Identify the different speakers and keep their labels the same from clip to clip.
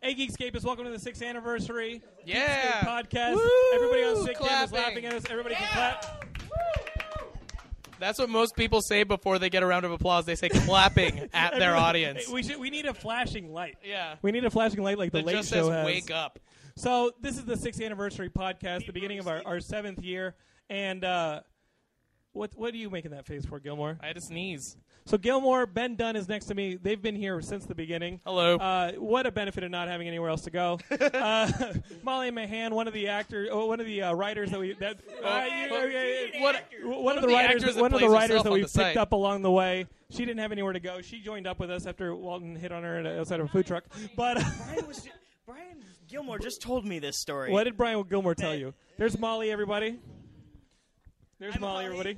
Speaker 1: Hey, Geekscapists, welcome to the sixth anniversary
Speaker 2: Yeah.
Speaker 1: Geekscape podcast.
Speaker 2: Woo!
Speaker 1: Everybody on sick cam is
Speaker 2: Clapping.
Speaker 1: laughing at us. Everybody can clap.
Speaker 2: That's what most people say before they get a round of applause. They say clapping at their
Speaker 1: Everyone-
Speaker 2: audience.
Speaker 1: Hey, We should. We need a flashing light.
Speaker 2: yeah.
Speaker 1: We need a flashing light like the
Speaker 2: That
Speaker 1: late
Speaker 2: just
Speaker 1: show
Speaker 2: says
Speaker 1: has.
Speaker 2: wake up.
Speaker 1: So this is the sixth anniversary podcast, the beginning of our, our seventh year, and uh, what what are you making that face for, Gilmore?
Speaker 2: I had to sneeze.
Speaker 1: So Gilmore, Ben Dunn is next to me. They've been here since the beginning.
Speaker 2: Hello.
Speaker 1: Uh, what a benefit of not having anywhere else to go. uh, Molly Mahan, one of the actors, oh, one of the uh, writers that we that uh, you-
Speaker 2: well,
Speaker 1: okay,
Speaker 2: what-
Speaker 1: one, of the writers,
Speaker 2: actors that
Speaker 1: one of the
Speaker 2: plays
Speaker 1: writers
Speaker 2: herself
Speaker 1: that
Speaker 2: on
Speaker 1: we
Speaker 2: the
Speaker 1: picked
Speaker 2: site.
Speaker 1: up along the way. She didn't have anywhere to go. She joined up with us after Walton hit on her at- outside of a food truck. But
Speaker 3: Brian, was ju- Brian Gilmore just told me this story.
Speaker 1: what did Brian Gilmore tell you? There's Molly, everybody. There's Molly, everybody.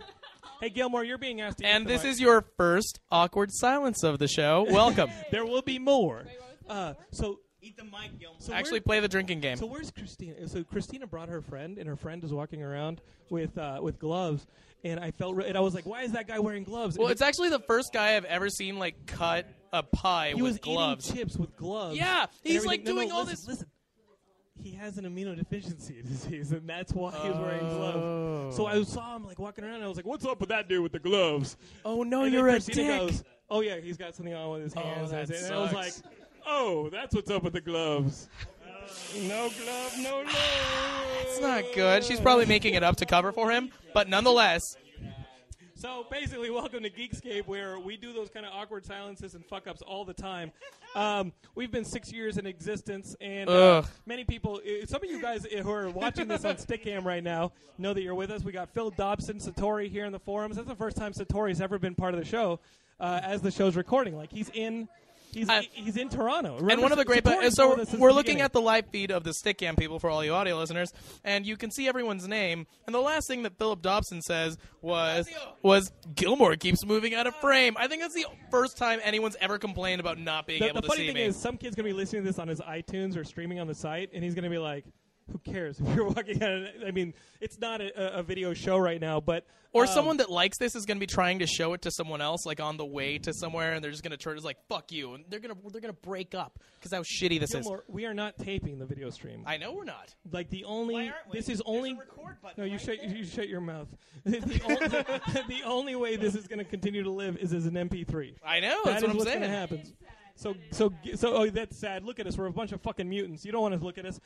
Speaker 1: Hey Gilmore, you're being asked to. use
Speaker 2: And
Speaker 1: the
Speaker 2: this
Speaker 1: mic.
Speaker 2: is your first awkward silence of the show. Welcome.
Speaker 1: There will be more. Uh, so.
Speaker 3: Eat the mic, Gilmore.
Speaker 1: so we're-
Speaker 2: Actually, play the drinking game.
Speaker 1: So where's Christina? So Christina brought her friend, and her friend is walking around with uh, with gloves. And I felt, re- and I was like, "Why is that guy wearing gloves?"
Speaker 2: Well,
Speaker 1: And
Speaker 2: it's actually the first guy I've ever seen like cut a pie
Speaker 1: he was
Speaker 2: with gloves.
Speaker 1: eating chips with gloves.
Speaker 2: Yeah,
Speaker 1: and
Speaker 2: he's,
Speaker 1: everything.
Speaker 2: like,
Speaker 1: No, no,
Speaker 2: doing all
Speaker 1: listen,
Speaker 2: this-
Speaker 1: Listen, he has an immunodeficiency disease, and that's why he's wearing gloves. So I saw him like walking around, and I was like, "What's up with that dude with the gloves?"
Speaker 2: Oh no,
Speaker 1: And then
Speaker 2: you're a
Speaker 1: Christina
Speaker 2: dick.
Speaker 1: goes, "Oh yeah, he's got something on with his hands."
Speaker 2: Oh, that
Speaker 1: and I was like,
Speaker 2: sucks.
Speaker 1: "Oh, that's what's up with the gloves." No glove, no love.
Speaker 2: It's not good. She's probably making it up to cover for him, but nonetheless,
Speaker 1: So basically, welcome to Geekscape, where we do those kind of awkward silences and fuck ups all the time. Um, we've been six years in existence, and uh,
Speaker 2: Ugh.
Speaker 1: many people, i- some of you guys i- who are watching this on Stickcam right now, know that you're with us. We got Phil Dobson, Satori here in the forums. That's the first time Satori's ever been part of the show uh, as the show's recording. Like he's in. He's,
Speaker 2: Uh,
Speaker 1: he's in Toronto.
Speaker 2: and
Speaker 1: Remember,
Speaker 2: one of the great.
Speaker 1: Satori's
Speaker 2: and
Speaker 1: been
Speaker 2: so
Speaker 1: with us since
Speaker 2: we're
Speaker 1: the
Speaker 2: looking
Speaker 1: beginning.
Speaker 2: at the live feed of the stick cam people for all you audio listeners, and you can see everyone's name. And the last thing that Philip Dobson says was was Gilmore keeps moving out of frame. I think that's the first time anyone's ever complained about not being
Speaker 1: The, the
Speaker 2: able to
Speaker 1: funny
Speaker 2: see
Speaker 1: thing
Speaker 2: me.
Speaker 1: is, some kid's gonna be listening to this on his iTunes or streaming on the site, and he's gonna be like, "Who cares if you're walking out?" of- I mean, it's not a, a- a video show right now, but
Speaker 2: or
Speaker 1: um,
Speaker 2: someone that likes this is going to be trying to show it to someone else, like on the way to somewhere, and they're just going to turn it's like "fuck you," and they're going to they're going to break up because how shitty this is.
Speaker 1: Gilmore, we are not taping the video stream.
Speaker 2: I know we're not.
Speaker 1: like the only
Speaker 3: Why aren't we?
Speaker 1: this is
Speaker 3: There's
Speaker 1: only
Speaker 3: a record button
Speaker 1: no you
Speaker 3: right
Speaker 1: shut
Speaker 3: there.
Speaker 1: you shut your mouth the, only, the only way this is going to continue to live is as an mp3
Speaker 2: I know.
Speaker 1: That
Speaker 2: That's
Speaker 1: is
Speaker 2: what I'm
Speaker 1: what's
Speaker 2: saying.
Speaker 1: gonna happen. So so so oh that's sad. Look at us. We're a bunch of fucking mutants. You don't want to look at us.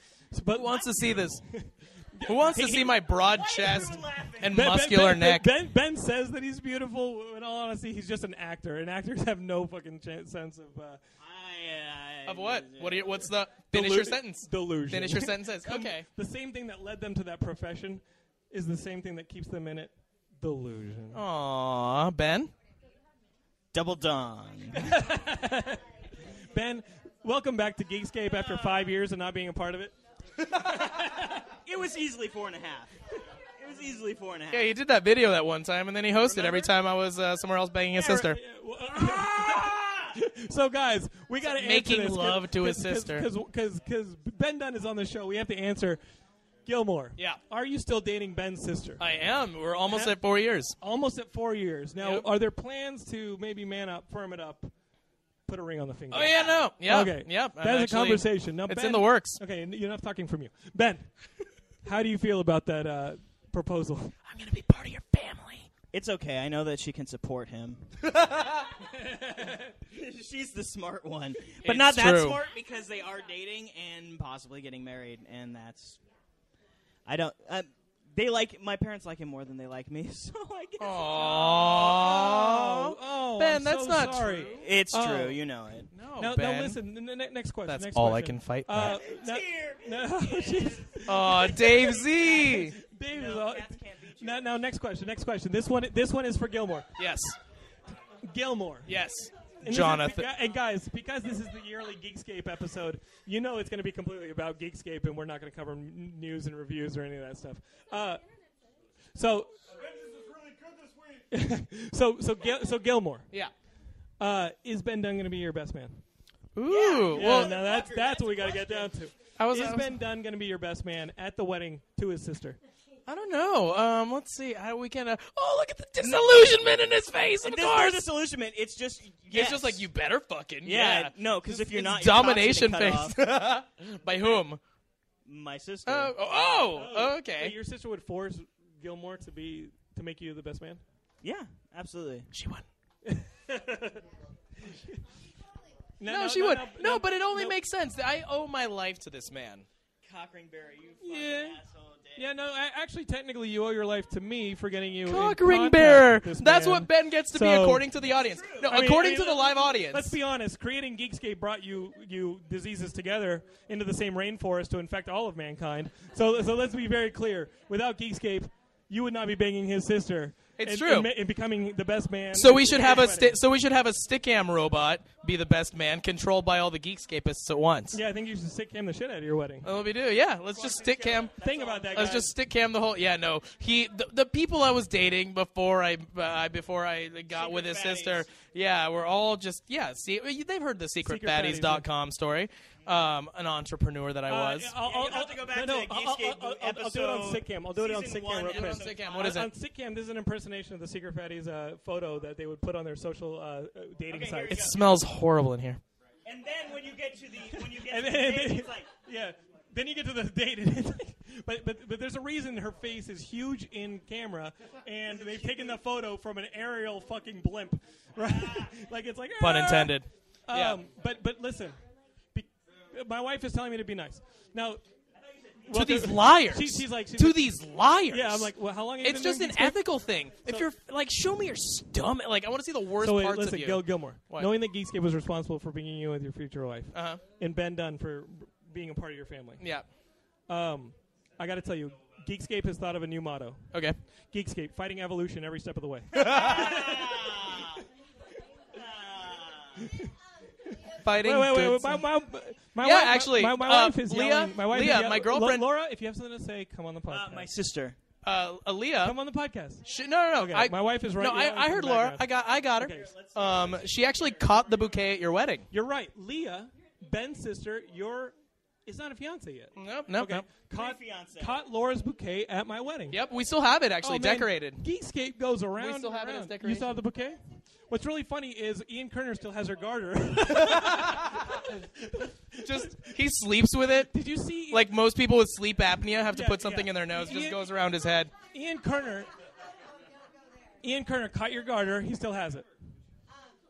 Speaker 1: But
Speaker 2: Who wants to see this? Who wants to
Speaker 1: He-
Speaker 2: see my broad
Speaker 3: Why is
Speaker 2: chest
Speaker 3: everyone laughing?
Speaker 1: Ben-
Speaker 2: and
Speaker 1: Ben-
Speaker 2: muscular
Speaker 1: ben,
Speaker 2: neck?
Speaker 1: Ben, ben says that he's beautiful. In all honesty, he's just an actor, and actors have no fucking chan sense of uh,
Speaker 3: I, I,
Speaker 2: of what? What are you, what's the finish your
Speaker 1: delu-
Speaker 2: sentence?
Speaker 1: Delusion.
Speaker 2: Finish your sentences.
Speaker 1: Um,
Speaker 2: Okay.
Speaker 1: The same thing that led them to that profession is the same thing that keeps them in it. Delusion.
Speaker 2: Aw, Ben.
Speaker 3: Double Don.
Speaker 1: Ben, welcome back to Geekscape after five years and not being a part of it.
Speaker 3: it was easily four and a half. It was easily four and a half.
Speaker 2: Yeah, he did that video that one time, and then he hosted every
Speaker 3: Remember?
Speaker 2: time I was uh, somewhere else banging his sister.
Speaker 1: So guys, we got to
Speaker 2: making love to his sister.
Speaker 1: because because Ben Dunn is on the show. We have to answer Gilmore.
Speaker 2: Yeah.
Speaker 1: Are you still dating Ben's sister?
Speaker 2: I am. We're almost
Speaker 1: Yeah.
Speaker 2: at four years.
Speaker 1: Almost at four years now.
Speaker 2: Yep.
Speaker 1: Are there plans to maybe man up, firm it up, put a ring on the finger?
Speaker 2: Oh yeah, no. Yeah.
Speaker 1: Okay.
Speaker 2: Yep. I'm
Speaker 1: That is
Speaker 2: actually-
Speaker 1: a conversation. Now,
Speaker 2: It's
Speaker 1: Ben-
Speaker 2: in the works.
Speaker 1: Okay, n- enough talking from you, Ben. how do you feel about that uh, proposal?
Speaker 2: I'm gonna be part of your family.
Speaker 3: It's okay. I know that she can support him. She's the smart one, but
Speaker 2: It's
Speaker 3: not that
Speaker 2: true.
Speaker 3: smart because they are dating and possibly getting married, and that's. I don't. Uh, they like my parents like him more than they like me, so I guess
Speaker 2: Aww.
Speaker 1: oh,
Speaker 2: Ben,
Speaker 1: I'm
Speaker 2: that's
Speaker 1: so
Speaker 2: not
Speaker 1: sorry.
Speaker 2: true.
Speaker 3: it's
Speaker 1: Oh.
Speaker 3: true. You know it.
Speaker 2: No,
Speaker 1: Now,
Speaker 2: Ben.
Speaker 1: now listen. N- n- next question.
Speaker 2: That's
Speaker 1: next
Speaker 2: all I
Speaker 1: question.
Speaker 2: can fight
Speaker 1: Uh, now- no, she's-
Speaker 2: Aw, Dave Z.
Speaker 1: Dave is
Speaker 3: No,
Speaker 1: all-
Speaker 3: cats can't beat you.
Speaker 1: now, now, next question. Next question. This one. This one is for Gilmore.
Speaker 2: yes.
Speaker 1: Gilmore.
Speaker 2: Yes.
Speaker 1: And this is
Speaker 2: Jonathan.
Speaker 1: beca- and guys, because this is the yearly Geekscape episode, you know it's going to be completely about Geekscape, and we're not going to cover n- news and reviews or any of that stuff. Uh, so. so so Gil- so Gilmore
Speaker 2: Yeah.
Speaker 1: uh, is Ben Dunn going to be your best man?
Speaker 2: Ooh.
Speaker 1: Yeah,
Speaker 2: well,
Speaker 1: now that's that's what we got to get down to.
Speaker 2: I was-
Speaker 1: is
Speaker 2: I was-
Speaker 1: Ben Dunn going to be your best man at the wedding to his sister?
Speaker 2: I don't know. Um, let's see. How we can. Uh, oh, look at the disillusionment in his face. Of
Speaker 3: This
Speaker 2: course,
Speaker 3: is disillusionment. It's just
Speaker 2: it's
Speaker 3: yes.
Speaker 2: just like you better fucking.
Speaker 3: Yeah, no, because if you're
Speaker 2: It's
Speaker 3: not, your cock's
Speaker 2: domination
Speaker 3: gonna cut
Speaker 2: face. By whom?
Speaker 3: off. My sister.
Speaker 2: Uh, oh, oh,
Speaker 1: Wait,
Speaker 2: okay.
Speaker 1: your sister would force Gilmore to be to make you the best man.
Speaker 3: yeah, absolutely.
Speaker 2: She won.
Speaker 1: No,
Speaker 2: No, she would. No,
Speaker 1: no,
Speaker 2: but it only
Speaker 1: no.
Speaker 2: makes sense. that I owe my life to this man.
Speaker 3: Cockring Barry, you fucking
Speaker 1: Yeah.
Speaker 3: asshole. Dude.
Speaker 1: Yeah, no. I, actually, technically, you owe your life to me for getting you in
Speaker 2: Cockring
Speaker 1: contact
Speaker 2: bear.
Speaker 1: with this
Speaker 2: That's
Speaker 1: man.
Speaker 2: what Ben gets to be
Speaker 1: So-
Speaker 2: according to the audience. No,
Speaker 1: I mean,
Speaker 2: according
Speaker 1: I mean,
Speaker 2: to the live audience.
Speaker 1: Let's be honest. Creating Geekscape brought you you diseases together into the same rainforest to infect all of mankind. So so let's be very clear. Without Geekscape, you would not be banging his sister.
Speaker 2: It's
Speaker 1: and-
Speaker 2: true.
Speaker 1: and ma- And, becoming the best man.
Speaker 2: so
Speaker 1: at
Speaker 2: we
Speaker 1: the
Speaker 2: should have a
Speaker 1: wedding.
Speaker 2: sti- so we should have a stickam robot be the best man controlled by all the geekscapists at once.
Speaker 1: Yeah, I think you should stick him the shit out of your wedding.
Speaker 2: Well, Oh, we do. Yeah, let's just stick cam.
Speaker 1: Think about that.
Speaker 2: Let's
Speaker 1: guys.
Speaker 2: just stick cam the whole. Yeah, no. He the, the people I was dating before I uh, before I got with his
Speaker 3: Secret
Speaker 2: sister.
Speaker 3: baddies.
Speaker 2: Yeah, we're all just yeah. See, you- they've heard the
Speaker 1: baddies,
Speaker 2: secretbaddies.com story. Um, an entrepreneur that I
Speaker 1: Uh,
Speaker 2: was.
Speaker 1: I'll,
Speaker 3: Yeah, you'll have to go back
Speaker 1: no,
Speaker 3: to
Speaker 1: I'll- I'll-
Speaker 3: Geekscape
Speaker 1: I'll- I'll- I'll do it on
Speaker 3: episode
Speaker 1: Sitcam. I'll do it on
Speaker 3: season
Speaker 1: Sitcam
Speaker 3: one,
Speaker 1: real quick.
Speaker 3: episode
Speaker 2: Sitcam, what is
Speaker 1: on,
Speaker 2: it?
Speaker 1: On Sitcam, this is an impersonation of the Secret Fatty's uh, photo that they would put on their social uh, uh, dating
Speaker 3: Okay, here
Speaker 1: sites.
Speaker 3: we
Speaker 2: it
Speaker 3: go.
Speaker 2: smells horrible in here.
Speaker 3: And then when you get to the when you get
Speaker 1: and
Speaker 3: to the
Speaker 1: then,
Speaker 3: date, it's like
Speaker 1: yeah, then you get to the date, and it's like, but but but there's a reason her face is huge in camera, and they've taken the photo from an aerial fucking blimp, right? like it's like
Speaker 2: Pun
Speaker 1: "Ah!"
Speaker 2: intended.
Speaker 1: Um,
Speaker 2: Yeah.
Speaker 1: But but listen, be, my wife is telling me to be nice now.
Speaker 2: to
Speaker 1: well,
Speaker 2: these
Speaker 1: there-
Speaker 2: liars.
Speaker 1: She, she's like she's
Speaker 2: to
Speaker 1: like,
Speaker 2: these liars.
Speaker 1: Yeah, I'm like, well, how long? Have you
Speaker 2: it's
Speaker 1: been
Speaker 2: just
Speaker 1: doing
Speaker 2: an
Speaker 1: Geekscape?
Speaker 2: ethical thing. If
Speaker 1: So-
Speaker 2: you're like, show me your stomach. Like, I want to see the worst
Speaker 1: So wait,
Speaker 2: parts
Speaker 1: listen,
Speaker 2: of you.
Speaker 1: Gil Gilmore.
Speaker 2: What?
Speaker 1: Knowing that Geekscape was responsible for bringing you with your future wife,
Speaker 2: uh-huh.
Speaker 1: and Ben Dunn for being a part of your family,
Speaker 2: Yeah.
Speaker 1: um, I got to tell you, Geekscape has thought of a new motto:
Speaker 2: Okay.
Speaker 1: Geekscape, fighting evolution every step of the way.
Speaker 3: ah, ah.
Speaker 2: Fighting.
Speaker 1: wait, wait, wait, wait,
Speaker 2: good-
Speaker 1: my, my, my
Speaker 2: Yeah,
Speaker 1: wife, my-
Speaker 2: actually,
Speaker 1: my, my
Speaker 2: uh,
Speaker 1: wife is
Speaker 2: Leah-
Speaker 1: yelling. My wife is
Speaker 2: Leah,
Speaker 1: yell-
Speaker 2: my girlfriend-
Speaker 1: Lo- Laura, if you have something to say, come on the
Speaker 3: Uh,
Speaker 1: podcast.
Speaker 3: my sister.
Speaker 2: Uh, Aaliyah.
Speaker 1: come on the podcast.
Speaker 2: Sh- no, no, no.
Speaker 1: Okay,
Speaker 2: I,
Speaker 1: my wife is right.
Speaker 2: no,
Speaker 1: yelling
Speaker 2: I, I
Speaker 1: from
Speaker 2: heard
Speaker 1: the background.
Speaker 2: Laura. I got, I got her.
Speaker 1: Okay.
Speaker 2: Um, she actually caught the bouquet at your wedding.
Speaker 1: You're right, Leah, Ben's sister. You're is not a fiance yet.
Speaker 2: Nope, nope,
Speaker 1: Okay,
Speaker 2: nope.
Speaker 1: caught,
Speaker 3: Pre-fiancé.
Speaker 1: caught Laura's bouquet at my wedding.
Speaker 2: Yep, we still have it actually
Speaker 1: Oh, man,
Speaker 2: decorated.
Speaker 1: Geekscape goes around.
Speaker 2: still
Speaker 1: and
Speaker 2: have it as
Speaker 1: around. You
Speaker 2: decoration.
Speaker 1: saw the bouquet. What's really funny is Ian Kerner still has her garter.
Speaker 2: Just he sleeps with it.
Speaker 1: Did you see
Speaker 2: Like most people with sleep apnea have to
Speaker 1: Yeah,
Speaker 2: put something
Speaker 1: yeah.
Speaker 2: in their nose. Just
Speaker 1: Yeah.
Speaker 2: goes around his head.
Speaker 1: Ian Kerner? Ian Kerner caught your garter. He still has it.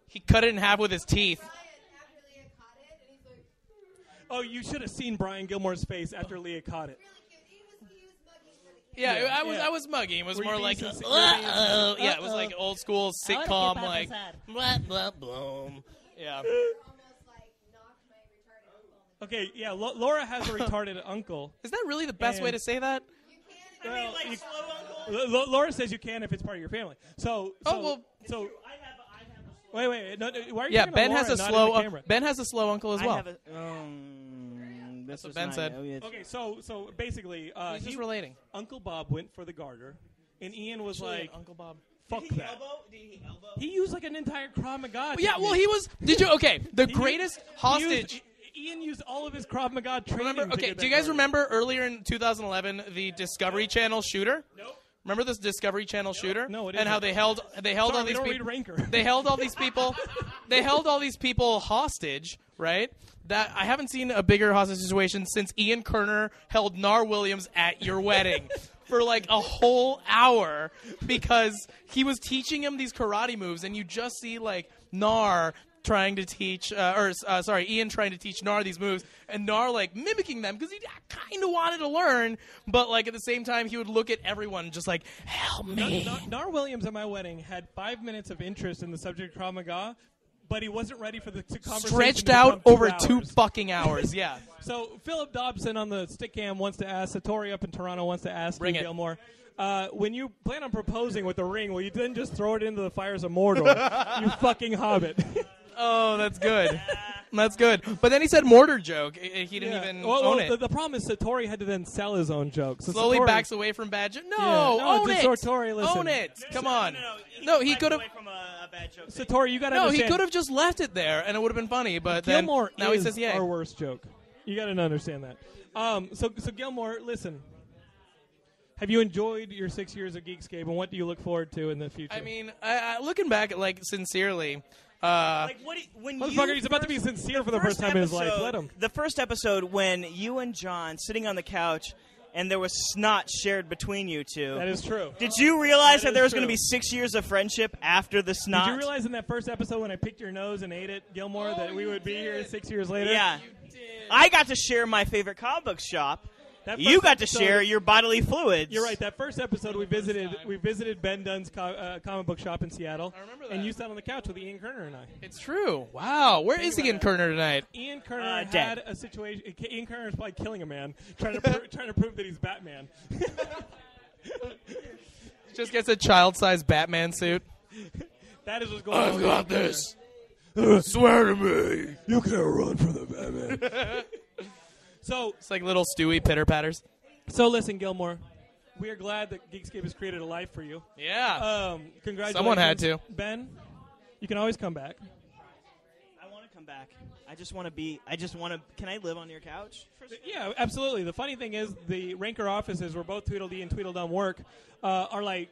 Speaker 2: He cut it in half with his teeth.
Speaker 1: Oh, you should have seen Brian Gilmore's face after Leah caught it.
Speaker 2: Yeah,
Speaker 1: Yeah,
Speaker 2: I was
Speaker 1: yeah.
Speaker 2: I was muggy. It was
Speaker 1: Were you
Speaker 2: more
Speaker 1: being
Speaker 2: like uh,
Speaker 1: sincere?
Speaker 2: "Uh-oh." yeah, it was like old school
Speaker 3: wanna
Speaker 2: sitcom
Speaker 3: be Papa
Speaker 2: like
Speaker 3: Zed.
Speaker 2: blah blah blah. Yeah.
Speaker 1: Okay, yeah. Lo- Laura has a retarded uncle.
Speaker 2: Is that really the best way
Speaker 1: And-
Speaker 2: to say that?
Speaker 3: I mean,
Speaker 1: Well,
Speaker 3: like
Speaker 1: you-
Speaker 3: slow uncle.
Speaker 1: L- L- Laura says you can if it's part of your family. So,
Speaker 2: Oh,
Speaker 1: so-
Speaker 2: well-
Speaker 1: so
Speaker 3: I have a, I have a slow.
Speaker 1: wait, wait. No, no, why are you
Speaker 2: Yeah,
Speaker 1: talking to
Speaker 2: Ben
Speaker 1: Laura
Speaker 2: has a
Speaker 1: and not
Speaker 2: slow
Speaker 1: in the
Speaker 2: un-
Speaker 1: camera?
Speaker 2: Ben has a slow uncle as
Speaker 3: I
Speaker 2: well.
Speaker 3: have a. Um, this
Speaker 2: what
Speaker 3: is
Speaker 2: Ben
Speaker 3: not-
Speaker 2: said.
Speaker 3: oh, yeah, it's-
Speaker 1: Okay, so so basically, uh,
Speaker 2: He's
Speaker 1: he-
Speaker 2: just relating.
Speaker 1: Uncle Bob went for the garter, and Ian was like,
Speaker 2: Uncle Bob.
Speaker 1: "Fuck
Speaker 3: Did he
Speaker 1: that."
Speaker 3: elbow? Did he elbow?
Speaker 1: He used like an entire Krav Maga.
Speaker 2: Yeah, well,
Speaker 1: technique.
Speaker 2: he was. Did you? Okay, the
Speaker 1: He
Speaker 2: greatest
Speaker 1: used- he
Speaker 2: hostage.
Speaker 1: used- Ian used all of his Krav Maga training.
Speaker 2: remember?
Speaker 1: to
Speaker 2: Okay,
Speaker 1: get
Speaker 2: do you
Speaker 1: that
Speaker 2: guys
Speaker 1: garter.
Speaker 2: remember earlier in 2011 the Discovery Channel shooter?
Speaker 1: Nope.
Speaker 2: Remember this Discovery Channel shooter?
Speaker 1: No, it
Speaker 2: And how
Speaker 1: isn't.
Speaker 2: they held they held
Speaker 1: Sorry,
Speaker 2: all
Speaker 1: we
Speaker 2: these
Speaker 1: don't
Speaker 2: people.
Speaker 1: read Ranker.
Speaker 2: They held all these people. they held all these people hostage, right? That I haven't seen a bigger hostage situation since Ian Kerner held Nar Williams at your wedding for like a whole hour because he was teaching him these karate moves, and you just see like Nar trying to teach, uh, or uh, sorry, Ian trying to teach Nar these moves, and Nar like mimicking them because he kind of wanted to learn, but like at the same time he would look at everyone just like help me.
Speaker 1: Nar, Nar Williams at my wedding had five minutes of interest in the subject of Krav Maga, but he wasn't ready for the t- conversation.
Speaker 2: stretched
Speaker 1: to
Speaker 2: out
Speaker 1: become
Speaker 2: over
Speaker 1: hours.
Speaker 2: two fucking hours. Yeah.
Speaker 1: So Philip Dobson on the stick cam wants to ask Satori up in Toronto wants to ask
Speaker 2: Bring
Speaker 1: Steve
Speaker 2: it.
Speaker 1: Gilmore. Uh, when you plan on proposing with the ring, will you then just throw it into the fires of Mordor? you fucking hobbit.
Speaker 2: Oh, that's good. that's good. But then he said mortar joke. I- I- He didn't even
Speaker 1: well, well,
Speaker 2: own
Speaker 1: The,
Speaker 2: it.
Speaker 1: the problem is Satori had to then sell his own joke. So
Speaker 2: Slowly
Speaker 1: Satori,
Speaker 2: backs away from bad joke. No,
Speaker 1: Yeah. No,
Speaker 2: own
Speaker 1: it's
Speaker 2: it.
Speaker 1: a Sartori, listen.
Speaker 2: Own it. Come on.
Speaker 3: No, no, no.
Speaker 2: No, he
Speaker 3: backed
Speaker 2: could have.
Speaker 3: away from a, a bad joke. thing.
Speaker 1: Satori, you got to
Speaker 2: No, he
Speaker 1: understand.
Speaker 2: could have just left it there, and it would have been funny. But then
Speaker 1: Gilmore
Speaker 2: now
Speaker 1: is
Speaker 2: he says, "Yeah."
Speaker 1: our worst joke. You got to understand that. Um, so, so Gilmore, listen. Have you enjoyed your six years of Geekscape, and what do you look forward to in the future?
Speaker 2: I mean, I, I, looking back, at like sincerely, uh,
Speaker 3: Like what? do- When you
Speaker 1: motherfucker, he's about to be
Speaker 3: first-
Speaker 1: sincere for the first, time in his life.
Speaker 3: episode-
Speaker 1: Let him.
Speaker 3: The first episode when you and John sitting on the couch and there was snot shared between you two.
Speaker 1: That is true.
Speaker 3: Did you realize
Speaker 1: That
Speaker 3: that,
Speaker 1: is
Speaker 3: there was
Speaker 1: true.
Speaker 3: going to be six years of friendship after the snot?
Speaker 1: Did you realize in that first episode when I picked your nose and ate it, Gilmore,
Speaker 2: Oh,
Speaker 1: that we
Speaker 2: you
Speaker 1: would be here
Speaker 2: did.
Speaker 1: six years later?
Speaker 3: Yeah.
Speaker 2: did.
Speaker 3: I got to share my favorite comic book shop.
Speaker 1: That
Speaker 3: You
Speaker 1: first
Speaker 3: got to
Speaker 1: episode-
Speaker 3: share your bodily fluids.
Speaker 1: You're right. That first episode, we visited
Speaker 2: time.
Speaker 1: we visited Ben Dunn's co- uh, comic book shop in Seattle.
Speaker 2: I remember
Speaker 1: And
Speaker 2: that.
Speaker 1: you sat on the couch with Ian Kerner and I.
Speaker 2: it's true. Wow, where is
Speaker 1: Think
Speaker 2: Ian
Speaker 1: about
Speaker 2: Kerner tonight?
Speaker 1: Ian Kerner
Speaker 3: Uh,
Speaker 1: had
Speaker 3: dead.
Speaker 1: a situation. Ian Kerner is probably killing a man, trying to pro- trying to prove that he's Batman.
Speaker 2: Just gets a child-sized Batman suit.
Speaker 1: that is what's going on. with Ian Kerner.
Speaker 2: Swear to me.
Speaker 1: You can't run from the Batman. so,
Speaker 2: It's like little Stewie pitter patters.
Speaker 1: so listen, Gilmore. We are glad that Geekscape has created a life for you.
Speaker 2: Yeah.
Speaker 1: Um, congratulations,
Speaker 2: Someone had to.
Speaker 1: Ben, you can always come back.
Speaker 3: I want to come back. I just want to be. I just want to. Can I live on your couch? For a second?
Speaker 1: Yeah, absolutely. The funny thing is, the Ranker offices where both Tweedledee and Tweedledum work uh, are like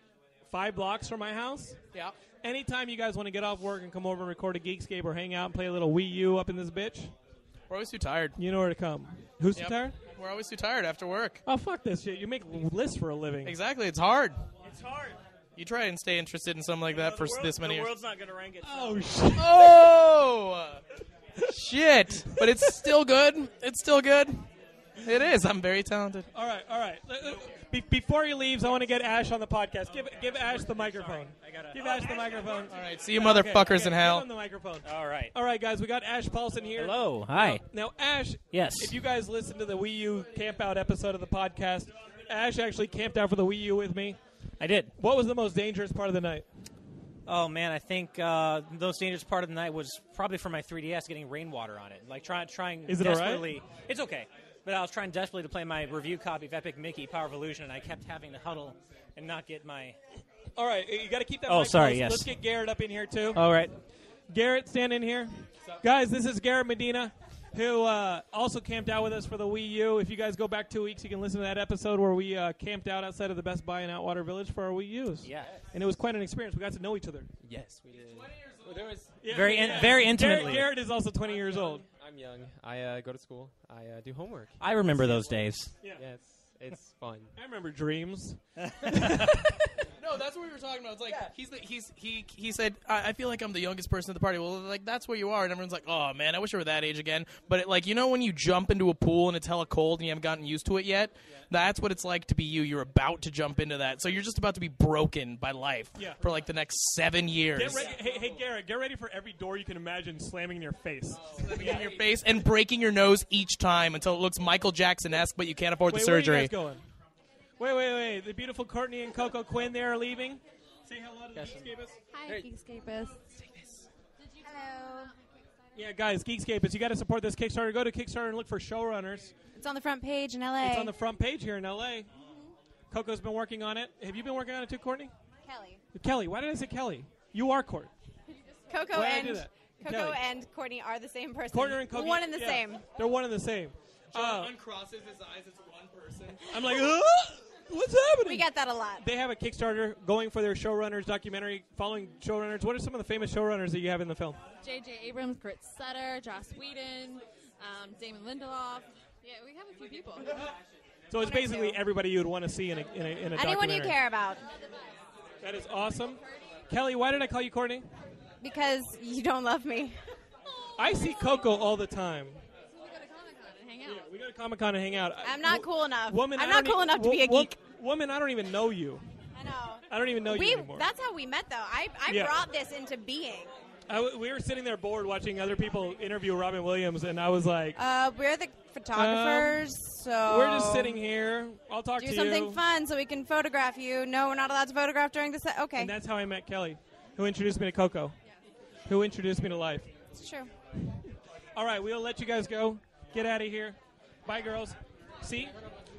Speaker 1: five blocks from my house.
Speaker 2: yeah.
Speaker 1: Anytime you guys want to get off work and come over and record a Geekscape or hang out and play a little Wii U up in this bitch,
Speaker 2: We're always too tired.
Speaker 1: you know where to come. Who's too
Speaker 2: Yep.
Speaker 1: tired?
Speaker 2: We're always too tired after work.
Speaker 1: Oh, fuck this shit. You make lists for a living.
Speaker 2: Exactly. It's hard.
Speaker 3: It's hard.
Speaker 2: You try and stay interested in something like
Speaker 3: No,
Speaker 2: that
Speaker 3: the
Speaker 2: for s-
Speaker 3: world-
Speaker 2: this many
Speaker 3: The
Speaker 2: years.
Speaker 3: world's not going to rank it.
Speaker 1: Oh, shit.
Speaker 2: Oh! Shit. But it's still good. It's still good. It is. I'm very talented.
Speaker 1: All right, all right. Let- let- Be- before he leaves, I want to get Ash on the podcast. Give give Ash the microphone. Give Ash the microphone.
Speaker 2: All right. See you motherfuckers
Speaker 1: Okay, okay, Give
Speaker 2: in hell.
Speaker 1: him the microphone.
Speaker 4: All right.
Speaker 1: All right, guys, we got Ash Paulson here.
Speaker 4: Hello. Hi.
Speaker 1: Now, Ash,
Speaker 4: Yes.
Speaker 1: if you guys listen to the Wii U campout episode of the podcast, Ash actually camped out for the Wii U with me.
Speaker 4: I did.
Speaker 1: What was the most dangerous part of the night?
Speaker 4: Oh man, I think uh, the most dangerous part of the night was probably for my 3DS getting rainwater on it. Like trying, trying
Speaker 1: Is it all right?
Speaker 4: desperately. It's okay, but I was trying desperately to play my review copy of Epic Mickey Power of Illusion, and I kept having to huddle and not get my.
Speaker 1: All right, you got to keep that.
Speaker 4: Oh,
Speaker 1: mic
Speaker 4: sorry,
Speaker 1: close.
Speaker 4: yes.
Speaker 1: Let's get Garrett up in here too.
Speaker 4: All right.
Speaker 1: Garrett, stand in here. Guys, this is Garrett Medina, who uh, also camped out with us for the Wii U. If you guys go back two weeks, you can listen to that episode where we uh, camped out outside of the Best Buy in Outwater Village for our Wii U's.
Speaker 4: Yeah.
Speaker 1: And it was quite an experience. We got to know each other.
Speaker 5: Yes, we did. Well, there was,
Speaker 4: Very in- very
Speaker 1: Garrett,
Speaker 4: intimately.
Speaker 1: Garrett is also 20 years old.
Speaker 5: I'm young. I uh, go to school. I uh, do homework.
Speaker 4: I remember those days.
Speaker 5: Yeah, it's, it's fun.
Speaker 1: I remember dreams.
Speaker 2: No, that's what we were talking about. It's like he's the, he's he he said I, I feel like I'm the youngest person at the party. Well, like that's where you are, and everyone's like, oh man, I wish I were that age again. But it, like you know when you jump into a pool and it's hella cold and you haven't gotten used to it yet, that's what it's like to be you. You're about to jump into that, so you're just about to be broken by life
Speaker 1: Yeah.
Speaker 2: for like the next seven years.
Speaker 1: Get ready, hey, hey, Garrett, get ready for every door you can imagine slamming in your face.
Speaker 2: in your face and breaking your nose each time until it looks Michael Jackson esque, but you can't afford
Speaker 1: wait,
Speaker 2: the
Speaker 1: Where are
Speaker 2: surgery.
Speaker 1: you guys going? Wait, wait, wait. The beautiful Courtney and Coco Quinn, they are leaving. Say hello to the Geekscapists.
Speaker 6: Hi, Geekscapists. Hello.
Speaker 1: Yeah, guys, Geekscapists, you got to support this Kickstarter. Go to Kickstarter and look for showrunners.
Speaker 6: It's on the front page in LA.
Speaker 1: It's on the front page here in LA. Coco's been working on it. Have you been working on it too, Courtney?
Speaker 6: Kelly.
Speaker 1: Kelly, why did I say Kelly? You are Court.
Speaker 7: Coco
Speaker 1: Why did I
Speaker 7: and
Speaker 1: do that?
Speaker 7: Coco
Speaker 1: Kelly.
Speaker 7: and Courtney are the same person.
Speaker 1: Courtney and Coco.
Speaker 7: One and the
Speaker 1: yeah,
Speaker 7: same.
Speaker 1: They're one and the same. Uh,
Speaker 2: Uncrosses his eyes. It's one person.
Speaker 1: I'm like, "Ugh, what's happening?
Speaker 7: We get that a lot.
Speaker 1: they have a Kickstarter going for their showrunners documentary, following showrunners. What are some of the famous showrunners that you have in the film?
Speaker 8: J.J. Abrams, Grit Sutter, Joss Whedon, um, Damon Lindelof. Yeah, we have a few people.
Speaker 1: So it's
Speaker 7: One or
Speaker 1: basically
Speaker 7: two.
Speaker 1: everybody you'd want to see in a, in a, in a
Speaker 7: Anyone
Speaker 1: documentary.
Speaker 7: you care about,
Speaker 1: That is awesome. Kelly, why did I call you Courtney?
Speaker 7: because you don't love me.
Speaker 1: I see Coco all the time.
Speaker 8: we go to Comic Con and hang out.
Speaker 1: We go to Comic Con and hang out.
Speaker 7: I'm not cool enough.
Speaker 1: Woman,
Speaker 7: I'm
Speaker 1: I
Speaker 7: not
Speaker 1: don't e-
Speaker 7: cool enough to
Speaker 1: wo-
Speaker 7: be a
Speaker 1: wo-
Speaker 7: geek.
Speaker 1: Woman, I don't even know you.
Speaker 7: I know.
Speaker 1: I don't even know
Speaker 7: We,
Speaker 1: you anymore.
Speaker 7: that's how we met, though. I, I
Speaker 1: Yeah.
Speaker 7: brought this into being.
Speaker 1: I w- we were sitting there bored watching other people interview Robin Williams, and I was like, um,
Speaker 7: Uh, we're the photographers, so
Speaker 1: "We're just sitting here. I'll talk
Speaker 7: Do
Speaker 1: to
Speaker 7: something
Speaker 1: you."
Speaker 7: fun so we can photograph you. No, we're not allowed to photograph during the set. Okay,
Speaker 1: And that's how I met Kelly, who introduced me to Coco, who introduced me to life.
Speaker 7: that's true.
Speaker 1: All right, we'll let you guys go. Get out of here. Bye, girls. See,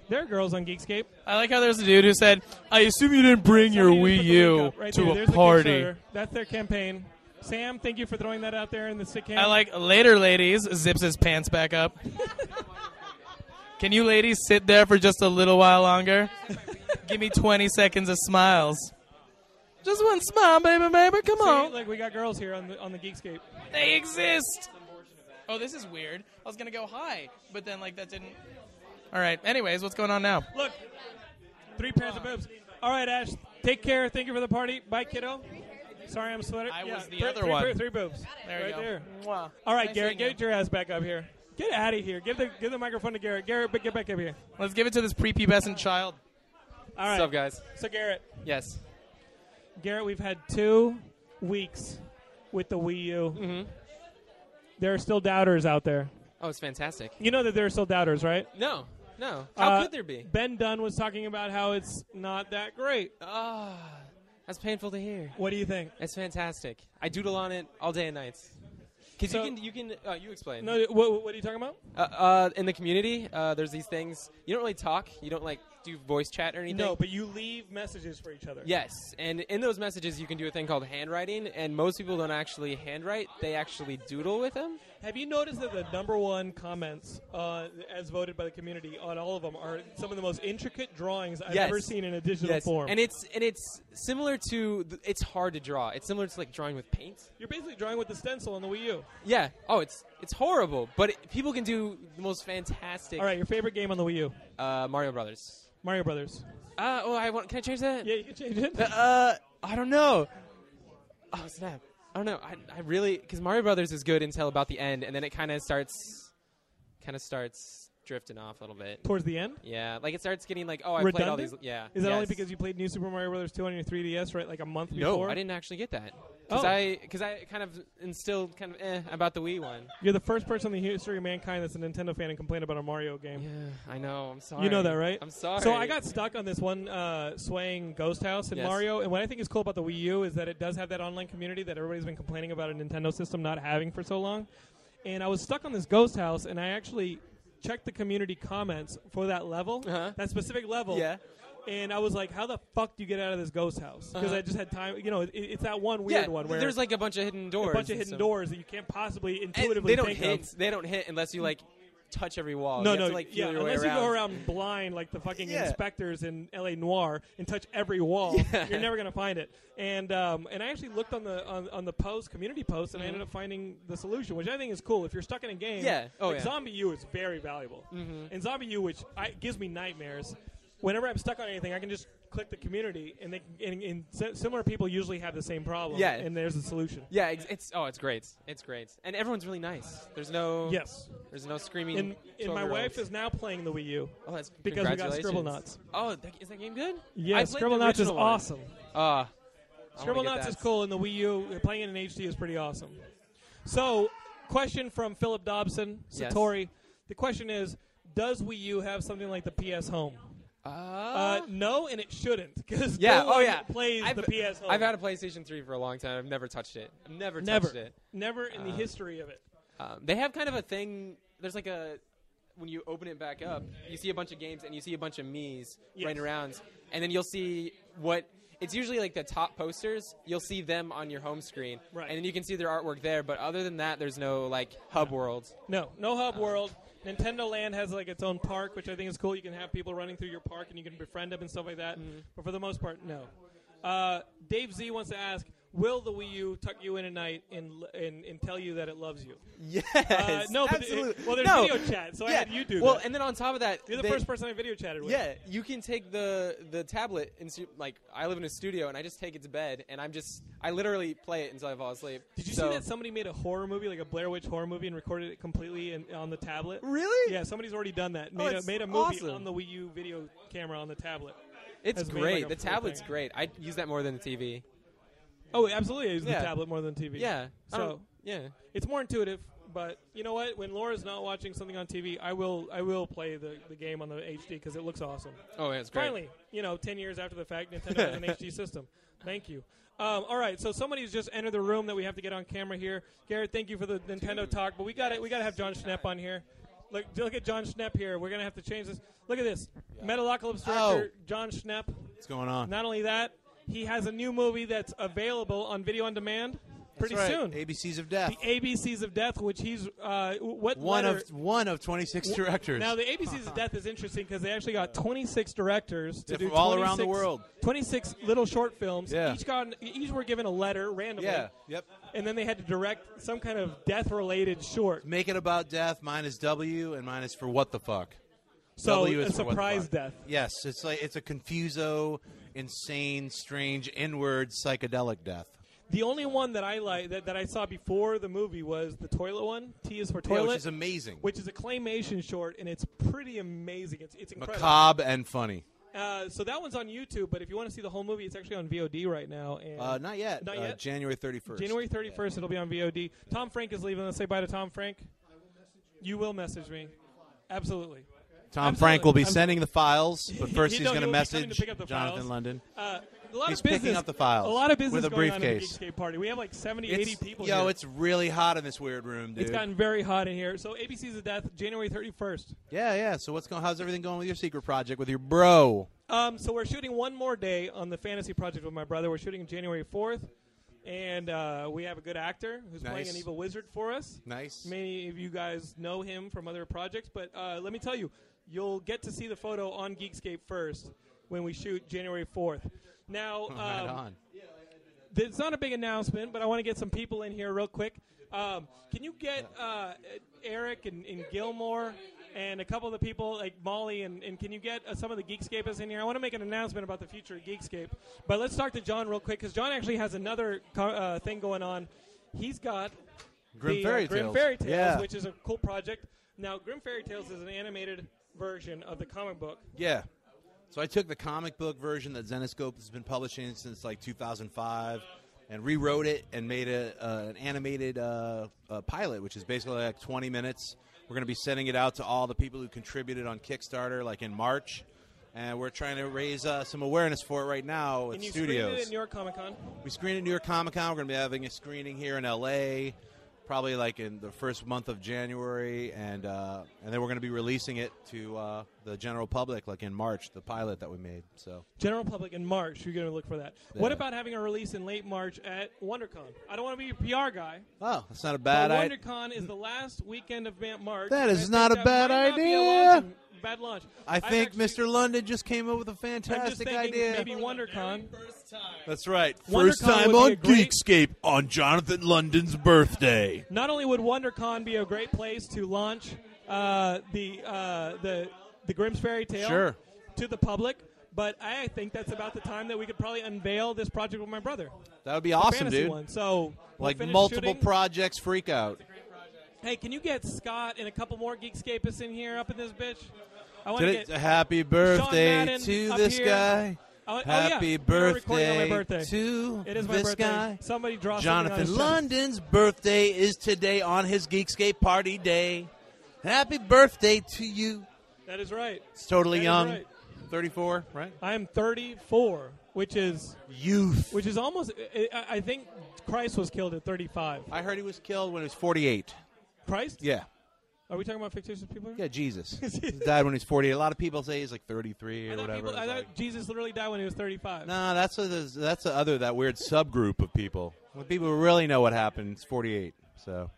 Speaker 1: there are girls on Geekscape.
Speaker 2: I like how there's a dude who said, "I assume you didn't bring your
Speaker 1: Somebody
Speaker 2: Wii
Speaker 1: just put the link
Speaker 2: U
Speaker 1: up right
Speaker 2: to
Speaker 1: there.
Speaker 2: a
Speaker 1: There's the
Speaker 2: party."
Speaker 1: Kickstarter. That's their campaign. Sam, thank you for throwing that out there in the stick cam.
Speaker 2: I like later, ladies. Zips his pants back up. Can you ladies sit there for just a little while longer? Give me 20 seconds of smiles. Just one smile, baby, baby. Come
Speaker 1: See,
Speaker 2: on.
Speaker 1: like we got girls here on the on the Geekscape.
Speaker 2: They exist. Oh, this is weird. I was gonna go hi, but then like that didn't. All right. Anyways, what's going on now?
Speaker 1: Look, three pairs of boobs. All right, Ash. Take care. Thank you for the party. Bye, kiddo. Sorry, I'm sweating.
Speaker 2: I was the
Speaker 1: three,
Speaker 2: other
Speaker 1: three-
Speaker 2: one.
Speaker 1: Three, three boobs.
Speaker 2: There you
Speaker 1: right
Speaker 2: go.
Speaker 1: there. All right,
Speaker 2: Nice
Speaker 1: Garrett,
Speaker 2: seeing you.
Speaker 1: get your ass back up here. Get out of here. Give the give the microphone to Garrett. Garrett, but get back up here.
Speaker 2: Let's give it to this prepubescent child.
Speaker 1: All
Speaker 5: What's
Speaker 1: right.
Speaker 5: up, guys?
Speaker 1: So Garrett,
Speaker 5: Yes.
Speaker 1: Garrett, we've had two weeks with the Wii U.
Speaker 5: Mm-hmm.
Speaker 1: There are still doubters out there.
Speaker 5: Oh, it's fantastic.
Speaker 1: You know that there are still doubters, right?
Speaker 5: No, no. How
Speaker 1: Uh,
Speaker 5: could there be?
Speaker 1: Ben Dunn was talking about how it's not that great.
Speaker 5: Ah, that's painful to hear.
Speaker 1: What do you think?
Speaker 5: It's fantastic. I doodle on it all day and nights. Cause
Speaker 1: So-
Speaker 5: you can, you can, uh, you explain.
Speaker 1: No, what, what are you talking about?
Speaker 5: Uh, uh, in the community, uh, there's these things. You don't really talk. You don't like do voice chat or anything.
Speaker 1: No, but you leave messages for each other.
Speaker 5: Yes, and in those messages, you can do a thing called handwriting, and most people don't actually handwrite; they actually doodle with them.
Speaker 1: Have you noticed that the number one comments, uh, as voted by the community, on all of them are some of the most intricate drawings I've
Speaker 5: Yes.
Speaker 1: ever seen in a digital form?
Speaker 5: and it's and it's similar to th- it's hard to draw. It's similar to like drawing with paint.
Speaker 1: You're basically drawing with the stencil on the Wii U.
Speaker 5: Yeah. Oh, it's it's horrible, but it, people can do the most fantastic.
Speaker 1: All right, your favorite game on the Wii U,
Speaker 5: Uh, Mario Brothers.
Speaker 1: Mario Brothers.
Speaker 5: Uh, oh, I want. Can I change that?
Speaker 1: Yeah, you can change it.
Speaker 5: Uh, I don't know. Oh snap! I don't know. I, I really because Mario Brothers is good until about the end, and then it kind of starts, kind of starts drifting off a little bit.
Speaker 1: Towards the end.
Speaker 5: Yeah, like it starts getting like, oh, I played all
Speaker 1: Redundant?
Speaker 5: these. Yeah.
Speaker 1: Is that only
Speaker 5: yes.
Speaker 1: because you played New Super Mario Brothers 2 on your 3DS right like a month
Speaker 5: No,
Speaker 1: before?
Speaker 5: I didn't actually get that because
Speaker 1: Oh.
Speaker 5: I because I kind of instilled kind of eh about the Wii one.
Speaker 1: You're the first person in the history of mankind that's a Nintendo fan and complained about a Mario game.
Speaker 5: Yeah, I know. I'm sorry.
Speaker 1: You know that, right?
Speaker 5: I'm sorry.
Speaker 1: So I got stuck on this one uh, swaying ghost house in
Speaker 5: Yes.
Speaker 1: Mario, and what I think is cool about the Wii U is that it does have that online community that everybody's been complaining about a Nintendo system not having for so long. And I was stuck on this ghost house, and I actually checked the community comments for that level,
Speaker 5: Uh-huh.
Speaker 1: that specific level.
Speaker 5: Yeah.
Speaker 1: And I was like, "How the fuck do you get out of this ghost house?" Because
Speaker 5: Uh-huh.
Speaker 1: I just had time. You know, it, it's that one weird
Speaker 5: yeah,
Speaker 1: one where
Speaker 5: there's like a bunch of hidden doors.
Speaker 1: a bunch of
Speaker 5: and
Speaker 1: hidden
Speaker 5: stuff.
Speaker 1: doors that you can't possibly
Speaker 5: And
Speaker 1: intuitively
Speaker 5: they don't
Speaker 1: think
Speaker 5: hit.
Speaker 1: of.
Speaker 5: They don't hit unless you like touch every wall.
Speaker 1: No,
Speaker 5: Oh, you
Speaker 1: no,
Speaker 5: Have to, like,
Speaker 1: yeah.
Speaker 5: feel your way
Speaker 1: Unless you go
Speaker 5: around.
Speaker 1: around blind like the fucking
Speaker 5: Yeah.
Speaker 1: inspectors in L.A. Noir and touch every wall, you're never gonna find it. And um, and I actually looked on the on, on the post community post, and I ended up finding the solution, which I think is cool. If you're stuck in a game,
Speaker 5: Mm-hmm. Yeah. Oh,
Speaker 1: like
Speaker 5: yeah. Mm-hmm.
Speaker 1: Zombie U is very valuable, and Zombie U, which I, gives me nightmares. Whenever I'm stuck on anything, I can just click the community, and they can, and, and si- similar people usually have the same problem.
Speaker 5: Yeah.
Speaker 1: and there's a solution.
Speaker 5: Yeah, it's, it's oh, it's great. It's great, and everyone's really nice. There's no
Speaker 1: Yes,
Speaker 5: There's no screaming.
Speaker 1: and, and my
Speaker 5: 12-year-olds.
Speaker 1: wife is now playing the Wii U.
Speaker 5: oh, that's
Speaker 1: because we got
Speaker 5: congratulations.
Speaker 1: Scribblenauts.
Speaker 5: Oh, that, is that game good? I
Speaker 1: Yeah,
Speaker 5: played the
Speaker 1: Scribblenauts is
Speaker 5: original one.
Speaker 1: awesome.
Speaker 5: Uh,
Speaker 1: Scribble
Speaker 5: Nuts
Speaker 1: Nuts is cool, and the Wii U uh, playing it in HD is pretty awesome. So, question from Philip Dobson,
Speaker 5: Yes.
Speaker 1: Satori. The question is, does Wii U have something like the PS Home?
Speaker 5: Uh,
Speaker 1: Uh, no, and it shouldn't because
Speaker 5: yeah.
Speaker 1: no
Speaker 5: Oh,
Speaker 1: one
Speaker 5: yeah.
Speaker 1: plays
Speaker 5: I've,
Speaker 1: the PS Home.
Speaker 5: I've had a PlayStation 3 for a long time. I've never touched it. I've never,
Speaker 1: never,
Speaker 5: touched it.
Speaker 1: never in the
Speaker 5: Uh,
Speaker 1: history of it.
Speaker 5: Um, they have kind of a thing. There's like a when you open it back up, you see a bunch of games and you see a bunch of me's
Speaker 1: Yes.
Speaker 5: running around, and then you'll see what. It's usually like the top posters. You'll see them on your home screen,
Speaker 1: Right.
Speaker 5: and then you can see their artwork there. But other than that, there's no like hub worlds.
Speaker 1: No, no Hub World. Nintendo Land has like its own park, which I think is cool. You can have people running through your park and you can befriend them and stuff like that.
Speaker 5: Mm-hmm.
Speaker 1: But for the most part, no. Uh, Dave Z wants to ask, will the Wii U tuck you in at night and l- and, and tell you that it loves you?
Speaker 5: Yes,
Speaker 1: Uh, no, but it-
Speaker 5: absolutely.
Speaker 1: well, there's
Speaker 5: no.
Speaker 1: video chat, so I
Speaker 5: Yeah.
Speaker 1: had you do
Speaker 5: Well,
Speaker 1: that.
Speaker 5: and then on top of that,
Speaker 1: You're the
Speaker 5: they-
Speaker 1: first person I video chatted with.
Speaker 5: Yeah, you can take the the tablet and stu- like I live in a studio and I just take it to bed and I'm just I literally play it until I fall asleep.
Speaker 1: Did you
Speaker 5: So-
Speaker 1: see that somebody made a horror movie, like a Blair Witch horror movie, and recorded it completely in, on the tablet?
Speaker 5: Really?
Speaker 1: Yeah, somebody's already done that. Made, a,
Speaker 5: it's
Speaker 1: made a movie
Speaker 5: awesome.
Speaker 1: on the Wii U video camera on the tablet.
Speaker 5: it's
Speaker 1: has made,
Speaker 5: great.
Speaker 1: like, a
Speaker 5: the
Speaker 1: full
Speaker 5: tablet's
Speaker 1: thing.
Speaker 5: great. I use that more than the TV.
Speaker 1: Oh, absolutely. I use
Speaker 5: Yeah.
Speaker 1: the tablet more than TV.
Speaker 5: Yeah. I
Speaker 1: So-
Speaker 5: don't- yeah.
Speaker 1: It's more intuitive, but you know what? When Laura's not watching something on TV, I will I will play the, the game on the HD because it looks awesome.
Speaker 5: Oh, yeah, it's great.
Speaker 1: Finally, you know, ten years after the fact, Nintendo has an HD system. Thank you. Um, all right, so somebody's just entered the room that we have to get on camera here. Garrett, thank you for the Nintendo talk, but we got to We got to have John Schnepp on here. Look, look at John Schnepp here. We're gonna have to change this. Look at this, Metalocalypse director John Schnepp.
Speaker 9: What's going on?
Speaker 1: Not only that, he has a new movie that's available on video on demand. pretty
Speaker 9: right.
Speaker 1: soon.
Speaker 9: ABCs of Death.
Speaker 1: The ABCs of Death, which he's uh, what
Speaker 9: one
Speaker 1: letter-
Speaker 9: of one of 26 directors.
Speaker 1: Now, the ABCs of Death is interesting because they actually got 26 directors to
Speaker 9: Yeah,
Speaker 1: do
Speaker 9: from all around the
Speaker 1: 26
Speaker 9: world.
Speaker 1: 26 little short films.
Speaker 9: Yeah.
Speaker 1: Each got each were given a letter randomly.
Speaker 9: yeah. Yep.
Speaker 1: And then they had to direct some kind of death-related short.
Speaker 9: Make it about death. Mine is W, and mine is for what the fuck.
Speaker 1: So
Speaker 9: W
Speaker 1: a
Speaker 9: is for what the
Speaker 1: surprise
Speaker 9: fuck.
Speaker 1: death.
Speaker 9: Yes, it's like it's a confuso, insane, strange, inward psychedelic death.
Speaker 1: The only one that I like that, that I saw before the movie was the toilet one. T is for
Speaker 9: Yeah,
Speaker 1: toilet,
Speaker 9: Oh, which is amazing,
Speaker 1: which is a claymation short, and it's pretty amazing. It's it's incredible.
Speaker 9: macabre and funny.
Speaker 1: Uh, so that one's on YouTube, but if you want to see the whole movie, it's actually on VOD right now. And
Speaker 9: Uh, not yet.
Speaker 1: Not
Speaker 9: Uh,
Speaker 1: yet?
Speaker 9: January 31st.
Speaker 1: January 31st, it'll be on VOD. Tom Frank is leaving. Let's say bye to Tom Frank. You will message me. Absolutely.
Speaker 9: Tom
Speaker 1: Absolutely.
Speaker 9: Frank will be
Speaker 1: I'm-
Speaker 9: sending the files, but first
Speaker 1: He-
Speaker 9: he's
Speaker 1: no, he
Speaker 9: going to
Speaker 1: will be coming
Speaker 9: message
Speaker 1: to pick up the
Speaker 9: Jonathan
Speaker 1: files.
Speaker 9: London.
Speaker 1: Uh, a lot
Speaker 9: He's
Speaker 1: of business,
Speaker 9: picking up the files
Speaker 1: A lot of business
Speaker 9: with a
Speaker 1: going on at the
Speaker 9: briefcase.
Speaker 1: Geekscape party. We have like 70, 80 people
Speaker 9: yo,
Speaker 1: here.
Speaker 9: it's really hot in this weird room, dude.
Speaker 1: it's gotten very hot in here. So ABC's of Death, January 31st.
Speaker 9: yeah, yeah. So what's going? How's everything going with your secret project with your bro?
Speaker 1: Um, so we're shooting one more day on the fantasy project with my brother. We're shooting January 4th. And uh, we have a good actor who's playing
Speaker 9: Nice.
Speaker 1: an evil wizard for us.
Speaker 9: Nice.
Speaker 1: Many of you guys know him from other projects, but uh, let me tell you, you'll get to see the photo on Geekscape first when we shoot January 4th. Now, um,
Speaker 9: right on.
Speaker 1: th- it's not a big announcement, but I want to get some people in here real quick. Um, can you get uh, Eric and, and Gilmore and a couple of the people like Molly and, and can you get uh, some of the Geekscapists in here? I want to make an announcement about the future of Geekscape, but let's talk to John real quick because John actually has another co- uh, thing going on. He's got
Speaker 9: Grim
Speaker 1: the, uh,
Speaker 9: Fairy
Speaker 1: Grim
Speaker 9: Tales.
Speaker 1: Fairy Tales,
Speaker 9: Yeah.
Speaker 1: which is a cool project. Now, Grim Fairy Tales is an animated version of the comic book.
Speaker 9: Yeah. So I took the comic book version that Zenoscope has been publishing since like 2005 and rewrote it and made a, uh, an animated uh, uh, pilot, which is basically like 20 minutes. We're going to be sending it out to all the people who contributed on Kickstarter like in March. And we're trying to raise uh, some awareness for it right now at
Speaker 1: and you
Speaker 9: studios.
Speaker 1: screened it at New York Comic Con.
Speaker 9: We screened at New York Comic Con. We're going to be having a screening here in LA, probably like in the first month of January, and uh, and then we're going to be releasing it to uh, the general public like in March, the pilot that we made. So
Speaker 1: General public in March. You're going to look for that. What
Speaker 9: Yeah.
Speaker 1: about having a release in late March at WonderCon? I don't want to be a PR guy,
Speaker 9: oh, that's not a
Speaker 1: but
Speaker 9: bad idea.
Speaker 1: WonderCon is the last weekend of ma- March.
Speaker 9: That
Speaker 1: and I
Speaker 9: is
Speaker 1: think
Speaker 9: not a
Speaker 1: that
Speaker 9: bad
Speaker 1: might not be a
Speaker 9: idea.
Speaker 1: launch- bad launch.
Speaker 9: I
Speaker 1: I've
Speaker 9: think
Speaker 1: actually-
Speaker 9: Mr. London just came up with a
Speaker 1: I'm just
Speaker 9: fantastic
Speaker 1: thinking
Speaker 9: idea.
Speaker 1: Maybe WonderCon.
Speaker 9: That's right.
Speaker 1: WonderCon
Speaker 9: First time
Speaker 1: would
Speaker 9: on
Speaker 1: be a great-
Speaker 9: Geekscape on Jonathan London's birthday.
Speaker 1: Not only would WonderCon be a great place to launch uh, the uh, the the Grimm's fairy tale
Speaker 9: Sure.
Speaker 1: to the public, but I think that's about the time that we could probably unveil this project with my brother.
Speaker 9: That would be
Speaker 1: the
Speaker 9: awesome,
Speaker 1: fantasy
Speaker 9: dude.
Speaker 1: One. So we'll
Speaker 9: Like
Speaker 1: finish
Speaker 9: multiple
Speaker 1: shooting.
Speaker 9: projects freak out.
Speaker 1: Hey, can you get Scott and a couple more Geekscapists in here up in this bitch? I want
Speaker 9: Did
Speaker 1: to
Speaker 9: it,
Speaker 1: get.
Speaker 9: happy birthday
Speaker 1: Madden
Speaker 9: to
Speaker 1: up
Speaker 9: this
Speaker 1: here.
Speaker 9: guy.
Speaker 1: I want- oh, yeah,
Speaker 9: Happy
Speaker 1: we were recording on
Speaker 9: birthday,
Speaker 1: my birthday.
Speaker 9: to
Speaker 1: It is my
Speaker 9: this
Speaker 1: birthday.
Speaker 9: guy.
Speaker 1: Somebody draw something on his
Speaker 9: Jonathan
Speaker 1: chest.
Speaker 9: London's birthday is today on his Geekscape party day. Happy birthday to you.
Speaker 1: That is right.
Speaker 9: It's totally
Speaker 1: That is
Speaker 9: young.
Speaker 1: right.
Speaker 9: 34, right?
Speaker 1: I am 34, which is
Speaker 9: Youth.
Speaker 1: which is almost. I- I I think Christ was killed at 35.
Speaker 9: I heard he was killed when he was 48.
Speaker 1: Christ?
Speaker 9: Yeah.
Speaker 1: Are we talking about fictitious people? here?
Speaker 9: Yeah, Jesus. he died when he was 48. A lot of people say he's like 33
Speaker 1: I
Speaker 9: or
Speaker 1: thought,
Speaker 9: whatever.
Speaker 1: people, I
Speaker 9: It's like-
Speaker 1: thought Jesus literally died when he was 35.
Speaker 9: No, that's what is- that's the other that weird subgroup of people. When people who really know what happened, it's 48. So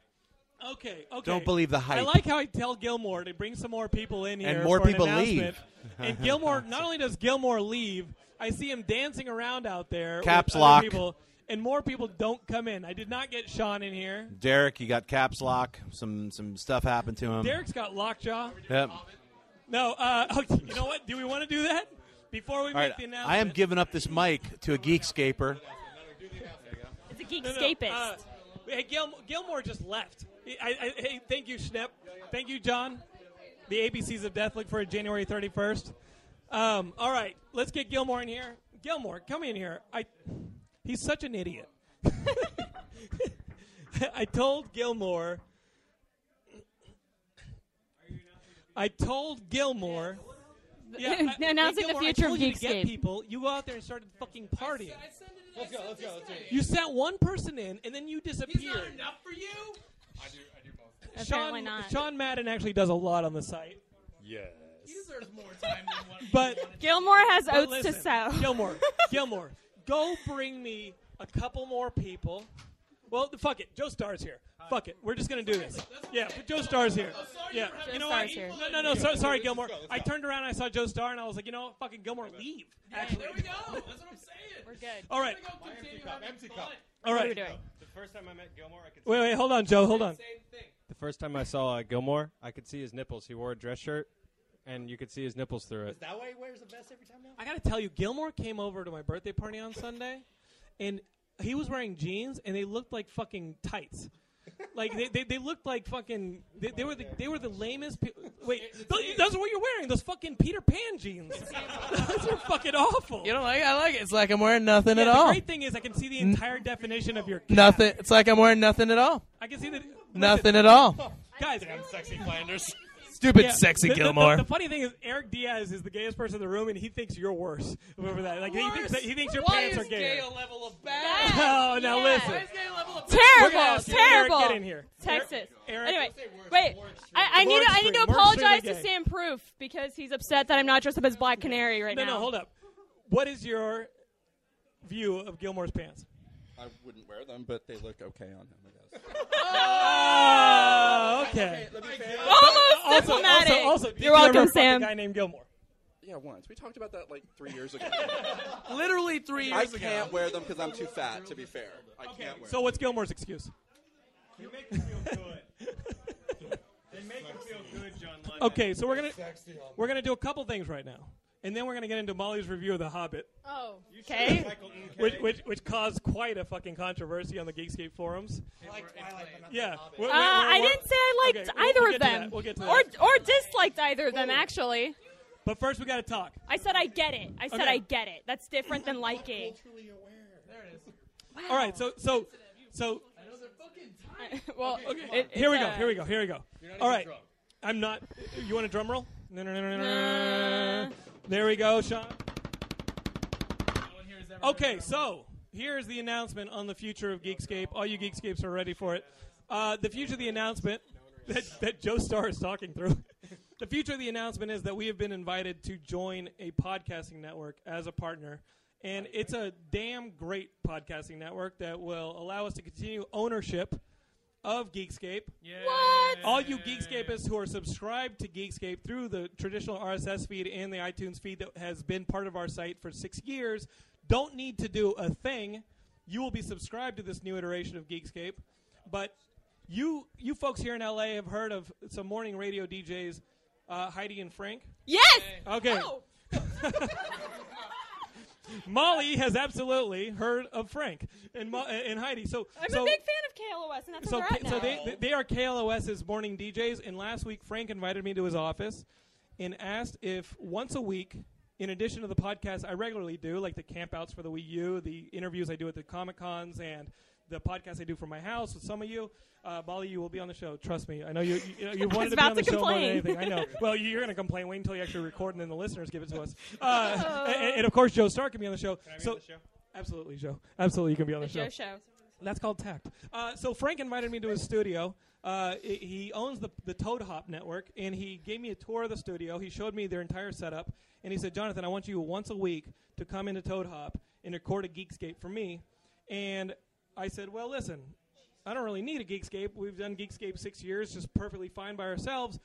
Speaker 1: Okay, okay.
Speaker 9: Don't believe the hype.
Speaker 1: I like how I tell Gilmore to bring some more people in here
Speaker 9: And more
Speaker 1: for an
Speaker 9: people
Speaker 1: announcement.
Speaker 9: leave.
Speaker 1: and Gilmore, not only does Gilmore leave, I see him dancing around out there. with
Speaker 9: Caps
Speaker 1: other
Speaker 9: lock.
Speaker 1: People, and more people don't come in. I did not get Sean in here.
Speaker 9: Derek, you got caps lock. Some some stuff happened to him.
Speaker 1: Derek's got lockjaw.
Speaker 9: Um, Yep.
Speaker 1: No, uh, oh, you know what? Do we want to do that before we
Speaker 9: All
Speaker 1: make
Speaker 9: right.
Speaker 1: the announcement?
Speaker 9: I am giving up this mic to a geekscaper.
Speaker 8: It's a
Speaker 1: No, no,
Speaker 8: geekscapist.
Speaker 1: uh, hey, Gil- Gilmore just left. I, I, hey, thank you, Schnepp. Thank you, John. The ABCs of Death look for it January 31st. Um, all right, let's get Gilmore in here. Gilmore, come in here. I, he's such an idiot. I told Gilmore. I told Gilmore. Yeah, I-
Speaker 8: Announcing the
Speaker 1: hey, Gilmore,
Speaker 8: future
Speaker 1: I
Speaker 8: of
Speaker 1: told you to get
Speaker 8: Geekscape.
Speaker 1: people. You go out there and started fucking partying. You sent one person in, and then you disappeared.
Speaker 8: Apparently
Speaker 1: Sean,
Speaker 8: not.
Speaker 1: Sean Madden actually does a lot on the site, but
Speaker 7: Gilmore has
Speaker 1: but
Speaker 7: oats
Speaker 1: listen,
Speaker 7: to sow.
Speaker 1: Gilmore, Gilmore, go bring me a couple more people. Well, th- fuck it. Joe Starr's here. Fuck it. We're just gonna do this. Yeah, but Joe Starr's here. Yeah.
Speaker 8: Joe
Speaker 1: You know what?
Speaker 8: Starr's here.
Speaker 1: No, no, no. So, sorry, Gilmore. I turned around and I saw Joe Starr and I was like, you know, what? fucking Gilmore, leave. Actually.
Speaker 2: There we go. That's what I'm saying.
Speaker 8: We're good.
Speaker 1: All right.
Speaker 2: We're gonna continue having fun.
Speaker 8: What
Speaker 1: All
Speaker 8: are we
Speaker 1: right.
Speaker 8: doing?
Speaker 10: The first time I met Gilmore, I could.
Speaker 1: Wait, wait. Hold on, Joe. Hold on.
Speaker 2: Same thing.
Speaker 10: The first time I saw uh, Gilmore, I could see his nipples. He wore a dress shirt, and you could see his nipples through it. that why he wears the vest every time now?
Speaker 1: I gotta tell you, Gilmore came over to my birthday party on Sunday, and he was wearing jeans, and they looked like fucking tights. Like they, they, they looked like fucking they, they were the they were the lamest. Pe- Wait, those, those are what you're wearing? Those fucking Peter Pan jeans? those are fucking awful.
Speaker 2: You don't like? it? I like it. It's like I'm wearing nothing
Speaker 1: Yeah,
Speaker 2: at
Speaker 1: the
Speaker 2: all.
Speaker 1: great thing is I can see the entire definition of your calf.
Speaker 2: Nothing. It's like I'm wearing nothing at all.
Speaker 1: I can see the
Speaker 2: Nothing at all.
Speaker 1: guys.
Speaker 10: Sexy Flanders.
Speaker 2: Stupid,
Speaker 1: yeah,
Speaker 2: sexy
Speaker 1: the- the- the-
Speaker 2: Gilmore.
Speaker 1: The, funny thing is, Eric Diaz is the gayest person in the room, and he thinks you're worse over that. Like he thinks that, he thinks your pants are gayer.
Speaker 2: level of bad?
Speaker 1: Oh, now
Speaker 8: Yeah.
Speaker 1: listen. We're gonna
Speaker 11: Terrible,
Speaker 1: ask you, Eric,
Speaker 11: terrible.
Speaker 1: get in here.
Speaker 11: Texas.
Speaker 1: Eric,
Speaker 11: anyway, wait. I, I need
Speaker 1: More
Speaker 11: to, I need to
Speaker 1: extreme. More
Speaker 11: apologize
Speaker 1: extremely
Speaker 11: to
Speaker 1: gay.
Speaker 11: Sam Proof because he's upset that I'm not dressed up as Black Canary right
Speaker 1: no,
Speaker 11: now.
Speaker 1: no, hold up. What is your view of Gilmore's pants?
Speaker 12: I wouldn't wear them, but they look okay on him, I guess.
Speaker 1: Oh, okay.
Speaker 11: Almost
Speaker 1: Also,
Speaker 11: diplomatic.
Speaker 1: also, also, did
Speaker 11: You're
Speaker 1: you ever
Speaker 11: welcome,
Speaker 1: fuck
Speaker 11: Sam.
Speaker 1: A guy named Gilmore.
Speaker 12: Yeah, once. We talked about that like three years ago.
Speaker 2: Literally three
Speaker 12: I
Speaker 2: years ago.
Speaker 12: can't wear them because I'm too fat, to be fair. I can't wear
Speaker 1: So what's Gilmore's excuse?
Speaker 10: You make him feel good. they make him feel good, John Lennon.
Speaker 1: Okay, so we're gonna we're gonna do a couple things right now, and then we're gonna get into Molly's review of The Hobbit,
Speaker 8: Oh,
Speaker 11: Okay.
Speaker 3: E.
Speaker 10: Michael Nkay.
Speaker 1: which which, which caused quite a fucking controversy on the Geekscape forums. Yeah,
Speaker 11: Uh, I didn't say I liked
Speaker 1: Okay, we'll-
Speaker 11: either
Speaker 1: we'll
Speaker 11: of
Speaker 1: get to that.
Speaker 11: them,
Speaker 1: We'll get to
Speaker 11: or
Speaker 1: that.
Speaker 11: or disliked either of them. Actually,
Speaker 1: But first, we gotta talk.
Speaker 11: I said I get it. I said
Speaker 1: Okay.
Speaker 11: I get it. That's different than liking.
Speaker 1: All right, so so so
Speaker 11: well, it-
Speaker 1: Here we
Speaker 11: it's,
Speaker 1: go.
Speaker 11: uh,
Speaker 1: Here we go. Here we go. All right. I'm not. You want a drum roll? No, no, no, no, no, no. There we go, Sean. Okay, so here's the announcement on the future of Geekscape. All you Geekscapes are ready for it. Uh, the future of the announcement that, that Joe Starr is talking through. the future of the announcement is that we have been invited to join a podcasting network as a partner. And it's a damn great podcasting network that will allow us to continue ownership of Geekscape.
Speaker 11: What?
Speaker 1: All you Geekscapists who are subscribed to Geekscape through the traditional RSS feed and the iTunes feed that has been part of our site for six years don't need to do a thing. You will be subscribed to this new iteration of Geekscape. But you, you folks here in LA have heard of some morning radio DJs, uh, Heidi and Frank.
Speaker 11: Yes.
Speaker 1: Okay.
Speaker 11: Oh.
Speaker 1: Molly has absolutely heard of Frank and, Mo- and Heidi. So
Speaker 11: I'm
Speaker 1: so
Speaker 11: a big fan of KLOS, and that's
Speaker 1: so,
Speaker 11: where we're at
Speaker 1: so
Speaker 11: now.
Speaker 1: they, they- they are KLOS's morning DJs. And last week, Frank invited me to his office and asked if once a week, in addition to the podcast I regularly do, like the campouts for the Wii U, the interviews I do at the Comic Cons, and the podcast I do from my house with some of you, uh, Molly, you will be on the show. Trust me. I know you. You, you
Speaker 11: I
Speaker 1: wanted
Speaker 11: was
Speaker 1: to be
Speaker 11: about
Speaker 1: on the
Speaker 11: to
Speaker 1: show more than
Speaker 11: complain.
Speaker 1: anything. I know. Well, you- you're going to complain. Wait until you actually record, and then the listeners give it to us. Uh, and, and of course, Joe Stark can be on the show.
Speaker 10: Can I be
Speaker 1: so
Speaker 10: on the show?
Speaker 1: absolutely, Joe. Absolutely, you can be on
Speaker 11: the
Speaker 1: the
Speaker 11: show show.
Speaker 1: that's called tact. Uh, so Frank invited me to his studio. Uh, i- he owns the, the Toad Hop Network, and he gave me a tour of the studio. He showed me their entire setup, and he said, "Jonathan, I want you once a week to come into Toad Hop and record a Geekscape for me." And I said, "Well, listen, I don't really need a Geekscape. We've done Geekscape six years, just perfectly fine by ourselves.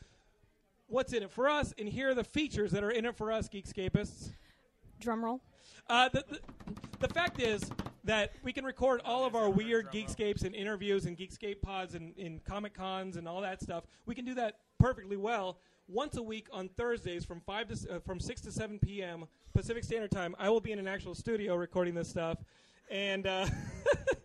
Speaker 1: What's in it for us? And here are the features that are in it for us, Geekscapists."
Speaker 11: Drum roll.
Speaker 1: Uh, the, the, the fact is that we can record all of our weird Geekscapes and interviews and Geekscape pods and, and Comic Cons and all that stuff. We can do that perfectly well. Once a week on Thursdays from five to s- uh, from six to seven p.m. Pacific Standard Time, I will be in an actual studio recording this stuff, and uh,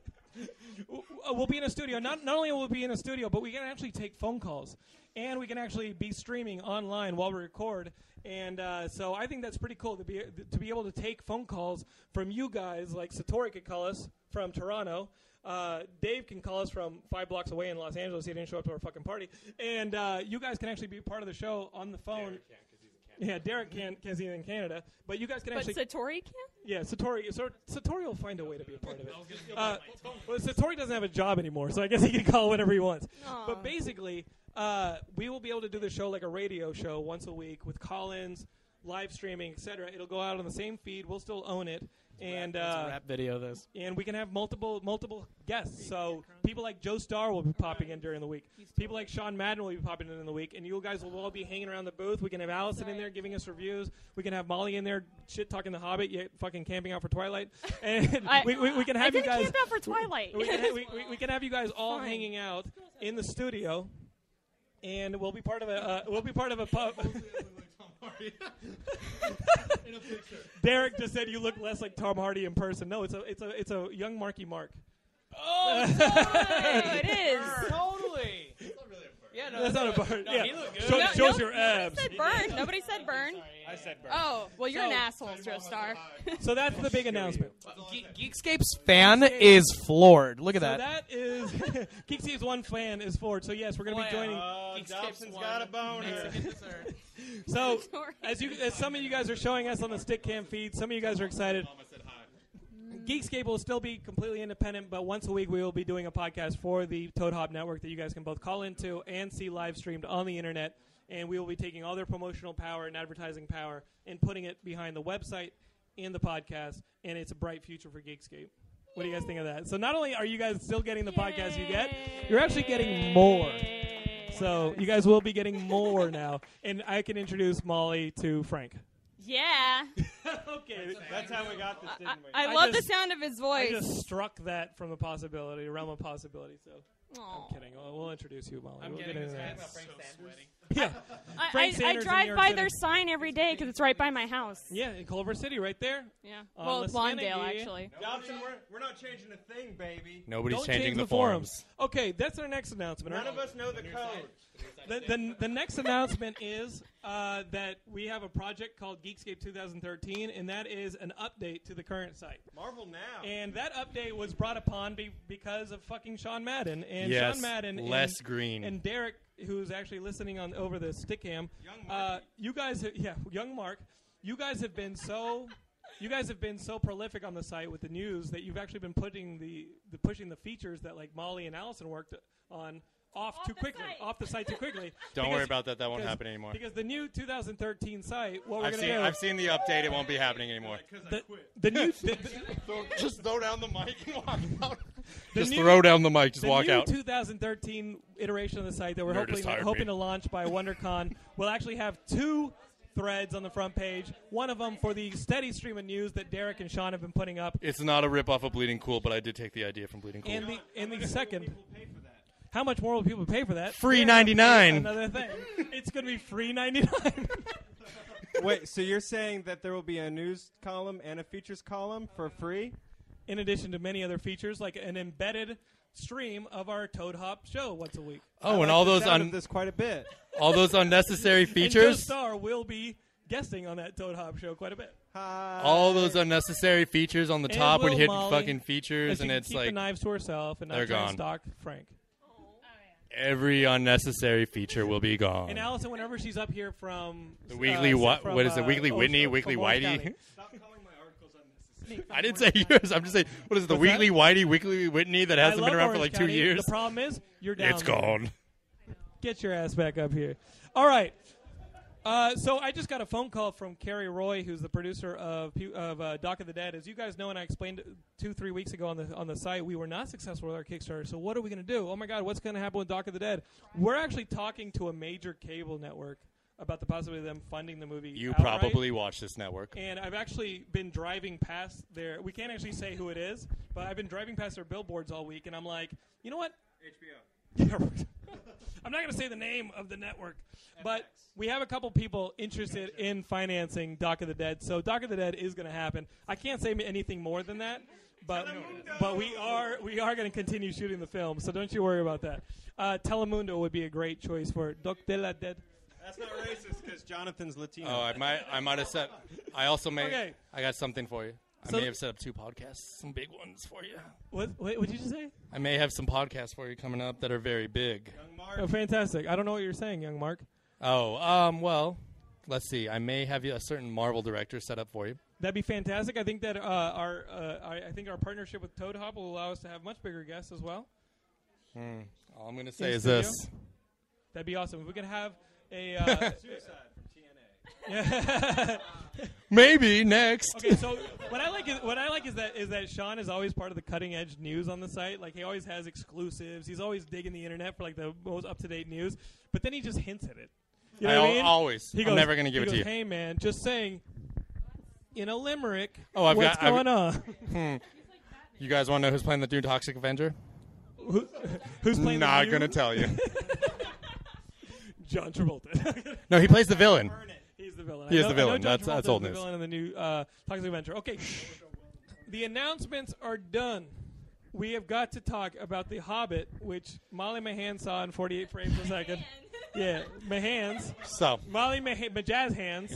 Speaker 1: w- uh, we'll be in a studio. Not not only will we be in a studio, but we can actually take phone calls, and we can actually be streaming online while we record. And uh, so I think that's pretty cool to be to be able to take phone calls from you guys. Like Satori could call us from Toronto. Uh, Dave can call us from five blocks away in Los Angeles. He didn't show up to our fucking party, and uh, you guys can actually be part of the show on the phone. Yeah, Derek can because he's in Canada, but you guys can
Speaker 11: But
Speaker 1: actually
Speaker 11: Satori can.
Speaker 1: yeah, Satori. Sor- Satori will find a way to be a part of it. Uh, well, Satori doesn't have a job anymore, so I guess he can call whatever he wants. But basically, uh, we will be able to do the show like a radio show once a week with call-ins, live streaming, etc. It'll go out on the same feed. We'll still own it, and
Speaker 2: it's a
Speaker 1: uh,
Speaker 2: rap video, this.
Speaker 1: and we can have multiple multiple guests. So people like Joe Starr will be popping in during the week. People like Sean Madden will be popping in in the week, and you guys will all be hanging around the booth. We can have Allison in there giving us reviews. We can have Molly in there shit talking the Hobbit, yet fucking camping out for Twilight, and we, we, we can have
Speaker 11: I
Speaker 1: you
Speaker 11: didn't
Speaker 1: guys
Speaker 11: camp out for Twilight.
Speaker 1: we, can ha- we, we- we can have you guys all hanging out in the studio, and we'll be part of a uh, we'll be part of a pub. Derek just said you look less like Tom Hardy in person. No, it's a it's a it's a young Marky Mark.
Speaker 2: Oh,
Speaker 11: it is.
Speaker 2: Totally. Yeah,
Speaker 1: That's not a burn.
Speaker 2: No,
Speaker 1: yeah,
Speaker 2: he looked good.
Speaker 1: Show-
Speaker 11: No- no-
Speaker 1: shows your abs.
Speaker 11: Nobody said burn. Nobody said burn.
Speaker 2: I said burn.
Speaker 11: Oh, well, you're an
Speaker 2: So-
Speaker 11: asshole, Strip Star.
Speaker 1: So that's the big announcement.
Speaker 2: Geekscape's fan is floored. Look at
Speaker 1: So
Speaker 2: that.
Speaker 1: that is Geeksy's one fan is forward. So yes, we're going to be joining.
Speaker 2: uh, Dobson's got a boner.
Speaker 1: So, as you as some of you guys are showing us on the stick cam feed, some of you guys are excited. Geekscape will still be completely independent, but once a week we will be doing a podcast for the Toad Hop Network that you guys can both call into and see live streamed on the internet. And we will be taking all their promotional power and advertising power and putting it behind the website and the podcast. And it's a bright future for Geekscape. What do you guys think of that? So not only are you guys still getting the podcast you get, you're actually getting more. So you guys will be getting more now, and I can introduce Molly to Frank.
Speaker 11: Yeah.
Speaker 1: okay,
Speaker 10: that's how we got this, didn't we?
Speaker 11: I love
Speaker 1: just-
Speaker 11: the sound of his
Speaker 1: I
Speaker 11: voice.
Speaker 1: just struck that from the possibility realm of possibility. So
Speaker 11: Aw.
Speaker 1: I'm kidding. We'll, we'll introduce you, Molly.
Speaker 2: I'm
Speaker 1: we'll
Speaker 2: getting
Speaker 1: into
Speaker 2: this
Speaker 1: that.
Speaker 2: guy Frank Sanders.
Speaker 1: Yeah,
Speaker 11: I,
Speaker 1: Frank
Speaker 11: I, I
Speaker 1: Sanders in New
Speaker 11: drive
Speaker 1: York
Speaker 11: by
Speaker 1: City.
Speaker 11: their sign every day because it's right by my house.
Speaker 1: yeah, in Culver City, right there. Uh,
Speaker 11: Yeah.
Speaker 1: On
Speaker 11: well, it's
Speaker 1: Liscannah,
Speaker 11: Lawndale,
Speaker 1: yeah.
Speaker 11: actually.
Speaker 10: Dobson, we're, we're not changing a thing, baby.
Speaker 13: Nobody's
Speaker 1: Don't
Speaker 13: changing
Speaker 1: change
Speaker 13: the
Speaker 1: forums. Okay, that's our next announcement.
Speaker 10: None
Speaker 1: Our-
Speaker 10: of us know the code.
Speaker 1: the, the, the next announcement is uh, that we have a project called Geekscape 2013, and that is an update to the current site.
Speaker 10: Marvel now.
Speaker 1: And that update was brought upon be- because of fucking Sean Madden and
Speaker 13: Yes,
Speaker 1: Sean Madden, and-
Speaker 13: Les Green.
Speaker 1: and Derek, who's actually listening on over the stick cam. Uh, you guys, ha- yeah, young Mark, you guys have been so. You guys have been so prolific on the site with the news that you've actually been putting the, the pushing the features that like Molly and Allison worked on off, too quickly, off the site too quickly.
Speaker 13: Don't
Speaker 1: Because-
Speaker 13: worry about that. That won't
Speaker 1: because-
Speaker 13: happen anymore.
Speaker 1: Because the new 2013 site, what we're
Speaker 13: I've
Speaker 1: going
Speaker 13: seen,
Speaker 1: to do,
Speaker 13: I've seen the update. It won't be happening anymore.
Speaker 1: the, the new the,
Speaker 13: just throw down the mic and walk out.
Speaker 1: The
Speaker 13: Just
Speaker 1: new-
Speaker 13: throw down the mic, just
Speaker 1: the
Speaker 13: walk
Speaker 1: new
Speaker 13: out.
Speaker 1: 2013 iteration of the site that we're
Speaker 13: Nerd
Speaker 1: hopefully
Speaker 13: just hired
Speaker 1: hoping
Speaker 13: me.
Speaker 1: to launch by WonderCon will actually have two threads on the front page. One of them for the steady stream of news that Derek and Sean have been putting up,
Speaker 13: It's not a rip off of Bleeding Cool, but I did take the idea from Bleeding Cool.
Speaker 1: and the and the second. How much more will people pay for that?
Speaker 13: Free 99.
Speaker 1: Another thing. It's going to be free 99.
Speaker 10: Wait, so you're saying that there will be a news column and a features column for free?
Speaker 1: In addition to many other features like an embedded stream of our Toad Hop show once a week.
Speaker 13: Oh, and all those un-
Speaker 10: this quite a bit.
Speaker 13: all those unnecessary
Speaker 1: And Joe
Speaker 13: features,
Speaker 1: Star will be guesting on that Toad Hop show quite a bit.
Speaker 13: all those unnecessary features on the
Speaker 1: And
Speaker 13: top when
Speaker 1: Will
Speaker 13: you hit
Speaker 1: Molly,
Speaker 13: fucking
Speaker 1: if
Speaker 13: features,
Speaker 1: she
Speaker 13: and
Speaker 1: can
Speaker 13: it's
Speaker 1: keep the
Speaker 13: like
Speaker 1: knives to herself and not
Speaker 13: they're
Speaker 1: try and
Speaker 13: gone.
Speaker 1: stalk Frank.
Speaker 13: every unnecessary feature will be gone.
Speaker 1: And Allison, whenever she's up here from
Speaker 13: The weekly Whi-
Speaker 1: Uh, from,
Speaker 13: what is it,
Speaker 1: uh,
Speaker 13: weekly
Speaker 1: Orange-
Speaker 13: Whitney,
Speaker 1: from
Speaker 13: weekly
Speaker 1: Orange
Speaker 13: Whitey?
Speaker 1: County.
Speaker 13: I didn't say yours. I'm just saying, what is it, the
Speaker 1: What's that?
Speaker 13: Weekly Whitey, Weekly Whitney that
Speaker 1: I
Speaker 13: hasn't
Speaker 1: love
Speaker 13: been around for
Speaker 1: Orange
Speaker 13: like two
Speaker 1: County.
Speaker 13: years?
Speaker 1: The problem is you're down.
Speaker 13: It's
Speaker 1: there.
Speaker 13: gone.
Speaker 1: Get your ass back up here. All right. Uh, so I just got a phone call from Carrie Roy, who's the producer of Pu- of uh, Doc of the Dead. As you guys know, and I explained two three weeks ago on the on the site, we were not successful with our Kickstarter. So what are we going to do? Oh my God, what's going to happen with Doc of the Dead? We're actually talking to a major cable network about the possibility of them funding the movie.
Speaker 13: You
Speaker 1: outright.
Speaker 13: probably watch this network.
Speaker 1: And I've actually been driving past their. We can't actually say who it is, but I've been driving past their billboards all week, and I'm like, you know what? I'm not going to say the name of the network, but we have a couple people interested in financing Doc of the Dead, so Doc of the Dead is going to happen. I can't say anything more than that, but but we are we are going to continue shooting the film, so don't you worry about that. Uh, Telemundo would be a great choice for Doc de la Dead.
Speaker 10: That's not racist because Jonathan's Latino.
Speaker 13: Oh, I might, I might have set. I also may.
Speaker 10: Okay.
Speaker 13: I got something for you. I
Speaker 10: So-
Speaker 13: may have set up two podcasts, some big ones for you.
Speaker 1: What what would you just say?
Speaker 13: I may have some podcasts for you coming up that are very big.
Speaker 1: Oh, fantastic! I don't know what you're saying, young Mark.
Speaker 13: Oh, um, well, let's see. I may have you a certain Marvel director set up for you.
Speaker 1: That'd be fantastic. I think that uh, our uh, I, I think our partnership with Toad Hop will allow us to have much bigger guests as well.
Speaker 13: Hmm. All I'm gonna
Speaker 1: in
Speaker 13: say is
Speaker 1: studio.
Speaker 13: this.
Speaker 1: That'd be awesome. If we could have a uh,
Speaker 10: Suicide from TNA.
Speaker 13: Maybe next.
Speaker 1: Okay, so what I like is what I like is that is that Sean is always part of the cutting edge news on the site. Like he always has exclusives. He's always digging the internet for like the most up to date news. But then he just hints at it. You know
Speaker 13: I
Speaker 1: what I
Speaker 13: al-
Speaker 1: mean?
Speaker 13: always. I'm never gonna
Speaker 1: he
Speaker 13: give it to
Speaker 1: goes,
Speaker 13: you.
Speaker 1: Hey man, just saying. In a limerick.
Speaker 13: Oh, I've
Speaker 1: what's
Speaker 13: got.
Speaker 1: going
Speaker 13: I've-
Speaker 1: on?
Speaker 13: Hmm. You guys want to know who's playing the new Toxic Avenger?
Speaker 1: Who, who's playing the
Speaker 13: Not
Speaker 1: new-
Speaker 13: gonna tell you.
Speaker 1: John Travolta.
Speaker 13: No, he plays the villain.
Speaker 1: He's the villain.
Speaker 13: He
Speaker 1: I
Speaker 13: is
Speaker 1: know-
Speaker 13: the
Speaker 1: I know
Speaker 13: villain.
Speaker 1: John
Speaker 13: That's- that's
Speaker 1: Travolta
Speaker 13: old
Speaker 1: is
Speaker 13: news.
Speaker 1: The villain in the new uh, Toxic Avenger. Okay, the announcements are done. We have got to talk about the Hobbit, which Molly Mahan saw in 48 frames per second. yeah, Mahan's.
Speaker 13: So.
Speaker 1: Molly Mahan, Majaz hands.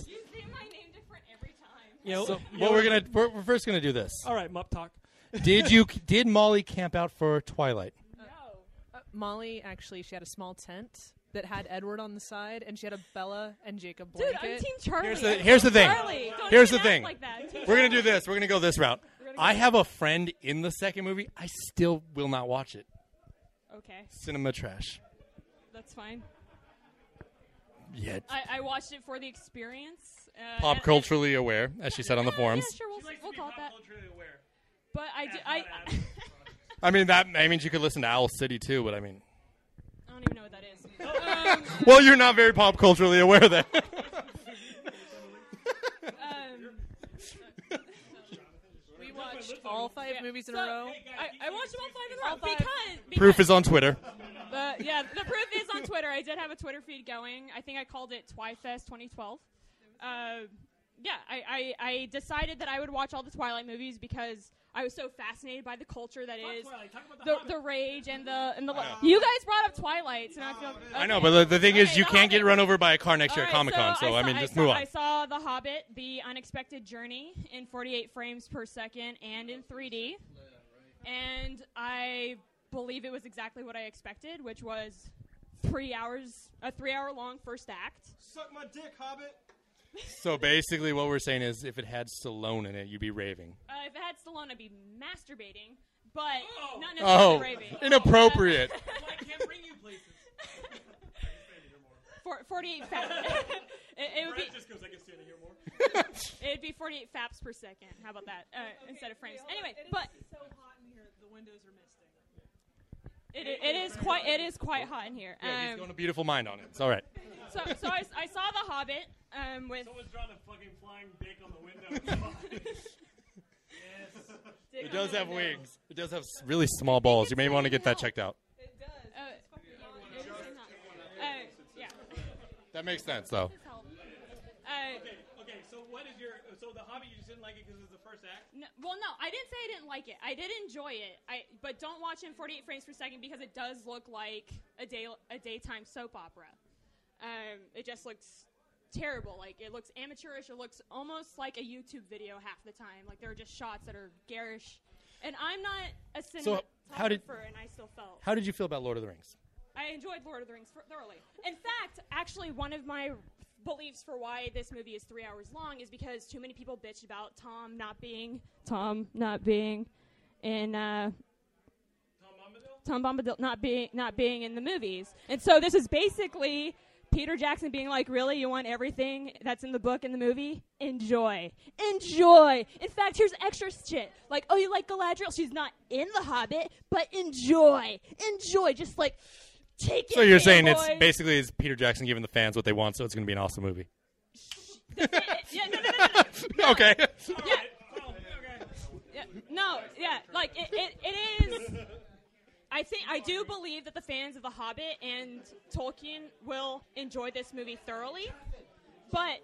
Speaker 1: You know,
Speaker 13: So,
Speaker 1: you
Speaker 13: well,
Speaker 1: know-
Speaker 13: we're gonna we're, we're first gonna do this.
Speaker 1: All right, Mup Talk.
Speaker 13: did you did Molly camp out for Twilight?
Speaker 14: Uh, Molly actually, she had a small tent that had Edward on the side, and she had a Bella and Jacob
Speaker 8: Dude, I'm
Speaker 14: blanket.
Speaker 8: Team Charlie.
Speaker 13: Here's the here's the thing.
Speaker 14: Charlie, don't
Speaker 13: here's
Speaker 14: even
Speaker 13: the
Speaker 14: act
Speaker 13: thing.
Speaker 14: like that.
Speaker 13: We're gonna do this. We're gonna go this route. I have a friend in the second movie. I still will not watch it.
Speaker 15: Okay,
Speaker 13: Cinema trash.
Speaker 15: that's fine.
Speaker 13: Yet
Speaker 15: I, I watched it for the experience. Uh,
Speaker 13: pop
Speaker 15: and-
Speaker 13: culturally aware, as she said on the forums.
Speaker 15: Yeah, sure, we'll, we'll call it that. But I, do, I,
Speaker 13: I mean that. I mean you could listen to Owl City too, but I mean,
Speaker 15: I don't even know what that is. Um,
Speaker 13: well, you're not very pop culturally aware then.
Speaker 15: um,
Speaker 14: We watched all five movies in
Speaker 15: So,
Speaker 14: a row.
Speaker 15: I, I watched them all five in a row because, because
Speaker 13: Proof is on Twitter.
Speaker 15: The, yeah, the proof is on Twitter. I did have a Twitter feed going. I think I called it Twifest 2012. Uh, yeah, I, I, I decided that I would watch all the Twilight movies because I was so fascinated by the culture that is the, the, rage and the and the. lo- you guys brought up Twilight, so now I feel.
Speaker 13: I know, but the, the thing is, you can't get run over by a car next year at Comic
Speaker 15: Alright,
Speaker 13: Con. So, I
Speaker 15: saw-
Speaker 13: mean, just
Speaker 15: saw,
Speaker 13: move on.
Speaker 15: I saw The Hobbit: The Unexpected Journey in 48 frames per second and in 3D, and I believe it was exactly what I expected, which was three hours, a three-hour-long first act.
Speaker 10: Suck my dick, Hobbit.
Speaker 13: So basically, what we're saying is, if it had Stallone in it, you'd be raving.
Speaker 15: Uh, if it had Stallone, I'd be masturbating, but not necessarily
Speaker 13: Oh,
Speaker 15: raving.
Speaker 13: inappropriate.
Speaker 15: For, 48 faps. it, it would be.
Speaker 1: Brad just goes, "I can stand to hear more."
Speaker 15: It'd be 48 faps per second. How about that? Uh, instead of frames. Anyway, but
Speaker 14: so hot in here, the windows are misting.
Speaker 15: It, it is quite it is quite hot in here.
Speaker 13: Yeah, he's
Speaker 15: Um,
Speaker 13: going to beautiful mind on it. It's all right.
Speaker 15: so so I, s- I saw The Hobbit um, with.
Speaker 1: Someone's drawn a fucking flying dick on the window.
Speaker 15: Dick
Speaker 13: It
Speaker 15: on
Speaker 13: does
Speaker 15: the
Speaker 13: have
Speaker 15: window.
Speaker 13: wings. It does have s- really small balls. You may want to get that checked out.
Speaker 15: Uh, it is really hot. Uh, yeah.
Speaker 13: That makes sense, though.
Speaker 1: okay, okay. So what is your? So the Hobbit, you just didn't like it because it's the first act.
Speaker 15: No, well, no, I didn't say I didn't like it. I did enjoy it. I but don't watch it in 48 frames per second because it does look like a day a daytime soap opera. Um, it just looks terrible. Like it looks amateurish. It looks almost like a YouTube video half the time. Like there are just shots that are garish. And I'm not a cinematographer,
Speaker 13: So, how did-
Speaker 15: and I still felt.
Speaker 13: How did you feel about Lord of the Rings?
Speaker 15: I enjoyed Lord of the Rings thoroughly. In fact, actually, one of my beliefs for why this movie is three hours long is because too many people bitched about Tom not being Tom not being in uh, Tom Bombadil not being not being in the movies, and so this is basically Peter Jackson being like, "Really, you want everything that's in the book in the movie? Enjoy, enjoy. In fact, here's extra shit. Like, oh, you like Galadriel? She's not in the Hobbit, but enjoy, enjoy. Just like take it.
Speaker 13: So you're saying
Speaker 15: fanboys.
Speaker 13: it's basically is Peter Jackson giving the fans what they want, so it's going to be an awesome movie.
Speaker 15: yeah, no, no, no, no, no. No.
Speaker 13: Okay.
Speaker 15: Yeah. Yeah, No, yeah, like it, it, it is. I think I do believe that the fans of The Hobbit and Tolkien will enjoy this movie thoroughly, but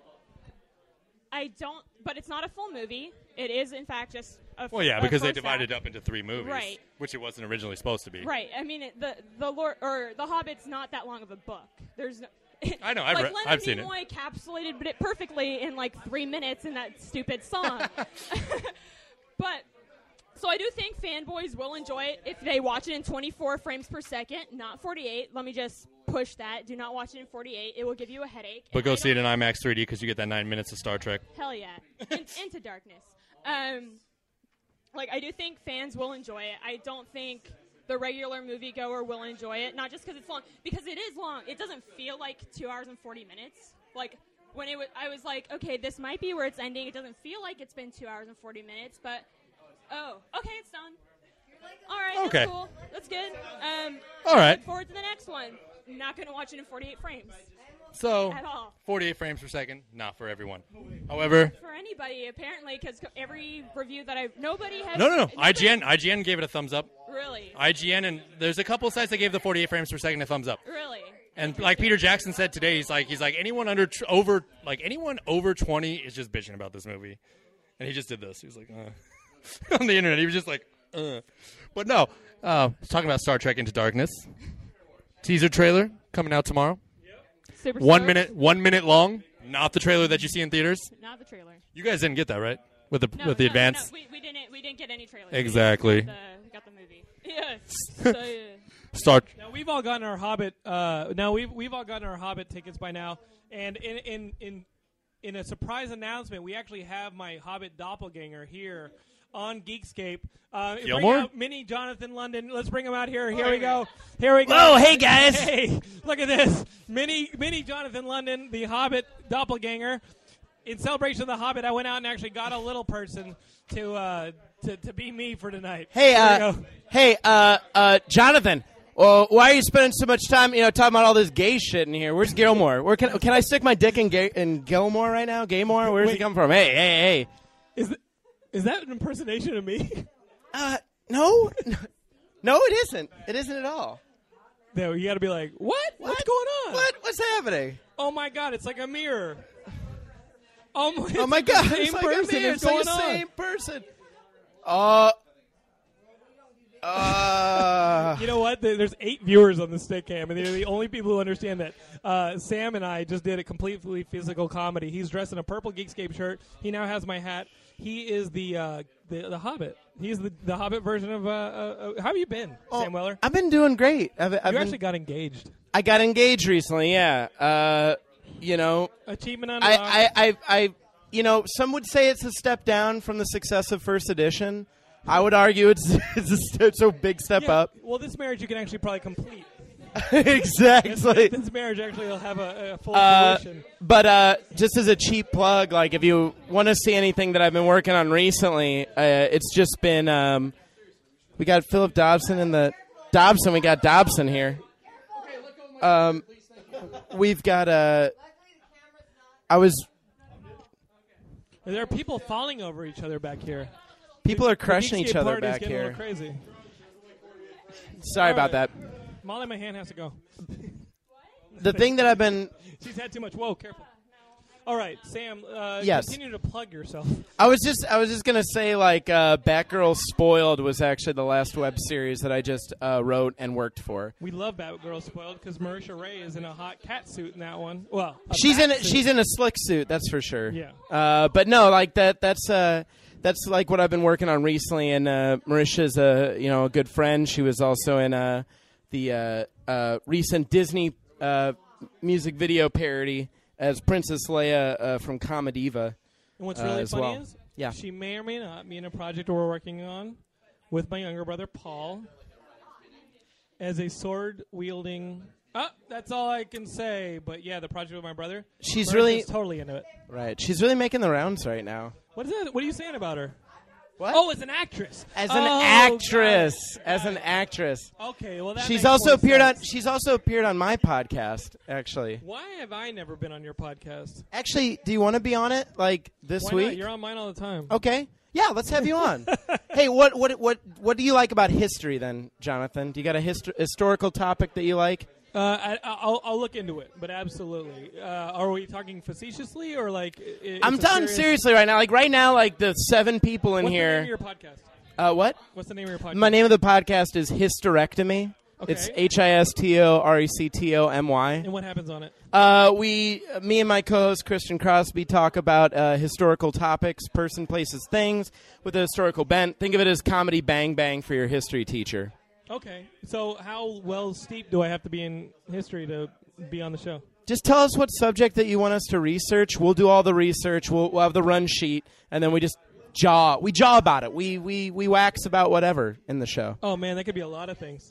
Speaker 15: I don't. But it's not a full movie. It is, in fact, just a.
Speaker 13: Well, yeah,
Speaker 15: a
Speaker 13: because they
Speaker 15: first
Speaker 13: divided
Speaker 15: act.
Speaker 13: it up into three movies,
Speaker 15: Right.
Speaker 13: which it wasn't originally supposed to be.
Speaker 15: Right. I mean, it, the the Lord or the Hobbit's not that long of a book. There's no.
Speaker 13: I know, I've
Speaker 15: like
Speaker 13: re-
Speaker 15: Leonard
Speaker 13: I've seen it.
Speaker 15: Nimoy capsulated it perfectly in like three minutes in that stupid song. but so I do think fanboys will enjoy it if they watch it in 24 frames per second, not 48. Let me just push that. Do not watch it in 48. It will give you a headache.
Speaker 13: But go see it in IMAX 3D because you get that nine minutes of Star Trek.
Speaker 15: Hell yeah. In, into darkness. Um, like, I do think fans will enjoy it. I don't think the regular moviegoer will enjoy it. Not just because it's long, because it is long. It doesn't feel like two hours and 40 minutes. Like, when it was, I was like, okay, this might be where it's ending. It doesn't feel like it's been two hours and forty minutes, but oh, okay, it's done. All right,
Speaker 13: Okay.
Speaker 15: that's cool. That's good. Um,
Speaker 13: All right.
Speaker 15: look Forward to the next one. Not going to watch it in forty-eight frames.
Speaker 13: So,
Speaker 15: at all
Speaker 13: 48 frames per second, not for everyone. However,
Speaker 15: for anybody apparently, because every review that I've nobody has.
Speaker 13: no, no, no.
Speaker 15: nobody-
Speaker 13: IGN, IGN gave it a thumbs up.
Speaker 15: Really?
Speaker 13: IGN, and there's a couple sites that gave the 48 frames per second a thumbs up.
Speaker 15: Really?
Speaker 13: And like Peter Jackson said today, he's like, he's like anyone under tr- over like anyone over 20 is just bitching about this movie, and he just did this. He was like, uh. on the internet, he was just like, uh. but no, uh, he's talking about Star Trek Into Darkness teaser trailer coming out tomorrow.
Speaker 15: Super
Speaker 13: one
Speaker 15: stoked.
Speaker 13: minute, one minute long. Not the trailer that you see in theaters.
Speaker 15: Not the trailer.
Speaker 13: You guys didn't get that right with the
Speaker 15: No,
Speaker 13: with the
Speaker 15: no,
Speaker 13: advance.
Speaker 15: no, we, we didn't. We didn't get any trailers.
Speaker 13: Exactly.
Speaker 15: We just got the, we got the movie. Yeah. So, yeah.
Speaker 13: Start.
Speaker 1: Now we've all gotten our Hobbit. Uh, now we've we've all gotten our Hobbit tickets by now, and in in in in a surprise announcement, we actually have my Hobbit doppelganger here on Geekscape. Uh, bring
Speaker 13: Gilmore?
Speaker 1: out Mini Jonathan London. Let's bring him out here.
Speaker 15: Oh,
Speaker 1: Here we go. Here we go.
Speaker 3: Whoa, hey, guys.
Speaker 1: Hey, look at this. Mini Mini Jonathan London, the Hobbit doppelganger. In celebration of the Hobbit, I went out and actually got a little person to uh, to, to be me for tonight.
Speaker 16: Hey,
Speaker 1: Here we
Speaker 16: uh,
Speaker 1: go.
Speaker 16: hey, uh, uh, Jonathan. Well, why are you spending so much time, you know, talking about all this gay shit in here? Where's Gilmore? Where can can I stick my dick in, gay, in Gilmore right now? Gaymore? Where's he come from? Hey, hey, hey.
Speaker 1: Is that an impersonation of me?
Speaker 16: Uh, no, no, it isn't. It isn't at all.
Speaker 1: No, you got to be like, what? What's going on? What?
Speaker 16: What's happening?
Speaker 1: Oh my god, it's like a mirror. Oh my,
Speaker 16: Oh my
Speaker 1: it's like
Speaker 16: god!
Speaker 1: the same
Speaker 16: It's like
Speaker 1: person.
Speaker 16: a mirror.
Speaker 1: It's
Speaker 16: It's like
Speaker 1: going
Speaker 16: the
Speaker 1: on.
Speaker 16: same person. Uh, uh,
Speaker 1: you know what? There- There's eight viewers on the stick cam, and they're the only people who understand that. Uh, Sam and I just did a completely physical comedy. He's dressed in a purple Geekscape shirt. He now has my hat. He is the uh, the, the Hobbit. He's the, the Hobbit version of. Uh, uh, uh, how have you been, Sam Weller?
Speaker 16: Oh, I've been doing great. I've, I've
Speaker 1: you
Speaker 16: been,
Speaker 1: actually got engaged.
Speaker 16: I got engaged recently. Yeah. Uh, you know.
Speaker 1: Achievement unlocked.
Speaker 16: I, I, I, I, you know, some would say it's a step down from the success of first edition. I would argue it's it's a, st- it's a big step
Speaker 1: Yeah,
Speaker 16: up.
Speaker 1: Well, this marriage you can actually probably complete. This,
Speaker 16: exactly.
Speaker 1: this marriage actually will have a, a full
Speaker 16: Uh,
Speaker 1: fruition.
Speaker 16: but uh, just as a cheap plug, like if you want to see anything that I've been working on recently, uh, it's just been um, we got Philip Dobson in the Dobson. We got Dobson here. Um, we've got uh, I was
Speaker 1: There are people falling over each other back here.
Speaker 16: People are
Speaker 1: The
Speaker 16: crushing each
Speaker 1: Geekscape
Speaker 16: other
Speaker 1: party's
Speaker 16: back
Speaker 1: getting A
Speaker 16: here.
Speaker 1: little crazy.
Speaker 16: sorry about that.
Speaker 1: Molly, my hand has to go.
Speaker 16: The thing that I've been
Speaker 1: She's had too much. Whoa, careful. All right, Sam. Uh,
Speaker 16: Yes.
Speaker 1: Continue to plug yourself.
Speaker 16: I was just I was just gonna say like uh, Batgirl Spoiled was actually the last web series that I just uh, wrote and worked for.
Speaker 1: We love Batgirl spoiled because Marisha Ray is in a hot cat suit in that one. Well, a
Speaker 16: she's
Speaker 1: bat
Speaker 16: in a,
Speaker 1: suit.
Speaker 16: she's in a slick suit, that's for sure.
Speaker 1: Yeah.
Speaker 16: Uh, but no, like that that's uh, that's like what I've been working on recently. And uh, Marisha's a you know a good friend. She was also in uh, the uh, uh, recent Disney uh, music video parody as Princess Leia uh, from Comediva.
Speaker 1: And what's
Speaker 16: uh,
Speaker 1: really
Speaker 16: as
Speaker 1: funny
Speaker 16: well.
Speaker 1: is,
Speaker 16: yeah.
Speaker 1: she may or may not be in a project we're working on with my younger brother Paul as a sword wielding. Ah, that's all I can say. But yeah, the project with my brother.
Speaker 16: She's
Speaker 1: Marisha's
Speaker 16: really-
Speaker 1: totally into it.
Speaker 16: Right. She's really making the rounds right now.
Speaker 1: What is that? What are you saying about her?
Speaker 16: What?
Speaker 1: Oh, as an actress.
Speaker 16: as
Speaker 1: Oh,
Speaker 16: an
Speaker 1: got it.
Speaker 16: actress as an actress
Speaker 1: Okay, well that
Speaker 16: she's
Speaker 1: makes
Speaker 16: also
Speaker 1: more
Speaker 16: appeared
Speaker 1: sense.
Speaker 16: on she's also appeared on my podcast actually
Speaker 1: Why have I never been on your podcast?
Speaker 16: actually do you want to be on it like this
Speaker 1: Why not?
Speaker 16: week
Speaker 1: You're on mine all the time.
Speaker 16: okay yeah let's have you on hey what what what what do you like about history then jonathan do you got a histo- historical topic that you like
Speaker 1: Uh, I, I'll, I'll look into it, but absolutely. Uh, are we talking facetiously or like? i-
Speaker 16: i'm
Speaker 1: it's a
Speaker 16: talking
Speaker 1: serious-
Speaker 16: seriously right now like right now like the seven people in
Speaker 1: What's
Speaker 16: here
Speaker 1: the name of your podcast?
Speaker 16: uh what
Speaker 1: What's the name of your podcast?
Speaker 16: my name of the podcast is hysterectomy it's E h-i-s-t-o-r-e-c-t-o-m-y
Speaker 1: And what happens on it?
Speaker 16: Uh, we, me and my co-host Christian Crosby, talk about uh, historical topics, person, places, things with a historical bent. Think of it as comedy bang bang for your history teacher.
Speaker 1: Okay, so how well steep do I have to be in history to be on the show?
Speaker 16: Just tell us what subject that you want us to research. We'll do all the research. We'll, we'll have the run sheet, and then we just jaw. We jaw about it. We we we wax about whatever in the show.
Speaker 1: Oh man, that could be a lot of things.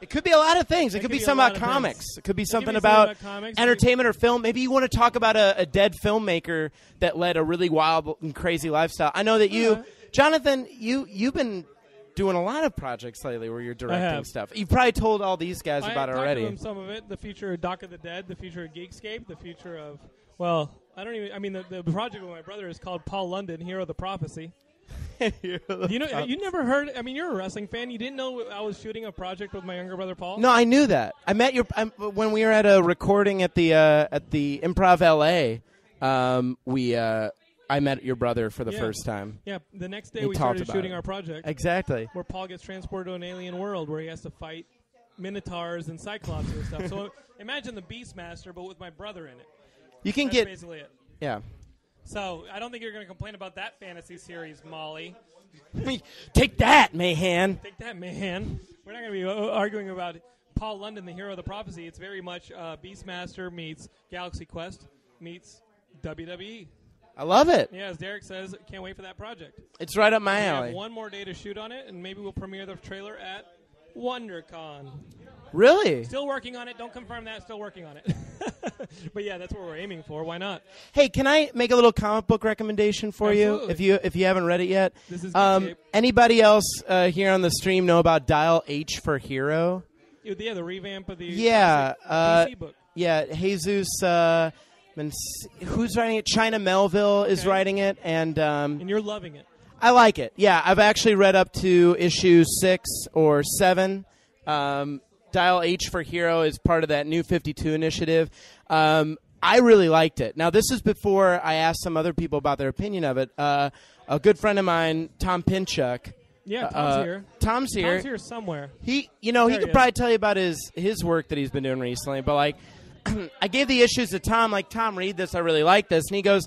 Speaker 16: It could be a lot of things. It, could, be,
Speaker 1: a
Speaker 16: something
Speaker 1: lot
Speaker 16: about
Speaker 1: of things.
Speaker 16: comics. It could be
Speaker 1: It could be
Speaker 16: something
Speaker 1: something
Speaker 16: about,
Speaker 1: about comics.
Speaker 16: entertainment or film. Maybe you want to talk about a, a dead filmmaker that led a really wild and crazy lifestyle. I know that
Speaker 1: Uh-huh.
Speaker 16: you, Jonathan, you you've been doing a lot of projects lately where you're directing
Speaker 1: have.
Speaker 16: stuff. You've probably told all these guys
Speaker 1: I
Speaker 16: about it
Speaker 1: talked to
Speaker 16: already.
Speaker 1: them some of it. The future of Doc of the Dead, the future of Geekscape, the future of well, I don't even. I mean, the, the project with my brother is called Paul London, Hero of the Prophecy. you know, you never heard. I mean, you're a wrestling fan. You didn't know I was shooting a project with my younger brother Paul.
Speaker 16: No, I knew that. I met your I, when we were at a recording at the uh, at the Improv LA. Um, we uh, I met your brother for the
Speaker 1: Yeah.
Speaker 16: first time.
Speaker 1: Yeah, the next day
Speaker 16: We
Speaker 1: we,
Speaker 16: talked
Speaker 1: started
Speaker 16: about
Speaker 1: shooting
Speaker 16: it.
Speaker 1: our project.
Speaker 16: Exactly.
Speaker 1: Where Paul gets transported to an alien world where he has to fight minotaurs and cyclops and stuff. So imagine the Beastmaster, but with my brother in it.
Speaker 16: You can
Speaker 1: That's
Speaker 16: get
Speaker 1: basically it.
Speaker 16: Yeah.
Speaker 1: So I don't think you're going to complain about that fantasy series, Molly.
Speaker 16: Take that, Mahan.
Speaker 1: Take that, man. We're not going to be uh, arguing about Paul London, the hero of the prophecy. It's very much uh, Beastmaster meets Galaxy Quest meets WWE.
Speaker 16: I love it.
Speaker 1: Yeah, as Derek says, can't wait for that project.
Speaker 16: It's right up my
Speaker 1: We have
Speaker 16: alley.
Speaker 1: one more day to shoot on it, and maybe we'll premiere the trailer at WonderCon.
Speaker 16: Really?
Speaker 1: Still working on it. Don't confirm that. Still working on it. but yeah, that's what we're aiming for. Why not?
Speaker 16: Hey, can I make a little comic book recommendation for you
Speaker 1: Absolutely.
Speaker 16: if you if you haven't read it yet? Um,
Speaker 1: This is good shape.
Speaker 16: anybody else uh, here on the stream know about Dial H for Hero?
Speaker 1: Yeah, the revamp of the
Speaker 16: yeah,
Speaker 1: classic
Speaker 16: uh,
Speaker 1: DC book.
Speaker 16: yeah. Jesus, uh, Mans- who's writing it? China Melville is writing it, and um,
Speaker 1: and you're loving it.
Speaker 16: I like it. Yeah, I've actually read up to issue six or seven. Um, Dial H for Hero is part of that new 52 initiative. Um, I really liked it. Now, this is before I asked some other people about their opinion of it. Uh, a good friend of mine, Tom Pinchuk.
Speaker 1: Yeah, Tom's
Speaker 16: uh,
Speaker 1: here.
Speaker 16: Tom's here.
Speaker 1: Tom's here somewhere.
Speaker 16: He, you know, he
Speaker 1: There
Speaker 16: could
Speaker 1: he is.
Speaker 16: probably tell you about his his work that he's been doing recently. But like, I gave the issues to Tom. Like, Tom, read this. I really like this. And he goes,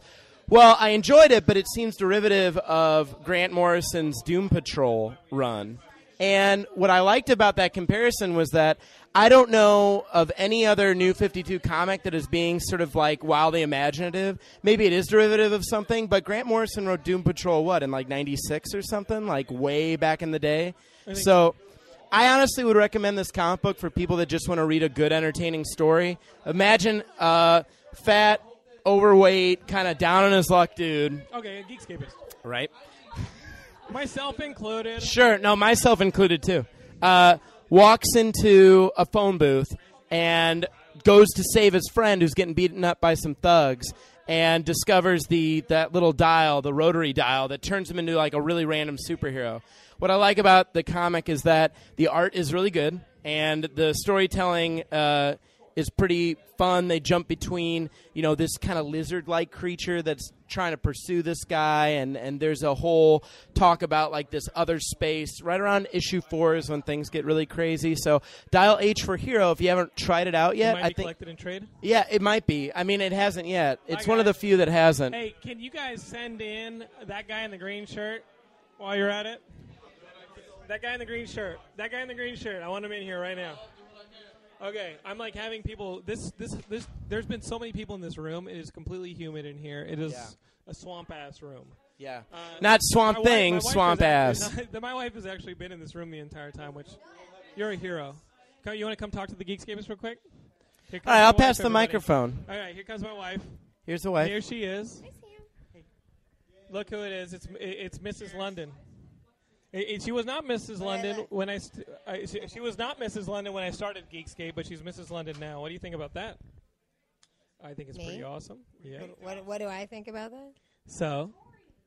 Speaker 16: "Well, I enjoyed it, but it seems derivative of Grant Morrison's Doom Patrol run." And what I liked about that comparison was that I don't know of any other New 52 comic that is being sort of like wildly imaginative. Maybe it is derivative of something, but Grant Morrison wrote Doom Patrol, what, in like 96 or something? Like way back in the day?
Speaker 1: I think
Speaker 16: So I honestly would recommend this comic book for people that just want to read a good, entertaining story. Imagine a fat, overweight, kind of down on his luck dude,
Speaker 1: Okay, a Geekscapist.
Speaker 16: right?
Speaker 1: Myself included.
Speaker 16: Sure. No, myself included too. Uh, walks into a phone booth and goes to save his friend who's getting beaten up by some thugs and discovers the that little dial, the rotary dial that turns him into like a really random superhero. What I like about the comic is that the art is really good and the storytelling uh, is pretty fun. They jump between, you know, this kind of lizard-like creature that's trying to pursue this guy, and and there's a whole talk about like this other space. Right around issue four is when things get really crazy. So dial H for Hero if you haven't tried it out yet.
Speaker 1: might
Speaker 16: I
Speaker 1: be
Speaker 16: think.
Speaker 1: collected in trade.
Speaker 16: Yeah, it might be. I mean, it hasn't yet. It's
Speaker 1: got
Speaker 16: one of the few that hasn't.
Speaker 1: Hey, can you guys send in that guy in the green shirt while you're at it? That guy in the green shirt. That guy in the green shirt. I want him in here right now. Okay, I'm like having people. This, this, this. There's been so many people in this room. It is completely humid in here. It is
Speaker 16: Yeah.
Speaker 1: a swamp ass room.
Speaker 16: Yeah.
Speaker 1: Uh,
Speaker 16: Not swamp
Speaker 1: my
Speaker 16: thing,
Speaker 1: my is
Speaker 16: swamp
Speaker 1: actually- my wife has actually been in this room the entire time. Which, you're a hero. Come, you want to come talk to the Geekscapers real quick? Here comes
Speaker 16: All right,
Speaker 1: my
Speaker 16: I'll
Speaker 1: wife,
Speaker 16: pass the
Speaker 1: everybody.
Speaker 16: microphone.
Speaker 1: All right, here comes my wife.
Speaker 16: Here's the wife.
Speaker 1: Here she is. Look who it is. It's it's Mrs. London. It- it- she was not Mrs. London when I, st- I she, she was not Mrs. London when I started Geekscape, but she's Mrs. London now. What do you think about that? I think it's
Speaker 17: Me?
Speaker 1: pretty awesome. Yeah.
Speaker 17: What, what do I think about that?
Speaker 1: So,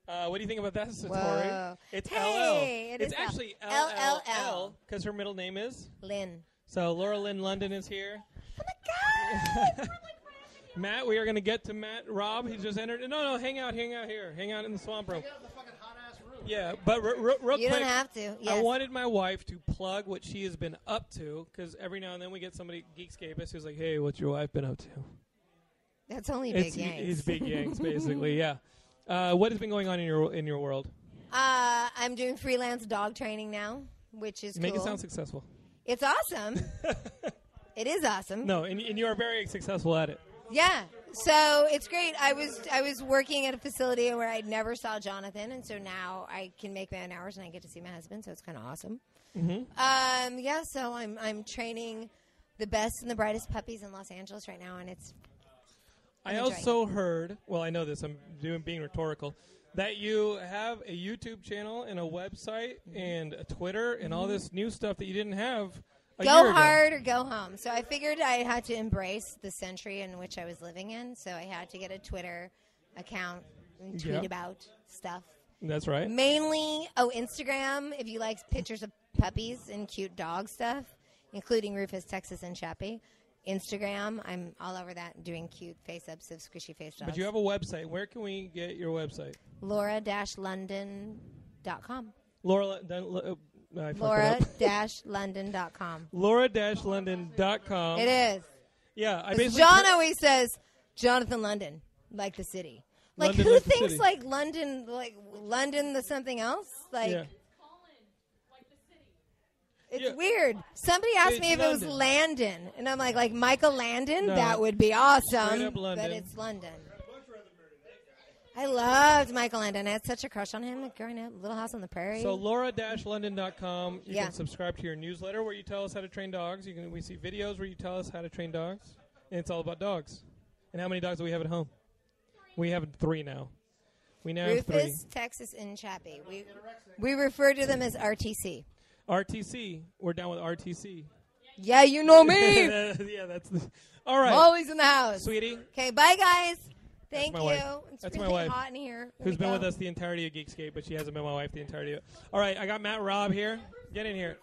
Speaker 1: uh, what do you think about that, Satori?
Speaker 17: Whoa.
Speaker 1: It's
Speaker 17: Hey,
Speaker 1: LL.
Speaker 17: it
Speaker 1: it's
Speaker 17: is
Speaker 1: actually
Speaker 17: L-
Speaker 1: LLL because her middle name is
Speaker 17: Lynn.
Speaker 1: So Laura Lynn London is here.
Speaker 17: Oh
Speaker 1: Matt, we are going to get to Matt. Rob, he just entered. No, no, hang out, hang out here, hang out in the swamp room. Yeah, but re- re- real
Speaker 17: You
Speaker 1: quick,
Speaker 17: don't have to,
Speaker 1: I
Speaker 17: yes.
Speaker 1: wanted my wife to plug what she has been up to because every now and then we get somebody Geekscapist who's like, "Hey, what's your wife been up to?"
Speaker 17: That's only
Speaker 1: It's-
Speaker 17: Big Yanks.
Speaker 1: It's big yanks, basically. yeah. Uh, what has been going on in your in your world?
Speaker 17: Uh, I'm doing freelance dog training now, which is
Speaker 1: Make
Speaker 17: cool.
Speaker 1: it sound successful.
Speaker 17: It's awesome. it is awesome.
Speaker 1: No, and, and you are very successful at it.
Speaker 17: Yeah. So it's great. I was I was working at a facility where I never saw Jonathan, and so now I can make man hours and I get to see my husband. So it's kind of awesome.
Speaker 18: Mm-hmm.
Speaker 1: Mhm.
Speaker 17: Um, yeah, so I'm I'm training the best and the brightest puppies in Los Angeles right now, and it's
Speaker 1: I also heard, well, I know this, I'm doing being rhetorical, that you have a YouTube channel and a website
Speaker 17: Mm-hmm.
Speaker 1: and a Twitter and all this new stuff that you didn't have. A year
Speaker 17: go
Speaker 1: ago.
Speaker 17: hard or go home. So I figured I had to embrace the century in which I was living in, so I had to get a Twitter account and tweet
Speaker 1: Yeah.
Speaker 17: about stuff.
Speaker 1: That's right.
Speaker 17: Mainly, oh, Instagram, if you like pictures of puppies and cute dog stuff, including Rufus, Texas, and Chappie. Instagram, I'm all over that doing cute face ups of squishy face dogs.
Speaker 1: But you have a website. Where can we get your website?
Speaker 17: Laura London.com.
Speaker 1: Laura. Dun- uh, I fucked it
Speaker 17: Laura
Speaker 1: up.
Speaker 17: London.com.
Speaker 1: Laura-London.com.
Speaker 17: It is.
Speaker 1: Yeah, I
Speaker 17: Because
Speaker 1: basically
Speaker 17: John always says Jonathan London, like the city. Like
Speaker 1: London,
Speaker 17: who
Speaker 1: like the
Speaker 17: thinks
Speaker 1: city.
Speaker 17: like London, like London, the something else? Like
Speaker 1: Yeah.
Speaker 17: it's weird. Somebody asked
Speaker 1: It's
Speaker 17: me if it was Landon, and I'm like, like Michael Landon,
Speaker 1: No.
Speaker 17: that would be
Speaker 1: Straight
Speaker 17: awesome.
Speaker 1: up
Speaker 17: But
Speaker 1: London.
Speaker 17: it's London. I loved Michael Landon. I had such a crush on him like, growing up. Little House on the Prairie.
Speaker 1: So Laura-London.com. You
Speaker 17: Yeah.
Speaker 1: can subscribe to your newsletter where you tell us how to train dogs. You can we see videos where you tell us how to train dogs, and it's all about dogs. And how many dogs do we have at home? We have three now. We now have three.
Speaker 17: Rufus, Texas, and Chappie. We, we refer to them as RTC.
Speaker 1: RTC. We're down with RTC.
Speaker 17: Yeah, you know me.
Speaker 1: yeah, that's the. All right.
Speaker 17: Molly's in the house.
Speaker 1: Sweetie.
Speaker 17: Okay, bye guys. Thank
Speaker 1: my
Speaker 17: you.
Speaker 1: wife.
Speaker 17: It's
Speaker 1: That's my
Speaker 17: really
Speaker 1: wife.
Speaker 17: hot in here. Here
Speaker 1: Who's
Speaker 17: we
Speaker 1: been
Speaker 17: go.
Speaker 1: with us the entirety of Geekscape, but she hasn't been my wife the entirety of it. All right, I got Matt Robb here. Get in here.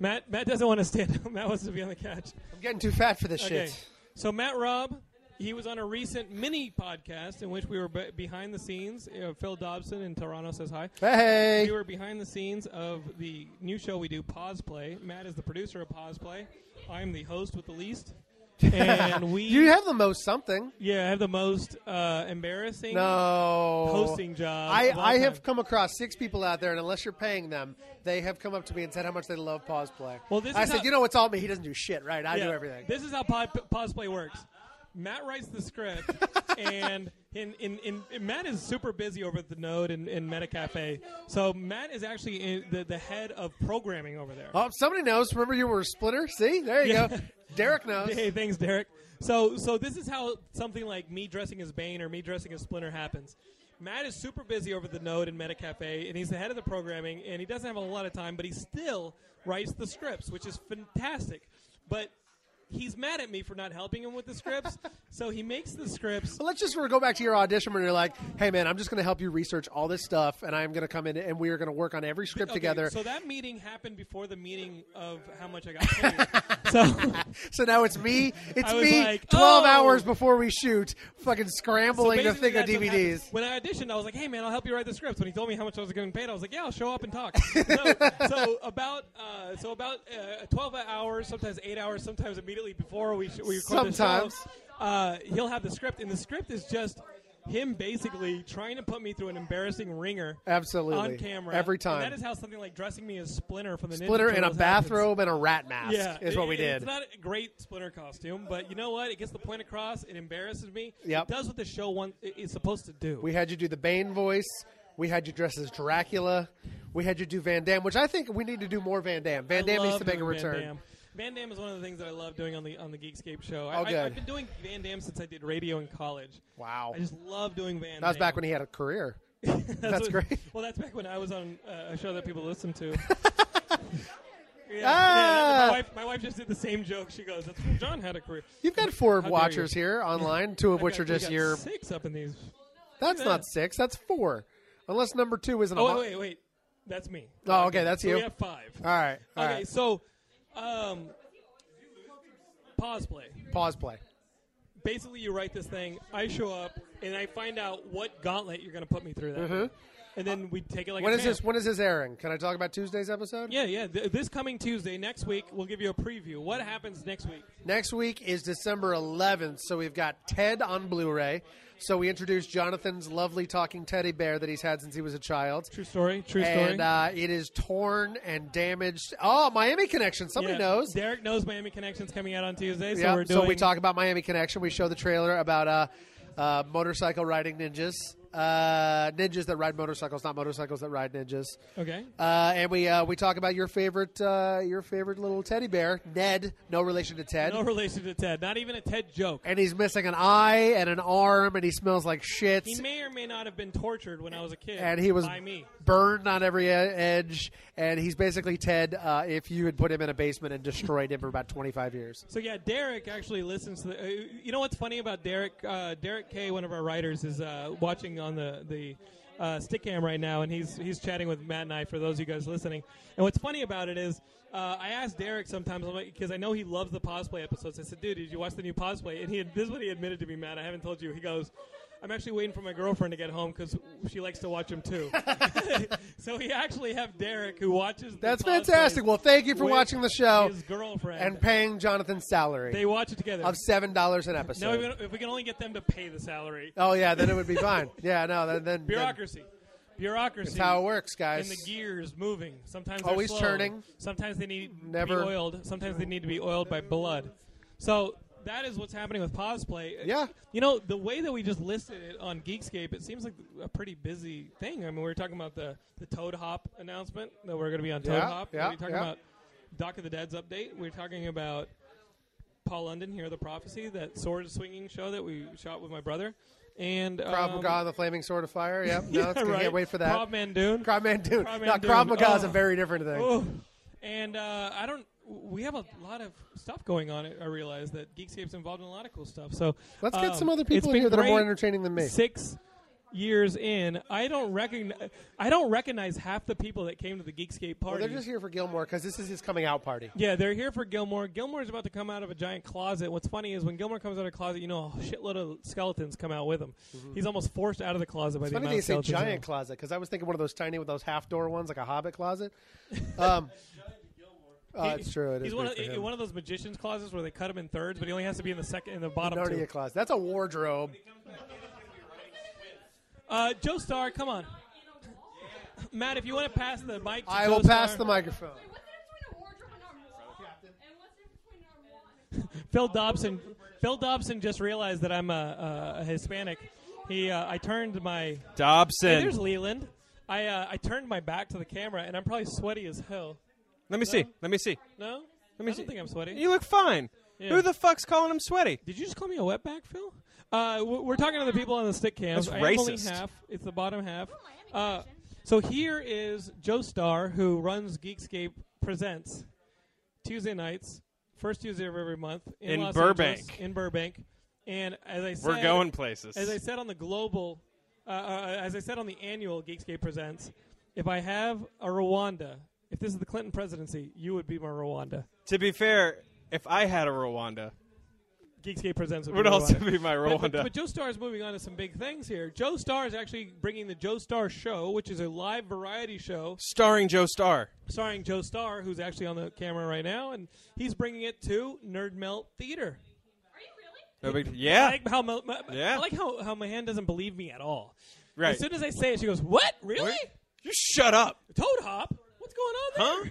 Speaker 1: Matt Matt doesn't want to stand up. Matt wants to be on the couch. I'm
Speaker 18: getting too fat for this shit.
Speaker 1: So Matt Robb, he was on a recent mini podcast in which we were be- behind the scenes. Uh, Phil Dobson in Toronto says hi.
Speaker 18: Hey.
Speaker 1: We were behind the scenes of the new show we do, Pause Play. Matt is the producer of Pause Play. I'm the host with the least. And we
Speaker 18: you have the most something.
Speaker 1: yeah, I have the most uh, embarrassing
Speaker 18: No
Speaker 1: hosting job.
Speaker 18: I,
Speaker 1: of all
Speaker 18: I
Speaker 1: time.
Speaker 18: have come across six people out there, and unless you're paying them, they have come up to me and said how much they love pause play.
Speaker 1: Well, this
Speaker 18: I
Speaker 1: is
Speaker 18: said,
Speaker 1: how-
Speaker 18: you know, it's all me. He doesn't do shit, right? I do
Speaker 1: Yeah.
Speaker 18: everything.
Speaker 1: This is how pod, pause play works. Matt writes the script, and in, in, in, and Matt is super busy over at the Node and, and Meta Cafe. So Matt is actually in the, the head of programming over there.
Speaker 18: Oh, somebody knows. Remember, you were a splitter. See, there you
Speaker 1: Yeah.
Speaker 18: go. Derek knows.
Speaker 1: Hey, thanks, Derek. So, so this is how something like me dressing as Bane or me dressing as Splinter happens. Matt is super busy over at the Node and Meta Cafe, and he's the head of the programming, and he doesn't have a lot of time, but he still writes the scripts, which is fantastic. But he's mad at me for not helping him with the scripts, so he makes the scripts.
Speaker 18: So let's just go back to your audition where you're like, hey, man, I'm just going to help you research all this stuff, and I'm going to come in and we are going to work on every script
Speaker 1: Okay,
Speaker 18: together.
Speaker 1: So that meeting happened before the meeting of how much I got paid. so,
Speaker 18: so now it's me. It's
Speaker 1: I was
Speaker 18: me.
Speaker 1: like,
Speaker 18: Twelve
Speaker 1: "Oh."
Speaker 18: hours before we shoot, fucking
Speaker 1: So
Speaker 18: scrambling to
Speaker 1: basically
Speaker 18: think of
Speaker 1: that's what
Speaker 18: DVDs.
Speaker 1: happened. When I auditioned, I was like, "Hey, man, I'll help you write the scripts." When he told me how much I was getting paid, I was like, "Yeah, I'll show up and talk." so, so about uh, so about uh, twelve hours, sometimes eight hours, sometimes immediately before we sh- we record
Speaker 18: Sometimes.
Speaker 1: the show, uh, he'll have the script, and the script is just him basically trying to put me through an embarrassing ringer
Speaker 18: Absolutely.
Speaker 1: on camera
Speaker 18: Every
Speaker 1: And
Speaker 18: time.
Speaker 1: that is how something like dressing me as Splinter from the Ninja
Speaker 18: Splitter in a
Speaker 1: Turtles happens.
Speaker 18: bathrobe and a rat mask
Speaker 1: Yeah,
Speaker 18: is what we
Speaker 1: it-
Speaker 18: did.
Speaker 1: It's not a great Splinter costume, but you know what? It gets the point across. It embarrasses me.
Speaker 18: Yep.
Speaker 1: It does what the show want, is supposed to do.
Speaker 18: We had you do the Bane voice. We had you dress as Dracula. We had you do Van Damme, which I think we need to do more Van Damme. Van Damme needs
Speaker 1: love
Speaker 18: to make a
Speaker 1: doing Van
Speaker 18: return.
Speaker 1: Damme. Van Damme is one of the things that I love doing on the on the Geekscape show. I,
Speaker 18: Oh,
Speaker 1: I,
Speaker 18: good.
Speaker 1: I've been doing Van Damme since I did radio in college.
Speaker 18: Wow.
Speaker 1: I just love doing Van.
Speaker 18: That was back
Speaker 1: Damme.
Speaker 18: when he had a career. that's
Speaker 1: what-
Speaker 18: great.
Speaker 1: Well, that's back when I was on uh, a show that people listen to. Yeah, yeah,
Speaker 18: Ah!
Speaker 1: my, wife, my wife just did the same joke. She goes, "That's when John had a career."
Speaker 18: You've got four
Speaker 1: How dare
Speaker 18: watchers
Speaker 1: you.
Speaker 18: here online, two of
Speaker 1: I've
Speaker 18: which
Speaker 1: got-
Speaker 18: are
Speaker 1: we
Speaker 18: just
Speaker 1: got
Speaker 18: your.
Speaker 1: six up in these. Look
Speaker 18: That's
Speaker 1: at
Speaker 18: not
Speaker 1: that.
Speaker 18: six. That's four. Unless number two isn't. a
Speaker 1: Oh
Speaker 18: mo-
Speaker 1: wait, wait, wait. That's me.
Speaker 18: Oh, okay, that's
Speaker 1: So
Speaker 18: you.
Speaker 1: We have five.
Speaker 18: All right, all
Speaker 1: okay,
Speaker 18: right.
Speaker 1: so um, pause play.
Speaker 18: Pause play.
Speaker 1: Basically, you write this thing. I show up and I find out what gauntlet you're going to put me through. That,
Speaker 18: Mhm.
Speaker 1: and then we take it like.
Speaker 18: when
Speaker 1: a
Speaker 18: is this?
Speaker 1: champ.
Speaker 18: When is this airing? Can I talk about Tuesday's episode?
Speaker 1: Yeah, yeah. Th- this coming Tuesday, next week, we'll give you a preview. What happens next week?
Speaker 18: Next week is December 11th, so we've got Ted on Blu-ray. So we introduced Jonathan's lovely talking teddy bear that he's had since he was a child.
Speaker 1: True story. True story.
Speaker 18: And uh, it is torn and damaged. Oh, Miami Connection. Somebody
Speaker 1: Yeah.
Speaker 18: knows.
Speaker 1: Derek knows Miami Connections coming out on Tuesday, so
Speaker 18: Yeah,
Speaker 1: we're doing.
Speaker 18: we talk about Miami Connection. We show the trailer about uh, uh, motorcycle riding ninjas. uh, ninjas that ride motorcycles, not motorcycles that ride ninjas.
Speaker 1: Okay.
Speaker 18: Uh, and we uh, we talk about your favorite uh, your favorite little teddy bear, Ned. No relation to Ted.
Speaker 1: No relation to Ted. Not even a Ted joke.
Speaker 18: And he's missing an eye and an arm, and he smells like shit.
Speaker 1: He may or may not have been tortured when I was a kid.
Speaker 18: and he was
Speaker 1: by me.
Speaker 18: burned on every e- edge, and he's basically Ted uh, if you had put him in a basement and destroyed him for about 25 years.
Speaker 1: So yeah, Derek actually listens to. The, uh, you know what's funny about Derek? Uh, Derek K, one of our writers, is uh, watching on the the uh, stick cam right now, and he's he's chatting with Matt and I. For those of you guys listening, and what's funny about it is. Uh, I asked Derek sometimes because I know he loves the cosplay episodes. I said, "Dude, did you watch the new cosplay?" And he this is what he admitted to me, Matt. I haven't told you. He goes, "I'm actually waiting for my girlfriend to get home because she likes to watch him too." so we actually have Derek who watches. the
Speaker 18: That's
Speaker 1: cosplays
Speaker 18: fantastic. Well, thank you for
Speaker 1: with
Speaker 18: watching the show
Speaker 1: His girlfriend
Speaker 18: and paying Jonathan's salary.
Speaker 1: They watch it together.
Speaker 18: of seven dollars an
Speaker 1: No,
Speaker 18: episode.
Speaker 1: if we don't- if we can only get them to pay the salary.
Speaker 18: oh yeah, then it would be fine. Yeah, no, then, then
Speaker 1: bureaucracy, bureaucracy.
Speaker 18: That's how it works, guys.
Speaker 1: And the gears moving. Sometimes they're
Speaker 18: Always
Speaker 1: slow.
Speaker 18: turning.
Speaker 1: Sometimes they need
Speaker 18: Never-
Speaker 1: to be oiled. Sometimes they need to be oiled by blood. So that is what's happening with cosplay.
Speaker 18: Yeah.
Speaker 1: You know the way that we just listed it on Geekscape, it seems like a pretty busy thing. I mean, we were talking about the the Toad Hop announcement that we're going to be on Toad
Speaker 18: Yeah,
Speaker 1: Hop.
Speaker 18: yeah,
Speaker 1: we were talking
Speaker 18: yeah.
Speaker 1: about Doc of the Dead's update. We are talking about Paul London, Hear the Prophecy, that sword swinging show that we shot with my brother. And
Speaker 18: Then Krav
Speaker 1: um,
Speaker 18: Maga and the Flaming Sword of Fire. Yep. No,
Speaker 1: Yeah,
Speaker 18: it's good.
Speaker 1: right.
Speaker 18: Can't wait for that.
Speaker 1: Krav Mandoon.
Speaker 18: Krav Mandoon.
Speaker 1: Krav
Speaker 18: No,
Speaker 1: Mandoon.
Speaker 18: Krav Maga is a
Speaker 1: Oh.
Speaker 18: very different thing.
Speaker 1: Oh. And uh, I don't. We have a lot of stuff going on. I realize that Geekscape's involved in a lot of cool stuff. So
Speaker 18: Let's get
Speaker 1: um,
Speaker 18: some other
Speaker 1: it's
Speaker 18: people in
Speaker 1: been
Speaker 18: here that are more
Speaker 1: great
Speaker 18: entertaining than me.
Speaker 1: Six years in, I don't recognize. I don't recognize half the people that came to the Geekscape
Speaker 18: Well,
Speaker 1: party.
Speaker 18: they're just here for Gilmore because this is his coming out party.
Speaker 1: Yeah, they're here for Gilmore. Gilmore's about to come out of a giant closet. What's funny is when Gilmore comes out of the closet, you know a shitload of skeletons come out with him. He's almost forced out of the closet by
Speaker 18: Mm-hmm. It's
Speaker 1: the
Speaker 18: funny
Speaker 1: amount
Speaker 18: they
Speaker 1: of
Speaker 18: say
Speaker 1: skeletons.
Speaker 18: giant closet because I was thinking one of those tiny with those half door ones, like a hobbit closet. Um, oh,
Speaker 1: He-
Speaker 18: it's true. It is
Speaker 1: he's one
Speaker 18: big
Speaker 1: of,
Speaker 18: for him.
Speaker 1: one of those magicians' closets where they cut him in thirds, but he only has to be in the second, in the bottom two.
Speaker 18: Narnia closet. That's a wardrobe.
Speaker 1: Uh, Joe Star, come on. Matt, if you want to pass the mic, to
Speaker 18: I
Speaker 1: Joe
Speaker 18: will pass
Speaker 1: Starr.
Speaker 18: the microphone.
Speaker 1: Phil Dobson. Phil Dobson just realized that I'm a, a Hispanic. He, uh, I turned my
Speaker 19: Dobson.
Speaker 1: Hey, there's Leland. I, uh, I turned my back to the camera, and I'm probably sweaty as hell.
Speaker 19: Let me see. Let me see.
Speaker 1: No,
Speaker 19: Let me
Speaker 1: I don't
Speaker 19: see.
Speaker 1: think I'm sweaty.
Speaker 19: You look fine.
Speaker 1: Yeah.
Speaker 19: Who the fuck's calling him sweaty?
Speaker 1: Did you just call me a wetback, Phil? Uh, w- we're talking to the people on the stick cam.
Speaker 19: Oh, That's
Speaker 1: I am only
Speaker 19: racist.
Speaker 1: half. It's the bottom half. Uh, so here is Joe Starr, who runs Geekscape Presents Tuesday nights, first Tuesday of every month in,
Speaker 19: In
Speaker 1: Los
Speaker 19: Burbank.
Speaker 1: Angeles, in Burbank, and as I said,
Speaker 19: We're going places.
Speaker 1: As I said on the global, uh, uh, as I said on the annual Geekscape Presents, if I have a Rwanda, if this is the Clinton presidency, you would be my Rwanda.
Speaker 19: To be fair, if I had a Rwanda,
Speaker 1: Geekscape Presents
Speaker 19: would
Speaker 1: be
Speaker 19: also
Speaker 1: Rwanda.
Speaker 19: be my
Speaker 1: But-
Speaker 19: Rwanda.
Speaker 1: But, but Joe Star is moving on to some big things here. Joe Star is actually bringing the Joe Star Show, which is a live variety show
Speaker 19: Starring Joe Starr.
Speaker 1: starring Joe Star, who's actually on the camera right now, and he's bringing it to Nerd Melt Theater.
Speaker 19: No big-
Speaker 1: I
Speaker 19: yeah.
Speaker 1: like how my, my-
Speaker 19: Yeah.
Speaker 1: I like how, how my hand doesn't believe me at all.
Speaker 19: Right.
Speaker 1: As soon as I say it, she goes, "What? Really?
Speaker 19: You shut up,
Speaker 1: Toad Hop? What's going on there?"
Speaker 19: huh?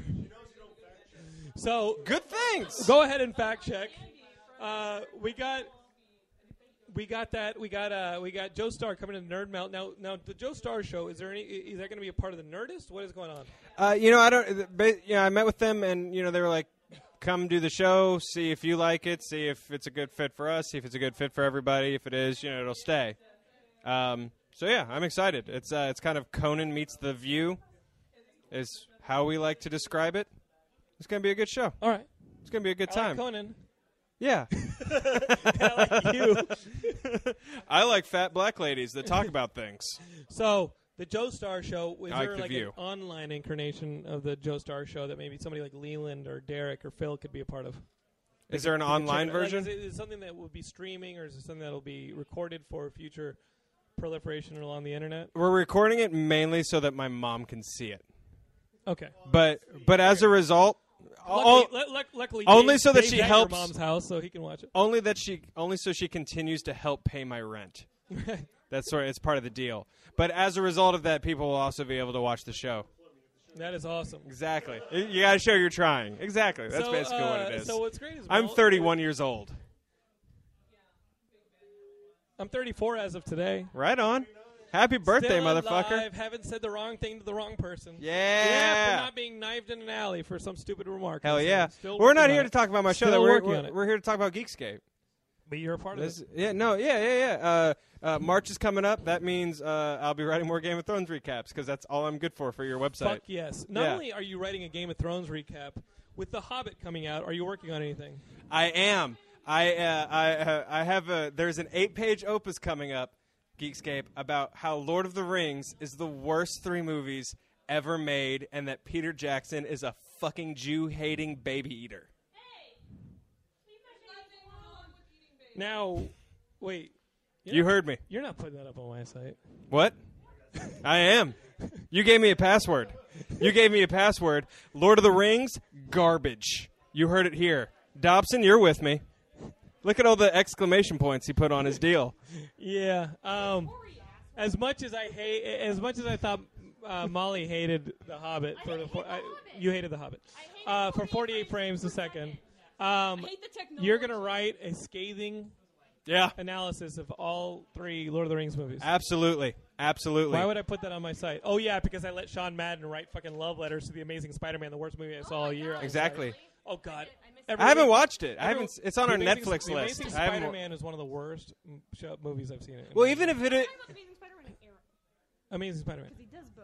Speaker 1: So
Speaker 19: good things.
Speaker 1: Go ahead and fact check. Uh, we got. We got that. We got uh, we got Joe Star coming to Nerd Melt. Now, now the Joe Star show is there any? Is that going to be a part of the Nerdist? What is going on?
Speaker 19: Uh, you know, I don't. But, you know, I met with them, and you know, they were like, "Come do the show, see if you like it, see if it's a good fit for us, see if it's a good fit for everybody. If it is, you know, it'll stay." Um, so yeah, I'm excited. It's uh, it's kind of Conan meets The View, is how we like to describe it. It's gonna be a good show.
Speaker 1: All right,
Speaker 19: it's gonna be a good
Speaker 1: I like
Speaker 19: time.
Speaker 1: Conan.
Speaker 19: Yeah.
Speaker 1: I like you.
Speaker 19: I like fat black ladies that talk about things.
Speaker 1: So the Joe Star show is
Speaker 19: I like
Speaker 1: there
Speaker 19: The
Speaker 1: like
Speaker 19: View.
Speaker 1: an online incarnation of the Joe Star show that maybe somebody like Leland or Derek or Phil could be a part of?
Speaker 19: Is there an
Speaker 1: Like,
Speaker 19: online
Speaker 1: like,
Speaker 19: version?
Speaker 1: is, it, is it something that will be streaming, or is it something that will be recorded for future proliferation along the internet?
Speaker 19: We're recording it mainly so that my mom can see it.
Speaker 1: Okay.
Speaker 19: But but as a result,
Speaker 1: Luckily-
Speaker 19: all-
Speaker 1: lu- lu- luckily
Speaker 19: only
Speaker 1: Dave-
Speaker 19: so that
Speaker 1: Dave's
Speaker 19: she
Speaker 1: at your
Speaker 19: helps
Speaker 1: mom's house, so he can watch it.
Speaker 19: Only that she only so she continues to help pay my rent. That's sort of, it's part of the deal. But as a result of that, people will also be able to watch the show.
Speaker 1: That is awesome.
Speaker 19: Exactly. You got to show you're trying. Exactly. That's
Speaker 1: So,
Speaker 19: basically
Speaker 1: uh,
Speaker 19: what it is.
Speaker 1: so what's great is
Speaker 19: I'm
Speaker 1: Mel-
Speaker 19: 31 years old.
Speaker 1: I'm 34 as of today.
Speaker 19: Right on. Happy birthday,
Speaker 1: Still
Speaker 19: motherfucker.
Speaker 1: Alive, haven't said the wrong thing to the wrong person.
Speaker 19: Yeah.
Speaker 1: Yeah, for not being knifed in an alley for some stupid remark.
Speaker 19: Hell
Speaker 1: So,
Speaker 19: yeah.
Speaker 1: still
Speaker 19: We're not
Speaker 1: working
Speaker 19: here
Speaker 1: on
Speaker 19: to
Speaker 1: it.
Speaker 19: talk about my show.
Speaker 1: Still
Speaker 19: though. We're,
Speaker 1: working
Speaker 19: we're,
Speaker 1: on it.
Speaker 19: we're here to talk about Geekscape.
Speaker 1: But you're a part
Speaker 19: This-
Speaker 1: of it.
Speaker 19: Yeah, no, yeah, yeah, yeah. Uh, uh, March is coming up. That means uh, I'll be writing more Game of Thrones recaps because that's all I'm good for for your website.
Speaker 1: Fuck yes. Not
Speaker 19: Yeah.
Speaker 1: only are you writing a Game of Thrones recap, with The Hobbit coming out, are you working on anything?
Speaker 19: I am. I uh, I uh, I have a. There's an eight-page opus coming up, Geekscape, about how Lord of the Rings is the worst three movies ever made, and that Peter Jackson is a fucking Jew-hating baby eater.
Speaker 1: Now, wait. You're
Speaker 19: You
Speaker 1: not-
Speaker 19: heard me.
Speaker 1: You're not putting that up on my site.
Speaker 19: What? I am. You gave me a password. You gave me a password. Lord of the Rings, garbage. You heard it here. Dobson, you're with me. Look at all the exclamation points he put on his deal.
Speaker 1: Yeah. Um, as much as I hate, as much as I thought uh, Molly hated The Hobbit for the, for, I, you hated The Hobbit uh, for 48 frames a second. Um, you're gonna write a scathing
Speaker 19: yeah.
Speaker 1: analysis of all three Lord of the Rings movies.
Speaker 19: Absolutely. Absolutely.
Speaker 1: Why would I put that on my site? Oh yeah, because I let Sean Madden write fucking love letters to the Amazing Spider-Man, the worst
Speaker 15: Oh
Speaker 1: movie I saw all year. on the
Speaker 19: Exactly.
Speaker 1: site. Oh god.
Speaker 19: I haven't watched it. I
Speaker 1: Everyone-
Speaker 19: haven't s- it's on
Speaker 1: The
Speaker 19: our
Speaker 1: Amazing-
Speaker 19: Netflix
Speaker 1: the
Speaker 19: list.
Speaker 1: Amazing
Speaker 19: I haven't wa-
Speaker 1: Spider-Man is one of the worst m- show, movies I've seen. in
Speaker 19: Well,
Speaker 1: my
Speaker 19: even
Speaker 1: life.
Speaker 19: if it
Speaker 1: Amazing Spider-Man. Because he does both.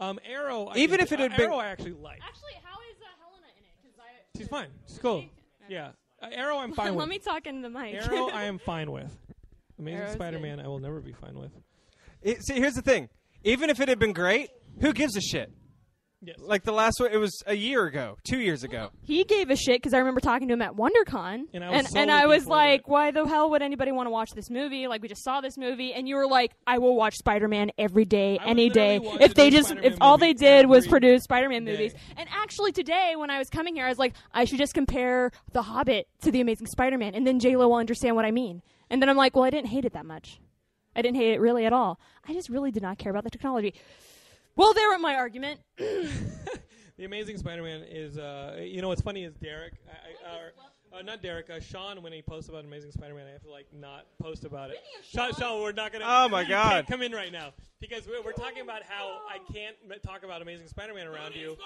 Speaker 1: Um, Arrow. I
Speaker 19: Even
Speaker 1: did-
Speaker 19: if it
Speaker 1: uh,
Speaker 19: had been-
Speaker 1: Arrow, I actually like.
Speaker 15: Actually, how is uh, Helena in it? 'Cause I-
Speaker 1: She's fine. She's cool. Yeah. Uh, Arrow, I'm fine with.
Speaker 15: Let me talk into the mic.
Speaker 1: Arrow, I am fine with. Amazing
Speaker 15: Arrow's good.
Speaker 1: Spider-Man, I will never be fine with.
Speaker 19: It- see, here's the thing. Even if it had been great, who gives a shit?
Speaker 1: Yes.
Speaker 19: Like the last one, it was a year ago, two years ago.
Speaker 15: He gave a shit because I remember talking to him at WonderCon,
Speaker 19: And I was
Speaker 15: and,
Speaker 19: so
Speaker 15: and I
Speaker 19: looking
Speaker 15: was
Speaker 19: forward
Speaker 15: like, "Why the hell would anybody want to watch this movie? Like, we just saw this movie." And you were like, "I will watch Spider-Man every day, any day. If they just, if all they did was produce Spider-Man movies." And actually, today when I was coming here, I was like, "I should just compare The Hobbit to The Amazing Spider-Man, and then J Lo will understand what I mean." And then I'm like, "Well, I didn't hate it that much. I didn't hate it really at all. I just really did not care about the technology." Well, there went my argument.
Speaker 1: The Amazing Spider-Man is, uh, you know, what's funny is Derek, I, I, or, uh, not Derek, uh, Sean. When he posts about Amazing Spider-Man, I have to like not post about it. Sean, Sean, we're not gonna.
Speaker 19: Oh, my
Speaker 1: you
Speaker 19: God.
Speaker 1: can't come in right now because we're, we're talking about how I can't m- talk about Amazing Spider-Man around you.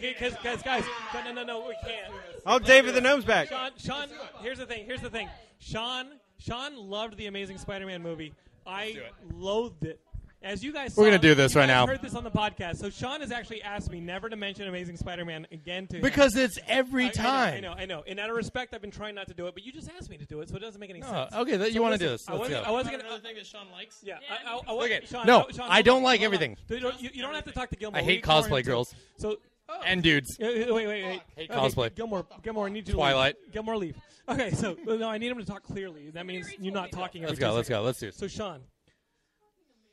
Speaker 1: Because, guys, but no, no, no, we can't.
Speaker 19: Oh, David the Gnome's back.
Speaker 1: Sean, Sean, here's the thing. Here's the thing. Sean, Sean loved the Amazing Spider-Man movie. I loathed it. As you guys,
Speaker 13: We're
Speaker 1: saw,
Speaker 13: gonna do this
Speaker 1: you
Speaker 13: right
Speaker 1: guys
Speaker 13: now.
Speaker 1: Heard this on the podcast. So Sean has actually asked me never to mention Amazing Spider-Man again to him.
Speaker 13: Because it's every
Speaker 1: I- I know,
Speaker 13: time.
Speaker 1: I know, I know, And out of respect, I've been trying not to do it, but you just asked me to do it, so it doesn't make any
Speaker 13: No,
Speaker 1: sense.
Speaker 13: okay, that- you
Speaker 1: So
Speaker 13: wanna
Speaker 1: listen,
Speaker 13: do this.
Speaker 1: I
Speaker 13: Let's
Speaker 1: wasn't,
Speaker 13: go.
Speaker 1: I wasn't gonna.
Speaker 2: Another thing that Sean likes.
Speaker 1: Yeah, I, I, I wasn't, Sean,
Speaker 13: no,
Speaker 1: oh, Sean,
Speaker 13: I
Speaker 1: hold
Speaker 13: don't
Speaker 1: on,
Speaker 13: like
Speaker 1: hold on.
Speaker 13: everything.
Speaker 1: You don't, you- you don't have to talk to Gilmore.
Speaker 13: I
Speaker 1: We
Speaker 13: hate
Speaker 1: can ignore him
Speaker 13: cosplay
Speaker 1: too.
Speaker 13: girls.
Speaker 1: So
Speaker 13: And dudes.
Speaker 1: Yeah, Wait, wait, wait. Hate
Speaker 13: cosplay.
Speaker 1: Gilmore, Gilmore, I need you. to
Speaker 13: Twilight.
Speaker 1: leave. Gilmore, leave. Okay, so well, no, I need him to talk clearly. That means you're not talking.
Speaker 13: Let's
Speaker 1: every
Speaker 13: go,
Speaker 1: two
Speaker 13: let's
Speaker 1: seconds.
Speaker 13: go, let's do it.
Speaker 1: So Sean,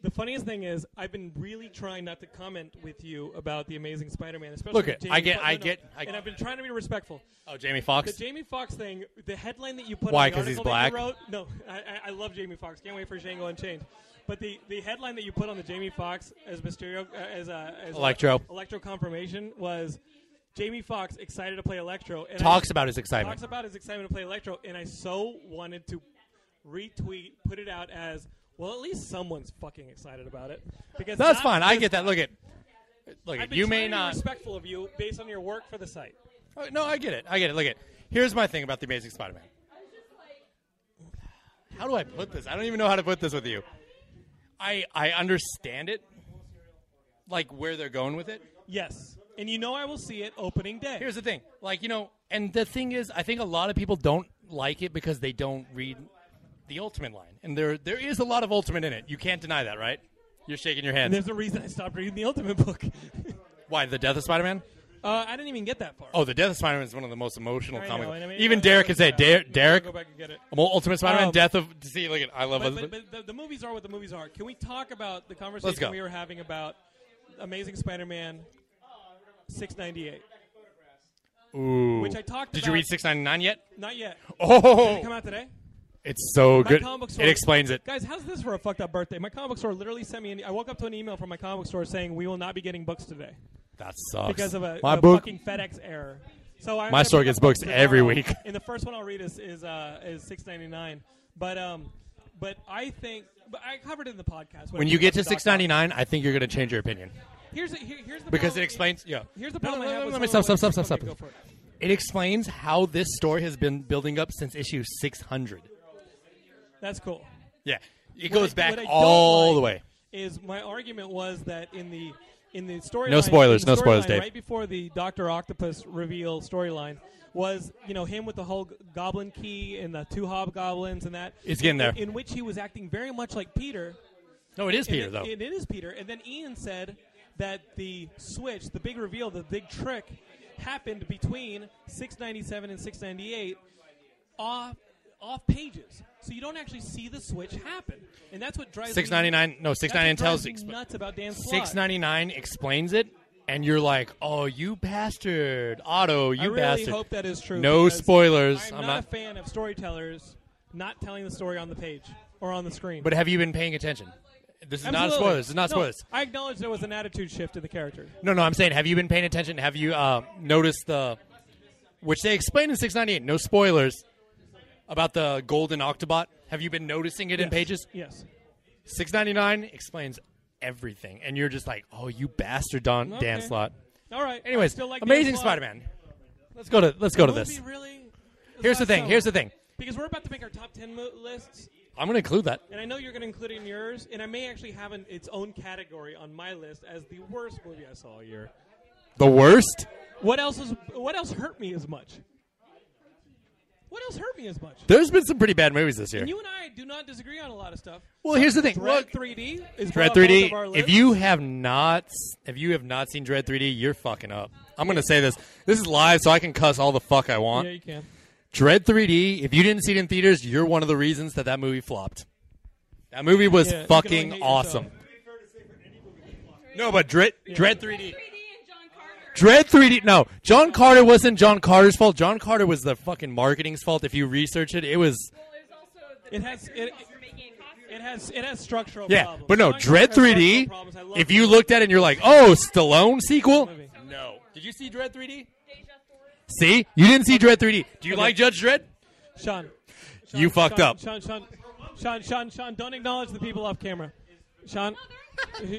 Speaker 1: the funniest thing is I've been really trying not to comment with you about the Amazing Spider-Man, especially.
Speaker 13: Look
Speaker 1: with
Speaker 13: it,
Speaker 1: Jamie
Speaker 13: I get-
Speaker 1: Foxx. No,
Speaker 13: I
Speaker 1: no,
Speaker 13: get- I-
Speaker 1: and I've been trying to be respectful.
Speaker 13: Oh, Jamie Foxx?
Speaker 1: The Jamie Foxx thing. The headline that you put.
Speaker 13: Why,
Speaker 1: on the
Speaker 13: 'cause he's
Speaker 1: article that you
Speaker 13: black?
Speaker 1: wrote- no, I, I- I love Jamie Foxx. Can't wait for Django Unchained. But the, the headline that you put on the Jamie Foxx as Mysterio uh, as, uh, as
Speaker 13: Electro.
Speaker 1: Electro confirmation was Jamie Foxx excited to play Electro. And
Speaker 13: Talks about his excitement.
Speaker 1: Talks about his excitement to play Electro, and I so wanted to retweet, put it out as well. At least someone's fucking excited about it because
Speaker 13: That's
Speaker 1: not-
Speaker 13: fine. I get that. Look at, look
Speaker 1: I've
Speaker 13: at.
Speaker 1: been
Speaker 13: You
Speaker 1: trying
Speaker 13: may
Speaker 1: to be
Speaker 13: not.
Speaker 1: respectful of you based on your work for the site.
Speaker 13: Oh, no, I get it. I get it. Look at. Here's my thing about the Amazing Spider-Man. How do I put this? I don't even know how to put this with you. I I understand it, like where they're going with it.
Speaker 1: Yes, and you know I will see it opening day.
Speaker 13: Here's the thing, like you know, and the thing is, I think a lot of people don't like it because they don't read the Ultimate line, and there there is a lot of Ultimate in it. You can't deny that, right? You're shaking your head.
Speaker 1: And there's a reason I stopped reading the Ultimate book.
Speaker 13: Why the Death of Spider-Man?
Speaker 1: Uh, I didn't even get that far.
Speaker 13: Oh, the Death of Spider-Man is one of the most emotional
Speaker 1: I know,
Speaker 13: comics.
Speaker 1: and I mean-
Speaker 13: Even
Speaker 1: I-
Speaker 13: Derek
Speaker 1: I-
Speaker 13: can say,
Speaker 1: yeah,
Speaker 13: "Dar-
Speaker 1: you gotta
Speaker 13: Derek,
Speaker 1: go back and get it.
Speaker 13: Ul- Ultimate Spider-Man,
Speaker 1: Um,
Speaker 13: Death of." See, look at, I love.
Speaker 1: But,
Speaker 13: Elizabeth-
Speaker 1: but, but the, the movies are what the movies are. Can we talk about the conversation
Speaker 13: go.
Speaker 1: we were having about Amazing Spider-Man 698?
Speaker 13: Ooh.
Speaker 1: Which I talked
Speaker 13: Did
Speaker 1: about.
Speaker 13: you read 699 yet?
Speaker 1: Not yet.
Speaker 13: Oh.
Speaker 1: Did it come out today?
Speaker 13: It's so
Speaker 1: My
Speaker 13: good.
Speaker 1: comic book
Speaker 13: It
Speaker 1: store-
Speaker 13: explains it.
Speaker 1: Guys, how's this for a fucked up birthday? My comic book store literally sent me. An, e- I woke up to an email from my comic book store saying we will not be getting books today.
Speaker 13: That sucks.
Speaker 1: Because of a,
Speaker 13: My
Speaker 1: a
Speaker 13: book-
Speaker 1: fucking FedEx error. So I
Speaker 13: My
Speaker 1: I
Speaker 13: store
Speaker 1: picked
Speaker 13: gets
Speaker 1: up
Speaker 13: books
Speaker 1: tomorrow,
Speaker 13: every week.
Speaker 1: And the first one I'll read is is uh, is six ninety nine. But um, but I think But I covered it in the podcast.
Speaker 13: When you get to
Speaker 1: it comes
Speaker 13: six ninety nine, I think you're going to change your opinion.
Speaker 1: Here's the- here- here's the
Speaker 13: because
Speaker 1: problem-
Speaker 13: it explains. Yeah.
Speaker 1: here's the
Speaker 13: No,
Speaker 1: problem
Speaker 13: no,
Speaker 1: I
Speaker 13: no,
Speaker 1: have
Speaker 13: no,
Speaker 1: with
Speaker 13: let me
Speaker 1: some
Speaker 13: stop,
Speaker 1: of the
Speaker 13: stop,
Speaker 1: ways-
Speaker 13: stop, stop,
Speaker 1: okay,
Speaker 13: stop.
Speaker 1: go for it.
Speaker 13: It explains how this story has been building up since issue six hundred.
Speaker 1: That's cool.
Speaker 13: Yeah,
Speaker 1: What
Speaker 13: it goes
Speaker 1: I-
Speaker 13: back
Speaker 1: what I don't
Speaker 13: all the
Speaker 1: like
Speaker 13: way.
Speaker 1: Is my argument was that in the in the story
Speaker 13: No spoilers, no spoilers, Dave.
Speaker 1: Right before the Doctor Octopus reveal storyline was you know him with the whole g- goblin key and the two hobgoblins and that.
Speaker 13: It's getting there.
Speaker 1: In, in which he was acting very much like Peter.
Speaker 13: No, it is
Speaker 1: And
Speaker 13: Peter,
Speaker 1: then-
Speaker 13: though.
Speaker 1: and it is Peter. And then Ian said that the switch, the big reveal, the big trick, happened between 697 and 698 off off pages. So you don't actually see the switch happen, and that's what drives me-
Speaker 13: Six ninety nine. No,
Speaker 1: that's
Speaker 13: six
Speaker 1: what
Speaker 13: ninety nine
Speaker 1: drives
Speaker 13: tells
Speaker 1: me nuts about Dan Slott.
Speaker 13: Six ninety nine explains it, and you're like, "Oh, you bastard, Otto, you
Speaker 1: I really
Speaker 13: bastard."
Speaker 1: hope that is true.
Speaker 13: No
Speaker 1: because
Speaker 13: spoilers.
Speaker 1: I'm, not, a fan of storytellers not telling the story on the page or on the screen.
Speaker 13: But have you been paying attention? This is not
Speaker 1: Absolutely.
Speaker 13: spoilers. This is not
Speaker 1: No,
Speaker 13: spoilers.
Speaker 1: I acknowledge there was an attitude shift in the character.
Speaker 13: No, no, I'm saying, have you been paying attention? Have you uh, noticed the, which they explain in 698, no spoilers, about the golden Octobot? Have you been noticing it in
Speaker 1: Yes.
Speaker 13: pages?
Speaker 1: Yes.
Speaker 13: 699 explains everything, and you're just like, oh, you bastard, Don, Dan
Speaker 1: Okay.
Speaker 13: Slot.
Speaker 1: All right. I
Speaker 13: Anyways,
Speaker 1: still like Dan
Speaker 13: Amazing
Speaker 1: Slott.
Speaker 13: Spider-Man. Let's go to let's go to
Speaker 1: The
Speaker 13: this.
Speaker 1: movie really-
Speaker 13: Here's the
Speaker 1: last
Speaker 13: thing.
Speaker 1: summer.
Speaker 13: Here's the thing.
Speaker 1: Because we're about to make our top ten mo- lists.
Speaker 13: I'm gonna include that.
Speaker 1: And I know you're going to include it in yours, and I may actually have an, its own category on my list as the worst movie I saw all year.
Speaker 13: The worst.
Speaker 1: What else is? What else hurt me as much? What else hurt me as much?
Speaker 13: There's been some pretty bad movies this year.
Speaker 1: And you and I do not disagree on a lot of stuff.
Speaker 13: Well, here's the thing.
Speaker 1: Dread
Speaker 13: Look,
Speaker 1: 3D is
Speaker 13: Dread
Speaker 1: one of both
Speaker 13: 3D.
Speaker 1: of our lists.
Speaker 13: If you have not, if you have not seen Dread 3D, you're fucking up. I'm gonna say this. This is live, so I can cuss all the fuck I want.
Speaker 1: Yeah, you can.
Speaker 13: Dread 3D. If you didn't see it in theaters, you're one of the reasons that that movie flopped. That movie was
Speaker 1: Yeah, you can only hate
Speaker 13: fucking
Speaker 1: yourself.
Speaker 13: awesome. No, but Dread
Speaker 1: Yeah.
Speaker 13: Dread 3D. Dread 3D. No, John Carter wasn't John Carter's fault. John Carter was the fucking marketing's fault. If you research it, it was
Speaker 1: it has it, it has it has structural
Speaker 13: yeah.
Speaker 1: problems.
Speaker 13: But no,
Speaker 1: Mine
Speaker 13: Dread
Speaker 1: has structural
Speaker 13: 3D.
Speaker 1: problems. I love
Speaker 13: If you looked at it and you're like, oh, Stallone sequel. No. Did you see Dread 3D? See, you didn't see Dread 3D. Do you
Speaker 1: Okay.
Speaker 13: like Judge Dredd?
Speaker 1: Sean.
Speaker 13: You fucked
Speaker 1: Sean,
Speaker 13: up.
Speaker 1: Sean, Sean, Sean, Sean, Sean, don't acknowledge the people off camera. Sean,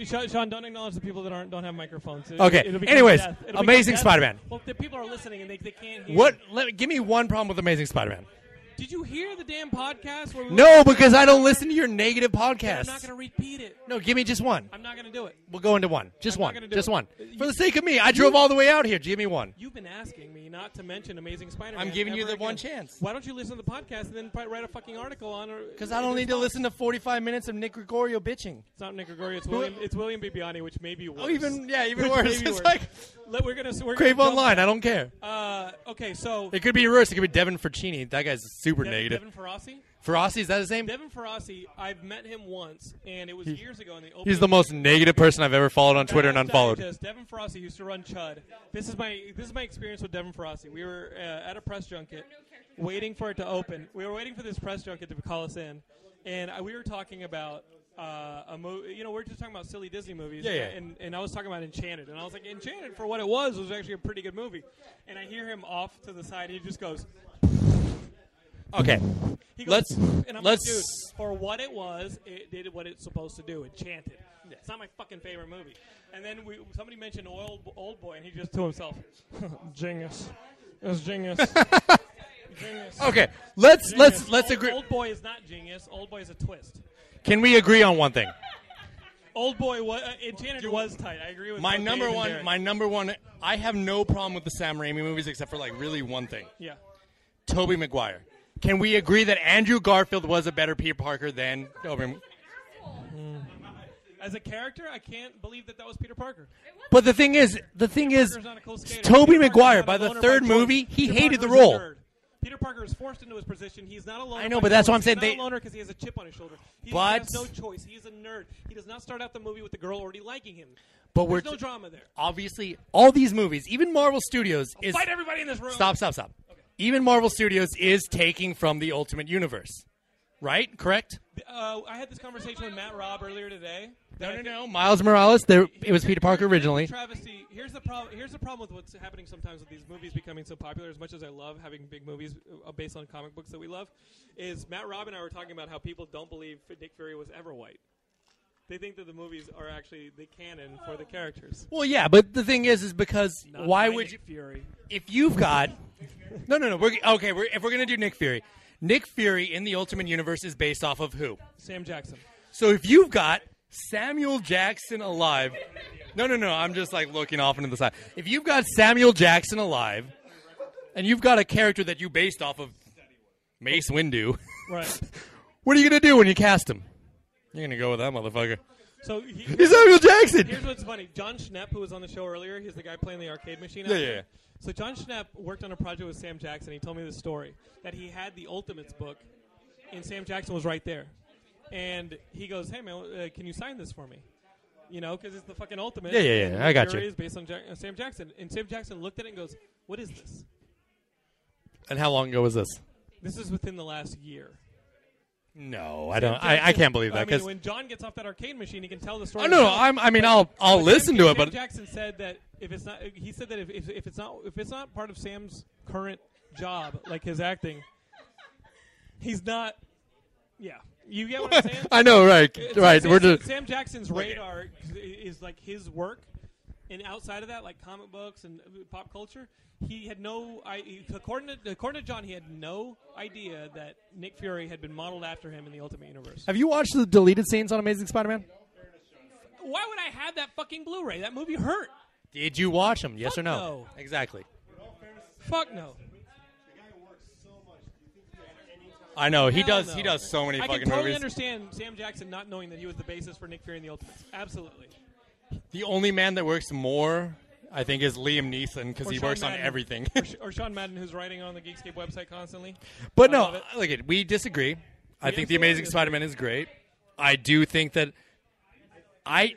Speaker 1: Sean, Sean, don't acknowledge the people that aren't don't have microphones. It-
Speaker 13: Okay.
Speaker 1: it'll be
Speaker 13: Anyways,
Speaker 1: death. It'll be
Speaker 13: Amazing
Speaker 1: death.
Speaker 13: Spider-Man.
Speaker 1: Well, the people are listening and they, they can't hear.
Speaker 13: What? Let, me- give me one problem with Amazing Spider-Man.
Speaker 1: Did you hear the damn podcast? Where we
Speaker 13: No, because I don't listen to your negative
Speaker 1: Then I'm not
Speaker 13: podcasts.
Speaker 1: going to repeat it.
Speaker 13: No, give me just one.
Speaker 1: I'm not going to do it.
Speaker 13: We'll go into one. Just
Speaker 1: I'm not
Speaker 13: one.
Speaker 1: gonna do
Speaker 13: Just
Speaker 1: it.
Speaker 13: one.
Speaker 1: Uh,
Speaker 13: For
Speaker 1: you-
Speaker 13: the sake of me, I drove all the way out here. Give me one.
Speaker 1: You've been asking me not to mention Amazing Spider-Man.
Speaker 13: I'm giving you
Speaker 1: ever
Speaker 13: the one
Speaker 1: again.
Speaker 13: chance.
Speaker 1: Why don't you listen to the podcast and then pi- write a fucking article on it?
Speaker 13: Because I don't need to listen to 45 minutes of Nick Gregorio bitching.
Speaker 1: It's not Nick Gregorio. It's William. It's William Bibiani, which may be worse.
Speaker 13: Oh, even- yeah, even
Speaker 1: Which
Speaker 13: worse.
Speaker 1: may be
Speaker 13: It's like-
Speaker 1: Let- we're gonna we're
Speaker 13: Crave
Speaker 1: gonna jump
Speaker 13: Online,
Speaker 1: that.
Speaker 13: I don't care.
Speaker 1: Uh, okay, so
Speaker 13: It could be worse. It could be Devin Fercini. That guy's super
Speaker 1: Devin,
Speaker 13: negative.
Speaker 1: Devin Ferrasi.
Speaker 13: Ferrasi, is that his name?
Speaker 1: Devin Ferrasi. I've met him once, and it was years ago in the. Opening
Speaker 13: He's the most negative person I've ever followed on Twitter and
Speaker 1: Fast
Speaker 13: unfollowed.
Speaker 1: Digest, Devin Ferrasi used to run Chud. This is my this is my experience with Devin Ferrasi. We were uh, at a press junket, waiting for it to open. We were waiting for this press junket to call us in, and I, we were talking about uh, a movie. You know, we are just talking about silly Disney movies.
Speaker 13: Yeah, yeah.
Speaker 1: And and I was talking about Enchanted, and I was like, Enchanted for what it was was actually a pretty good movie. And I hear him off to the side. He just goes.
Speaker 13: Okay.
Speaker 1: He goes,
Speaker 13: Let's
Speaker 1: and I'm like, dude,
Speaker 13: let's
Speaker 1: for what it was, it did what it's supposed to do. Enchanted. It's not my fucking favorite movie. And then we, somebody mentioned Old, old Boy, and he just to himself, genius. It was genius. genius.
Speaker 19: Oh,
Speaker 13: Okay, let's-
Speaker 1: Genius.
Speaker 13: let's- let's
Speaker 1: Old-
Speaker 13: agree-
Speaker 1: Old Boy is not genius. Old Boy is a twist.
Speaker 13: Can we agree on one thing?
Speaker 1: Old Boy was uh, Enchanted was tight. I agree with
Speaker 13: My
Speaker 1: both
Speaker 13: number
Speaker 1: Dave and
Speaker 13: one
Speaker 1: Derek.
Speaker 13: my number one I have no problem with the Sam Raimi movies except for like really one thing.
Speaker 1: yeah.
Speaker 13: Toby Maguire. Can we agree that Andrew Garfield was a better Peter Parker than Toby?
Speaker 1: As a character, I can't believe that that was Peter Parker.
Speaker 13: But the thing is, the thing is,
Speaker 1: Parker's not a cool skater. Peter
Speaker 13: Toby
Speaker 1: Parker's
Speaker 13: Maguire
Speaker 1: not a
Speaker 13: by the
Speaker 1: loner
Speaker 13: third
Speaker 1: by choice.
Speaker 13: movie, he
Speaker 1: Peter
Speaker 13: hated the
Speaker 1: Parker is a
Speaker 13: role.
Speaker 1: nerd. Peter Parker is forced into his position. He's not a loner.
Speaker 13: I know,
Speaker 1: by
Speaker 13: but that's
Speaker 1: choice.
Speaker 13: what I'm saying.
Speaker 1: He's not
Speaker 13: They-
Speaker 1: a loner because he has a chip on his shoulder. He
Speaker 13: But-
Speaker 1: has no choice. He is a nerd. He does not start out the movie with the girl already liking him.
Speaker 13: But
Speaker 1: There's
Speaker 13: we're-
Speaker 1: no drama there.
Speaker 13: Obviously, all these movies, even Marvel Studios, is
Speaker 1: Fight everybody in this room.
Speaker 13: Stop, stop, stop. Even Marvel Studios is taking from the Ultimate Universe, right? Correct.
Speaker 1: Uh, I had this conversation with Matt Robb earlier today. No, no,
Speaker 13: no. Miles Morales. There, it was Peter Parker originally.
Speaker 1: Travesty. Here's the problem. Here's the problem with what's happening sometimes with these movies becoming so popular. As much as I love having big movies uh, based on comic books that we love, is Matt Robb and I were talking about how people don't believe Nick Fury was ever white. They think that the movies are actually the canon for the characters.
Speaker 13: Well, yeah, but the thing is, is because
Speaker 1: Not
Speaker 13: why
Speaker 1: my
Speaker 13: would
Speaker 1: Nick
Speaker 13: you?
Speaker 1: Fury?
Speaker 13: If you've got, no, no, no. We're okay. We're, if we're gonna do Nick Fury, Nick Fury in the Ultimate Universe is based off of who?
Speaker 1: Sam Jackson.
Speaker 13: So if you've got Samuel Jackson alive, no, no, no. I'm just like looking off into the side. If you've got Samuel Jackson alive, and you've got a character that you based off of Mace Windu,
Speaker 1: Right.
Speaker 13: what are you gonna do when you cast him? You're gonna go with that motherfucker.
Speaker 1: So he,
Speaker 13: He's Samuel Jackson.
Speaker 1: Here's what's funny: John Schnepp, who was on the show earlier, he's the guy playing the arcade machine. out
Speaker 13: Yeah, yeah,
Speaker 1: there.
Speaker 13: yeah.
Speaker 1: So John Schnepp worked on a project with Sam Jackson. He told me this story that he had the Ultimates book, and Sam Jackson was right there. And he goes, "Hey man, uh, can you sign this for me?" You know, because it's the fucking Ultimate.
Speaker 13: Yeah, yeah, yeah.
Speaker 1: And
Speaker 13: I got
Speaker 1: Fury
Speaker 13: you.
Speaker 1: Is based on Jack- uh, Sam Jackson, and Sam Jackson looked at it and goes, "What is this?
Speaker 13: And how long ago was this?
Speaker 1: This is within the last year."
Speaker 13: No,
Speaker 1: Sam
Speaker 13: I don't. I, I
Speaker 1: Jackson-
Speaker 13: can't believe that
Speaker 1: I mean,
Speaker 13: because
Speaker 1: when John gets off that arcade machine, he can tell the story.
Speaker 13: Oh, no,
Speaker 1: himself.
Speaker 13: I'm- I mean,
Speaker 1: But-
Speaker 13: I'll- I'll
Speaker 1: but Sam-
Speaker 13: listen to
Speaker 1: Sam
Speaker 13: it, but-
Speaker 1: Jackson said that if it's not, he said that if, if, if it's not if it's not part of Sam's current job, like his acting, he's not. Yeah, you get what I'm saying.
Speaker 13: I know, right,
Speaker 1: It's
Speaker 13: right,
Speaker 1: Sam,
Speaker 13: we're just-
Speaker 1: Sam Jackson's
Speaker 13: Look,
Speaker 1: radar is like his work, and outside of that, like comic books and uh, pop culture, he had no. I according to according to John, he had no idea that Nick Fury had been modeled after him in the Ultimate Universe.
Speaker 13: have you watched the deleted scenes on Amazing Spider-Man?
Speaker 1: Why would I have that fucking Blu-ray? That movie hurt.
Speaker 13: Did you watch them? Yes
Speaker 1: Fuck
Speaker 13: or no?
Speaker 1: no.
Speaker 13: Exactly.
Speaker 1: Fuck no.
Speaker 13: I know he
Speaker 1: Hell
Speaker 13: does.
Speaker 1: no.
Speaker 13: He does so many
Speaker 1: I
Speaker 13: fucking
Speaker 1: can totally
Speaker 13: movies.
Speaker 1: understand Sam Jackson not knowing that he was the basis for Nick Fury and the Ultimates. Absolutely.
Speaker 13: The only man that works more, I think, is Liam Neeson because
Speaker 1: Or
Speaker 13: he
Speaker 1: Sean
Speaker 13: works
Speaker 1: Madden.
Speaker 13: on everything.
Speaker 1: or, Sh- or Sean Madden, who's writing on the Geekscape website constantly.
Speaker 13: But
Speaker 1: I
Speaker 13: no,
Speaker 1: love it.
Speaker 13: look, it, we disagree. I
Speaker 1: We
Speaker 13: think the
Speaker 1: absolutely
Speaker 13: Amazing
Speaker 1: disagree.
Speaker 13: Spider-Man is great. I do think that I.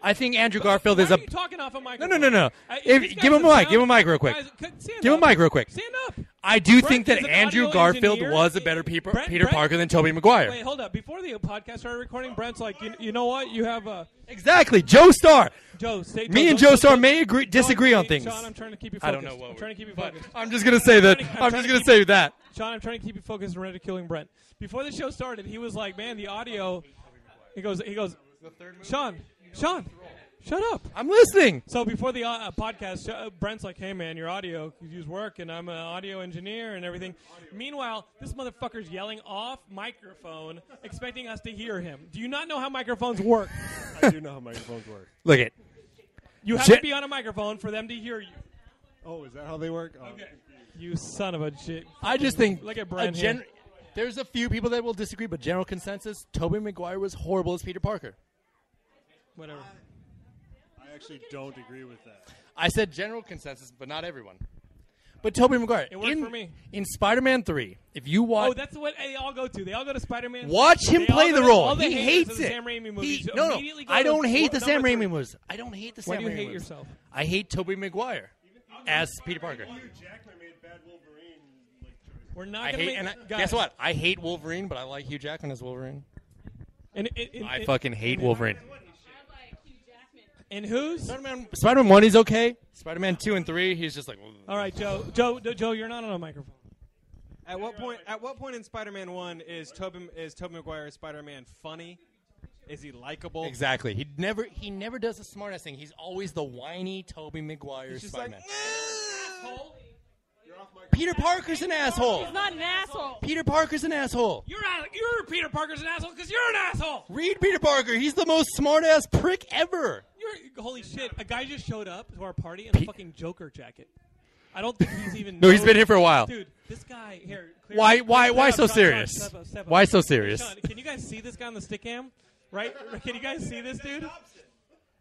Speaker 13: I think Andrew Garfield is a.
Speaker 1: you talking off a
Speaker 13: no,
Speaker 1: microphone? Uh,
Speaker 13: no, no, no.
Speaker 1: I- these
Speaker 13: If,
Speaker 1: guys
Speaker 13: give him a
Speaker 1: are
Speaker 13: mic. Give him a mic real quick.
Speaker 1: Guys, c- stand
Speaker 13: give him a
Speaker 1: up.
Speaker 13: mic real quick.
Speaker 1: Stand up.
Speaker 13: I do
Speaker 1: Brent
Speaker 13: think that
Speaker 1: is an
Speaker 13: Andrew
Speaker 1: audio
Speaker 13: Garfield
Speaker 1: engineer.
Speaker 13: was a better Peter,
Speaker 1: Brent-
Speaker 13: Peter
Speaker 1: Brent-
Speaker 13: Parker than Tobey Maguire.
Speaker 1: Wait, hold up. Before the podcast started recording, Brent's like, you, you know what? You have a
Speaker 13: Exactly, Joe Starr.
Speaker 1: Joe, stay-
Speaker 13: Me
Speaker 1: Joe-
Speaker 13: and
Speaker 1: Joe-
Speaker 13: Joe,
Speaker 1: Joe-
Speaker 13: Starr may agree, disagree on things.
Speaker 1: Sean, I'm trying to keep you focused.
Speaker 13: I don't know what.
Speaker 1: I'm
Speaker 13: we're-
Speaker 1: trying to keep you focused.
Speaker 13: I'm just gonna say that.
Speaker 1: trying to- trying
Speaker 13: I'm just
Speaker 1: to
Speaker 13: gonna
Speaker 1: keep-
Speaker 13: say that.
Speaker 1: Sean, I'm trying to keep you focused on ridiculing Brent. Before the show started, he was like, "Man, the audio." He goes, "He goes, Sean, Sean, shut up."
Speaker 13: I'm listening.
Speaker 1: So before the uh, podcast, uh, Brent's like, "Hey, man, your audio could use work, and I'm an audio engineer and everything." Meanwhile, this motherfucker's yelling off microphone, expecting us to hear him. Do you not know how microphones work?
Speaker 10: I do know how microphones work.
Speaker 13: Look it.
Speaker 1: You have
Speaker 13: Je-
Speaker 1: to be on a microphone for them to hear you.
Speaker 10: Oh, is that how they work? Oh.
Speaker 1: You son of a shit.
Speaker 13: I just think
Speaker 1: Look at
Speaker 13: a
Speaker 1: Brent.
Speaker 13: gen-
Speaker 1: here.
Speaker 13: there's a few people that will disagree, but general consensus: Tobey Maguire was horrible as Peter Parker.
Speaker 1: Whatever.
Speaker 10: I actually don't agree with that.
Speaker 13: I said general consensus, but not everyone. But Tobey Maguire
Speaker 1: It worked
Speaker 13: in,
Speaker 1: for me.
Speaker 13: in Spider-Man Three. If you watch,
Speaker 1: Oh, that's what they all go to. They all go to Spider-Man.
Speaker 13: Watch him
Speaker 1: They all
Speaker 13: play
Speaker 1: go
Speaker 13: the
Speaker 1: to
Speaker 13: role.
Speaker 1: all the
Speaker 13: He
Speaker 1: haters
Speaker 13: hates
Speaker 1: of the
Speaker 13: it.
Speaker 1: Sam Raimi
Speaker 13: He-
Speaker 1: movies.
Speaker 13: no, no,
Speaker 1: Immediately go
Speaker 13: I
Speaker 1: to
Speaker 13: don't hate
Speaker 1: wor-
Speaker 13: the
Speaker 1: number
Speaker 13: Sam Raimi
Speaker 1: three.
Speaker 13: movies. I don't hate the
Speaker 1: Why
Speaker 13: Sam
Speaker 1: do you
Speaker 13: Raimi
Speaker 1: hate
Speaker 13: movies.
Speaker 1: yourself?
Speaker 13: I hate Tobey Maguire as Peter Parker.
Speaker 1: We're not
Speaker 13: I
Speaker 1: gonna
Speaker 13: hate,
Speaker 1: make
Speaker 13: and I,
Speaker 1: guys,
Speaker 13: guess what? I hate Wolverine, but I like Hugh Jackman as Wolverine.
Speaker 1: And it- it-
Speaker 13: I
Speaker 1: it-
Speaker 13: fucking hate Wolverine.
Speaker 1: And who's Spider-Man?
Speaker 13: Spider-Man One, he's okay. Spider-Man Two and Three, he's just like.
Speaker 1: All right, Joe. Joe, Joe, Joe, you're not on a microphone.
Speaker 10: At what point? At what point in Spider-Man One is Tobey is Tobey Maguire Spider-Man funny? Is he likable?
Speaker 13: Exactly. He never he never does the smartest thing. He's always the whiny Toby Maguire
Speaker 10: He's just
Speaker 13: Spider-Man.
Speaker 15: asshole.
Speaker 13: Peter Parker's an asshole.
Speaker 15: He's not an asshole.
Speaker 13: Peter Parker's an asshole.
Speaker 1: You're a, you're Peter Parker's an asshole because you're an asshole.
Speaker 13: Read Peter Parker. He's the most smart ass prick ever.
Speaker 1: You're holy shit. A guy just showed up to our party in a fucking Joker jacket. I don't think he's even.
Speaker 13: No, he's been here for a while.
Speaker 1: Dude, this guy here. clear-
Speaker 13: Why- why-
Speaker 1: Step
Speaker 13: why
Speaker 1: up,
Speaker 13: so
Speaker 1: Sean, Sean,
Speaker 13: serious?
Speaker 1: step up, step up.
Speaker 13: Why so
Speaker 1: Hey,
Speaker 13: serious?
Speaker 1: Sean, can you guys see this guy on the stick cam? Right? Can you guys see this dude?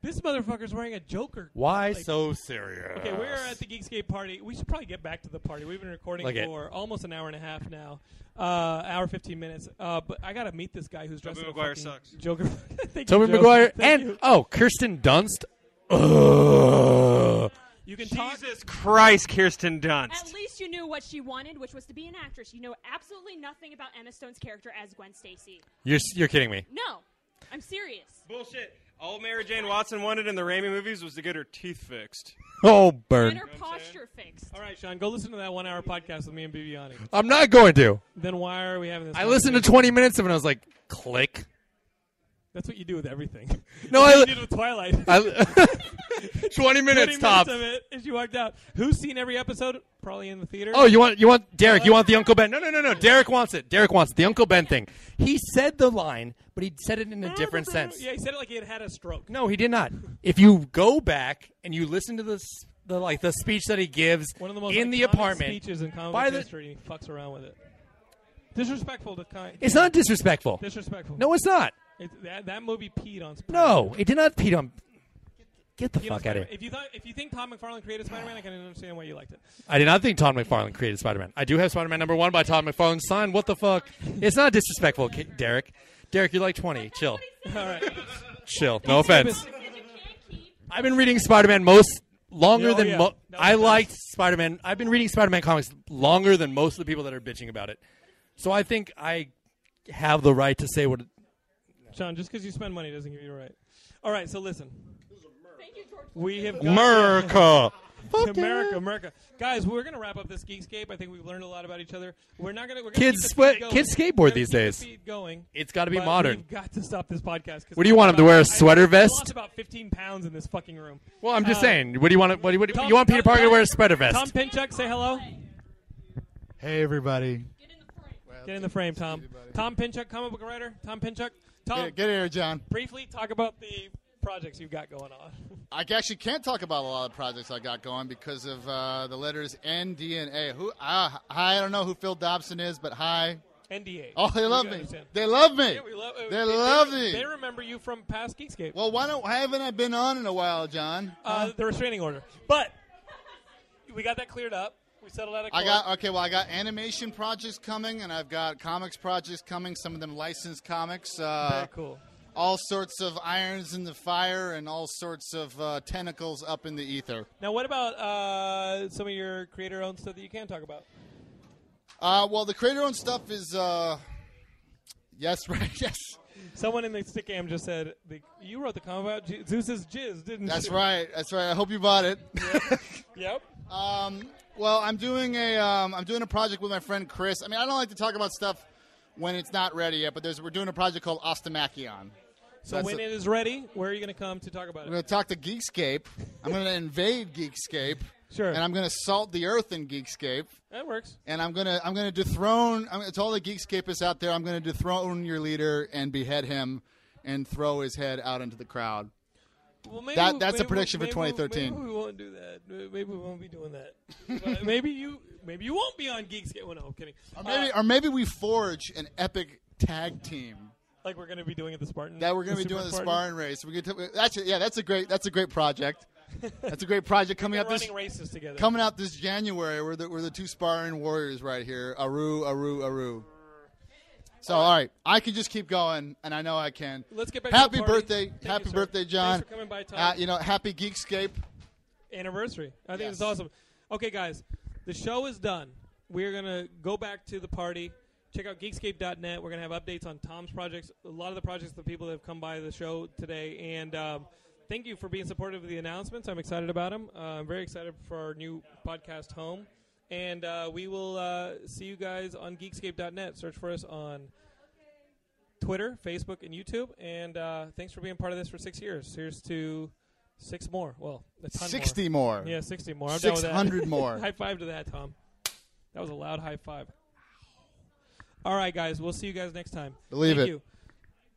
Speaker 1: This motherfucker's wearing a Joker.
Speaker 13: Why
Speaker 1: like-
Speaker 13: so serious?
Speaker 1: Okay, we're at the Geekscape party. We should probably get back to the party. We've been recording
Speaker 13: Look it.
Speaker 1: for almost an hour and a half now, uh, hour fifteen minutes. Uh, but I gotta meet this guy who's dressed.
Speaker 10: Tobey
Speaker 1: in a
Speaker 10: Maguire
Speaker 1: fucking
Speaker 10: sucks.
Speaker 1: Joker. Thank you,
Speaker 13: Toby
Speaker 1: Joe.
Speaker 13: Maguire
Speaker 1: Thank
Speaker 13: and
Speaker 1: you.
Speaker 13: oh, Kirsten Dunst. Ugh.
Speaker 1: You can
Speaker 10: Jesus Christ, Kirsten Dunst.
Speaker 15: At least you knew what she wanted, which was to be an actress. You know absolutely nothing about Emma Stone's character as Gwen Stacy.
Speaker 13: You're s- you're kidding me.
Speaker 15: No. I'm serious.
Speaker 10: Bullshit. All Mary Jane Watson wanted in the Raimi movies was to get her teeth fixed.
Speaker 13: Oh, burn.
Speaker 15: posture fixed.
Speaker 1: All right, Sean, go listen to that one-hour podcast with me and Bibiani.
Speaker 13: I'm not going to.
Speaker 1: Then why are we having this?
Speaker 13: I listened to
Speaker 1: conversation?
Speaker 13: 20 minutes of it and I was like, click.
Speaker 1: That's what you do with everything.
Speaker 13: No,
Speaker 1: That's
Speaker 13: I-
Speaker 1: what you did with Twilight.
Speaker 13: I- 20 minutes tops.
Speaker 1: of it as you walked out. Who's seen every episode? Probably in the theater.
Speaker 13: Oh, you want you want Derek? You want the Uncle Ben? No, no, no, no. Derek wants it. Derek wants it. the Uncle Ben thing. He said the line, but he said it in a different sense.
Speaker 1: Ah, Yeah, he said it like he had had a stroke.
Speaker 13: No, he did not. If you go back and you listen to the s- the like the speech that he gives
Speaker 1: One of the most
Speaker 13: in the
Speaker 1: iconic
Speaker 13: apartment
Speaker 1: speeches in comic
Speaker 13: by
Speaker 1: book
Speaker 13: the-
Speaker 1: history. and He fucks around with it. Disrespectful to kind.
Speaker 13: It's not disrespectful.
Speaker 1: Disrespectful.
Speaker 13: No, it's not.
Speaker 1: It, that, that movie peed on. Spider-Man.
Speaker 13: No, it did not. Pete, um, get the
Speaker 1: Peed on
Speaker 13: fuck out of
Speaker 1: Spider-Man.
Speaker 13: here.
Speaker 1: If you thought, if you think Tom McFarlane created Spider-Man, I can understand why you liked it.
Speaker 13: I did not think Todd McFarlane created Spider Man. I do have Spider Man number one by Todd McFarlane's son. What the fuck? It's not disrespectful, Ki- Derek. Derek, you're like 20. Chill.
Speaker 1: All right.
Speaker 13: Chill. No offense. I've been reading Spider Man most longer
Speaker 1: Yeah, oh,
Speaker 13: than
Speaker 1: yeah.
Speaker 13: mo- I liked Spider Man. I've been reading Spider Man comics longer than most of the people that are bitching about it. So I think I have the right to say what.
Speaker 1: Sean, just because you spend money doesn't give you the right. All right, so listen. We have got-
Speaker 13: America. Fuck
Speaker 1: America,
Speaker 13: yeah.
Speaker 1: America. Guys, we're gonna wrap up this Geekscape. I think we've learned a lot about each other. We're not gonna. We're gonna
Speaker 13: Kids
Speaker 1: keep the
Speaker 13: sweat-
Speaker 1: feed going.
Speaker 13: kids skateboard
Speaker 1: We're gonna
Speaker 13: these
Speaker 1: keep the
Speaker 13: days.
Speaker 1: feed going.
Speaker 13: It's gotta be
Speaker 1: but
Speaker 13: modern.
Speaker 1: We've got to stop this podcast. 'cause
Speaker 13: What do you want 'em to
Speaker 1: I've
Speaker 13: wear, a
Speaker 1: lost-
Speaker 13: sweater
Speaker 1: I've
Speaker 13: vest?
Speaker 1: lost about 15 pounds in this fucking room.
Speaker 13: Well, I'm just
Speaker 1: Uh,
Speaker 13: saying. What do you want? What do you, what do you,
Speaker 1: Tom-
Speaker 13: you want? Peter
Speaker 1: Tom-
Speaker 13: Parker to wear a
Speaker 1: Tom-
Speaker 13: sweater vest.
Speaker 1: Tom Pinchuk, say hello.
Speaker 20: Hey, everybody.
Speaker 1: Get in the frame, Tom. Tom Pinchuk, comic book writer. Tom Pinchuk. Tom,
Speaker 20: Get- get in here, John.
Speaker 1: Briefly talk about the projects you've got going on.
Speaker 20: I actually can't talk about a lot of projects I got going because of uh, the letters N, D, and A. Who? ah, hi, I don't know who Phil Dobson is, but hi.
Speaker 1: NDA.
Speaker 20: Oh, they
Speaker 1: We
Speaker 20: love me.
Speaker 1: understand.
Speaker 20: They love me.
Speaker 1: Yeah, we love. uh,
Speaker 20: They love
Speaker 1: they,
Speaker 20: me.
Speaker 1: They remember you from past Geekscape.
Speaker 20: Well, why don't? Why haven't I been on in a while, John?
Speaker 1: Uh, the restraining order. But we got that cleared up. We settled out of
Speaker 20: I
Speaker 1: court.
Speaker 20: got uh, okay. Well, I got animation projects coming, and I've got comics projects coming. Some of them licensed comics. Uh,
Speaker 1: Very cool.
Speaker 20: All sorts of irons in the fire, and all sorts of uh, tentacles up in the ether.
Speaker 1: Now, what about uh, some of your creator-owned stuff that you can talk about?
Speaker 20: Uh, well, the creator-owned stuff is. Uh, yes, right. Yes.
Speaker 1: Someone in the stick cam just said, the, "You wrote the comment about Je- Zeus's jizz, didn't
Speaker 20: That's
Speaker 1: you?"
Speaker 20: right. That's right. I hope you bought it.
Speaker 1: Yep.
Speaker 20: Um, well, I'm doing a um, I'm doing a project with my friend Chris. I mean, I don't like to talk about stuff when it's not ready yet, but there's we're doing a project called Ostomachion.
Speaker 1: So
Speaker 20: That's
Speaker 1: when
Speaker 20: a-
Speaker 1: it is ready, where are you going to come to talk about
Speaker 20: I'm
Speaker 1: it?
Speaker 20: going to talk to Geekscape. I'm going to invade Geekscape.
Speaker 1: Sure.
Speaker 20: And I'm going to salt the earth in Geekscape.
Speaker 1: That works.
Speaker 20: And I'm going to I'm going to dethrone. I'm, to all the Geekscapists out there. I'm going to dethrone your leader and behead him, and throw his head out into the crowd.
Speaker 1: Well, maybe
Speaker 20: That-
Speaker 1: we-
Speaker 20: that's
Speaker 1: maybe
Speaker 20: a
Speaker 1: we-
Speaker 20: prediction for
Speaker 1: maybe we-
Speaker 20: 2013.
Speaker 1: Maybe we won't do that. Uh, Maybe we won't be doing that. But maybe you, maybe you won't be on Geekscape. Well, no, I'm kidding.
Speaker 20: Or maybe,
Speaker 1: Uh,
Speaker 20: or maybe we forge an epic tag team.
Speaker 1: like we're going to be doing at the Spartan.
Speaker 20: that we're going
Speaker 1: the
Speaker 20: to be
Speaker 1: Super
Speaker 20: doing the
Speaker 1: Spartan?
Speaker 20: sparring race. We could t- that's a, yeah, that's a great that's a great project. That's a great project coming
Speaker 1: We're
Speaker 20: out this
Speaker 1: running races together.
Speaker 20: coming out this January. We're the we're the two sparring warriors right here. Aru, aru, aru. So all right, I can just keep going, and I know I can.
Speaker 1: Let's get back to the
Speaker 20: Happy
Speaker 1: party.
Speaker 20: birthday,
Speaker 1: Thank you,
Speaker 20: happy
Speaker 1: sir.
Speaker 20: birthday, John.
Speaker 1: Thanks for coming by, Tom.
Speaker 20: Uh, you know, happy Geekscape.
Speaker 1: anniversary. I think it's awesome. Okay, guys, the show is done. We're gonna go back to the party. Check out Geekscape.net. We're gonna have updates on Tom's projects, a lot of the projects, the people that have come by the show today, and um, thank you for being supportive of the announcements. I'm excited about them. Uh, I'm very excited for our new podcast home, and uh, we will uh, see you guys on Geekscape.net. Search for us on Twitter, Facebook, and YouTube. And uh, thanks for being part of this for six years. Here's to six more. Well, a ton
Speaker 20: 60 more.
Speaker 1: Yeah, 60 more. I'm done with that.
Speaker 20: 600 more.
Speaker 1: high five to that, Tom. That was a loud high five. All right, guys. We'll see you guys next time.
Speaker 20: Believe
Speaker 1: Thank
Speaker 20: it.
Speaker 1: you.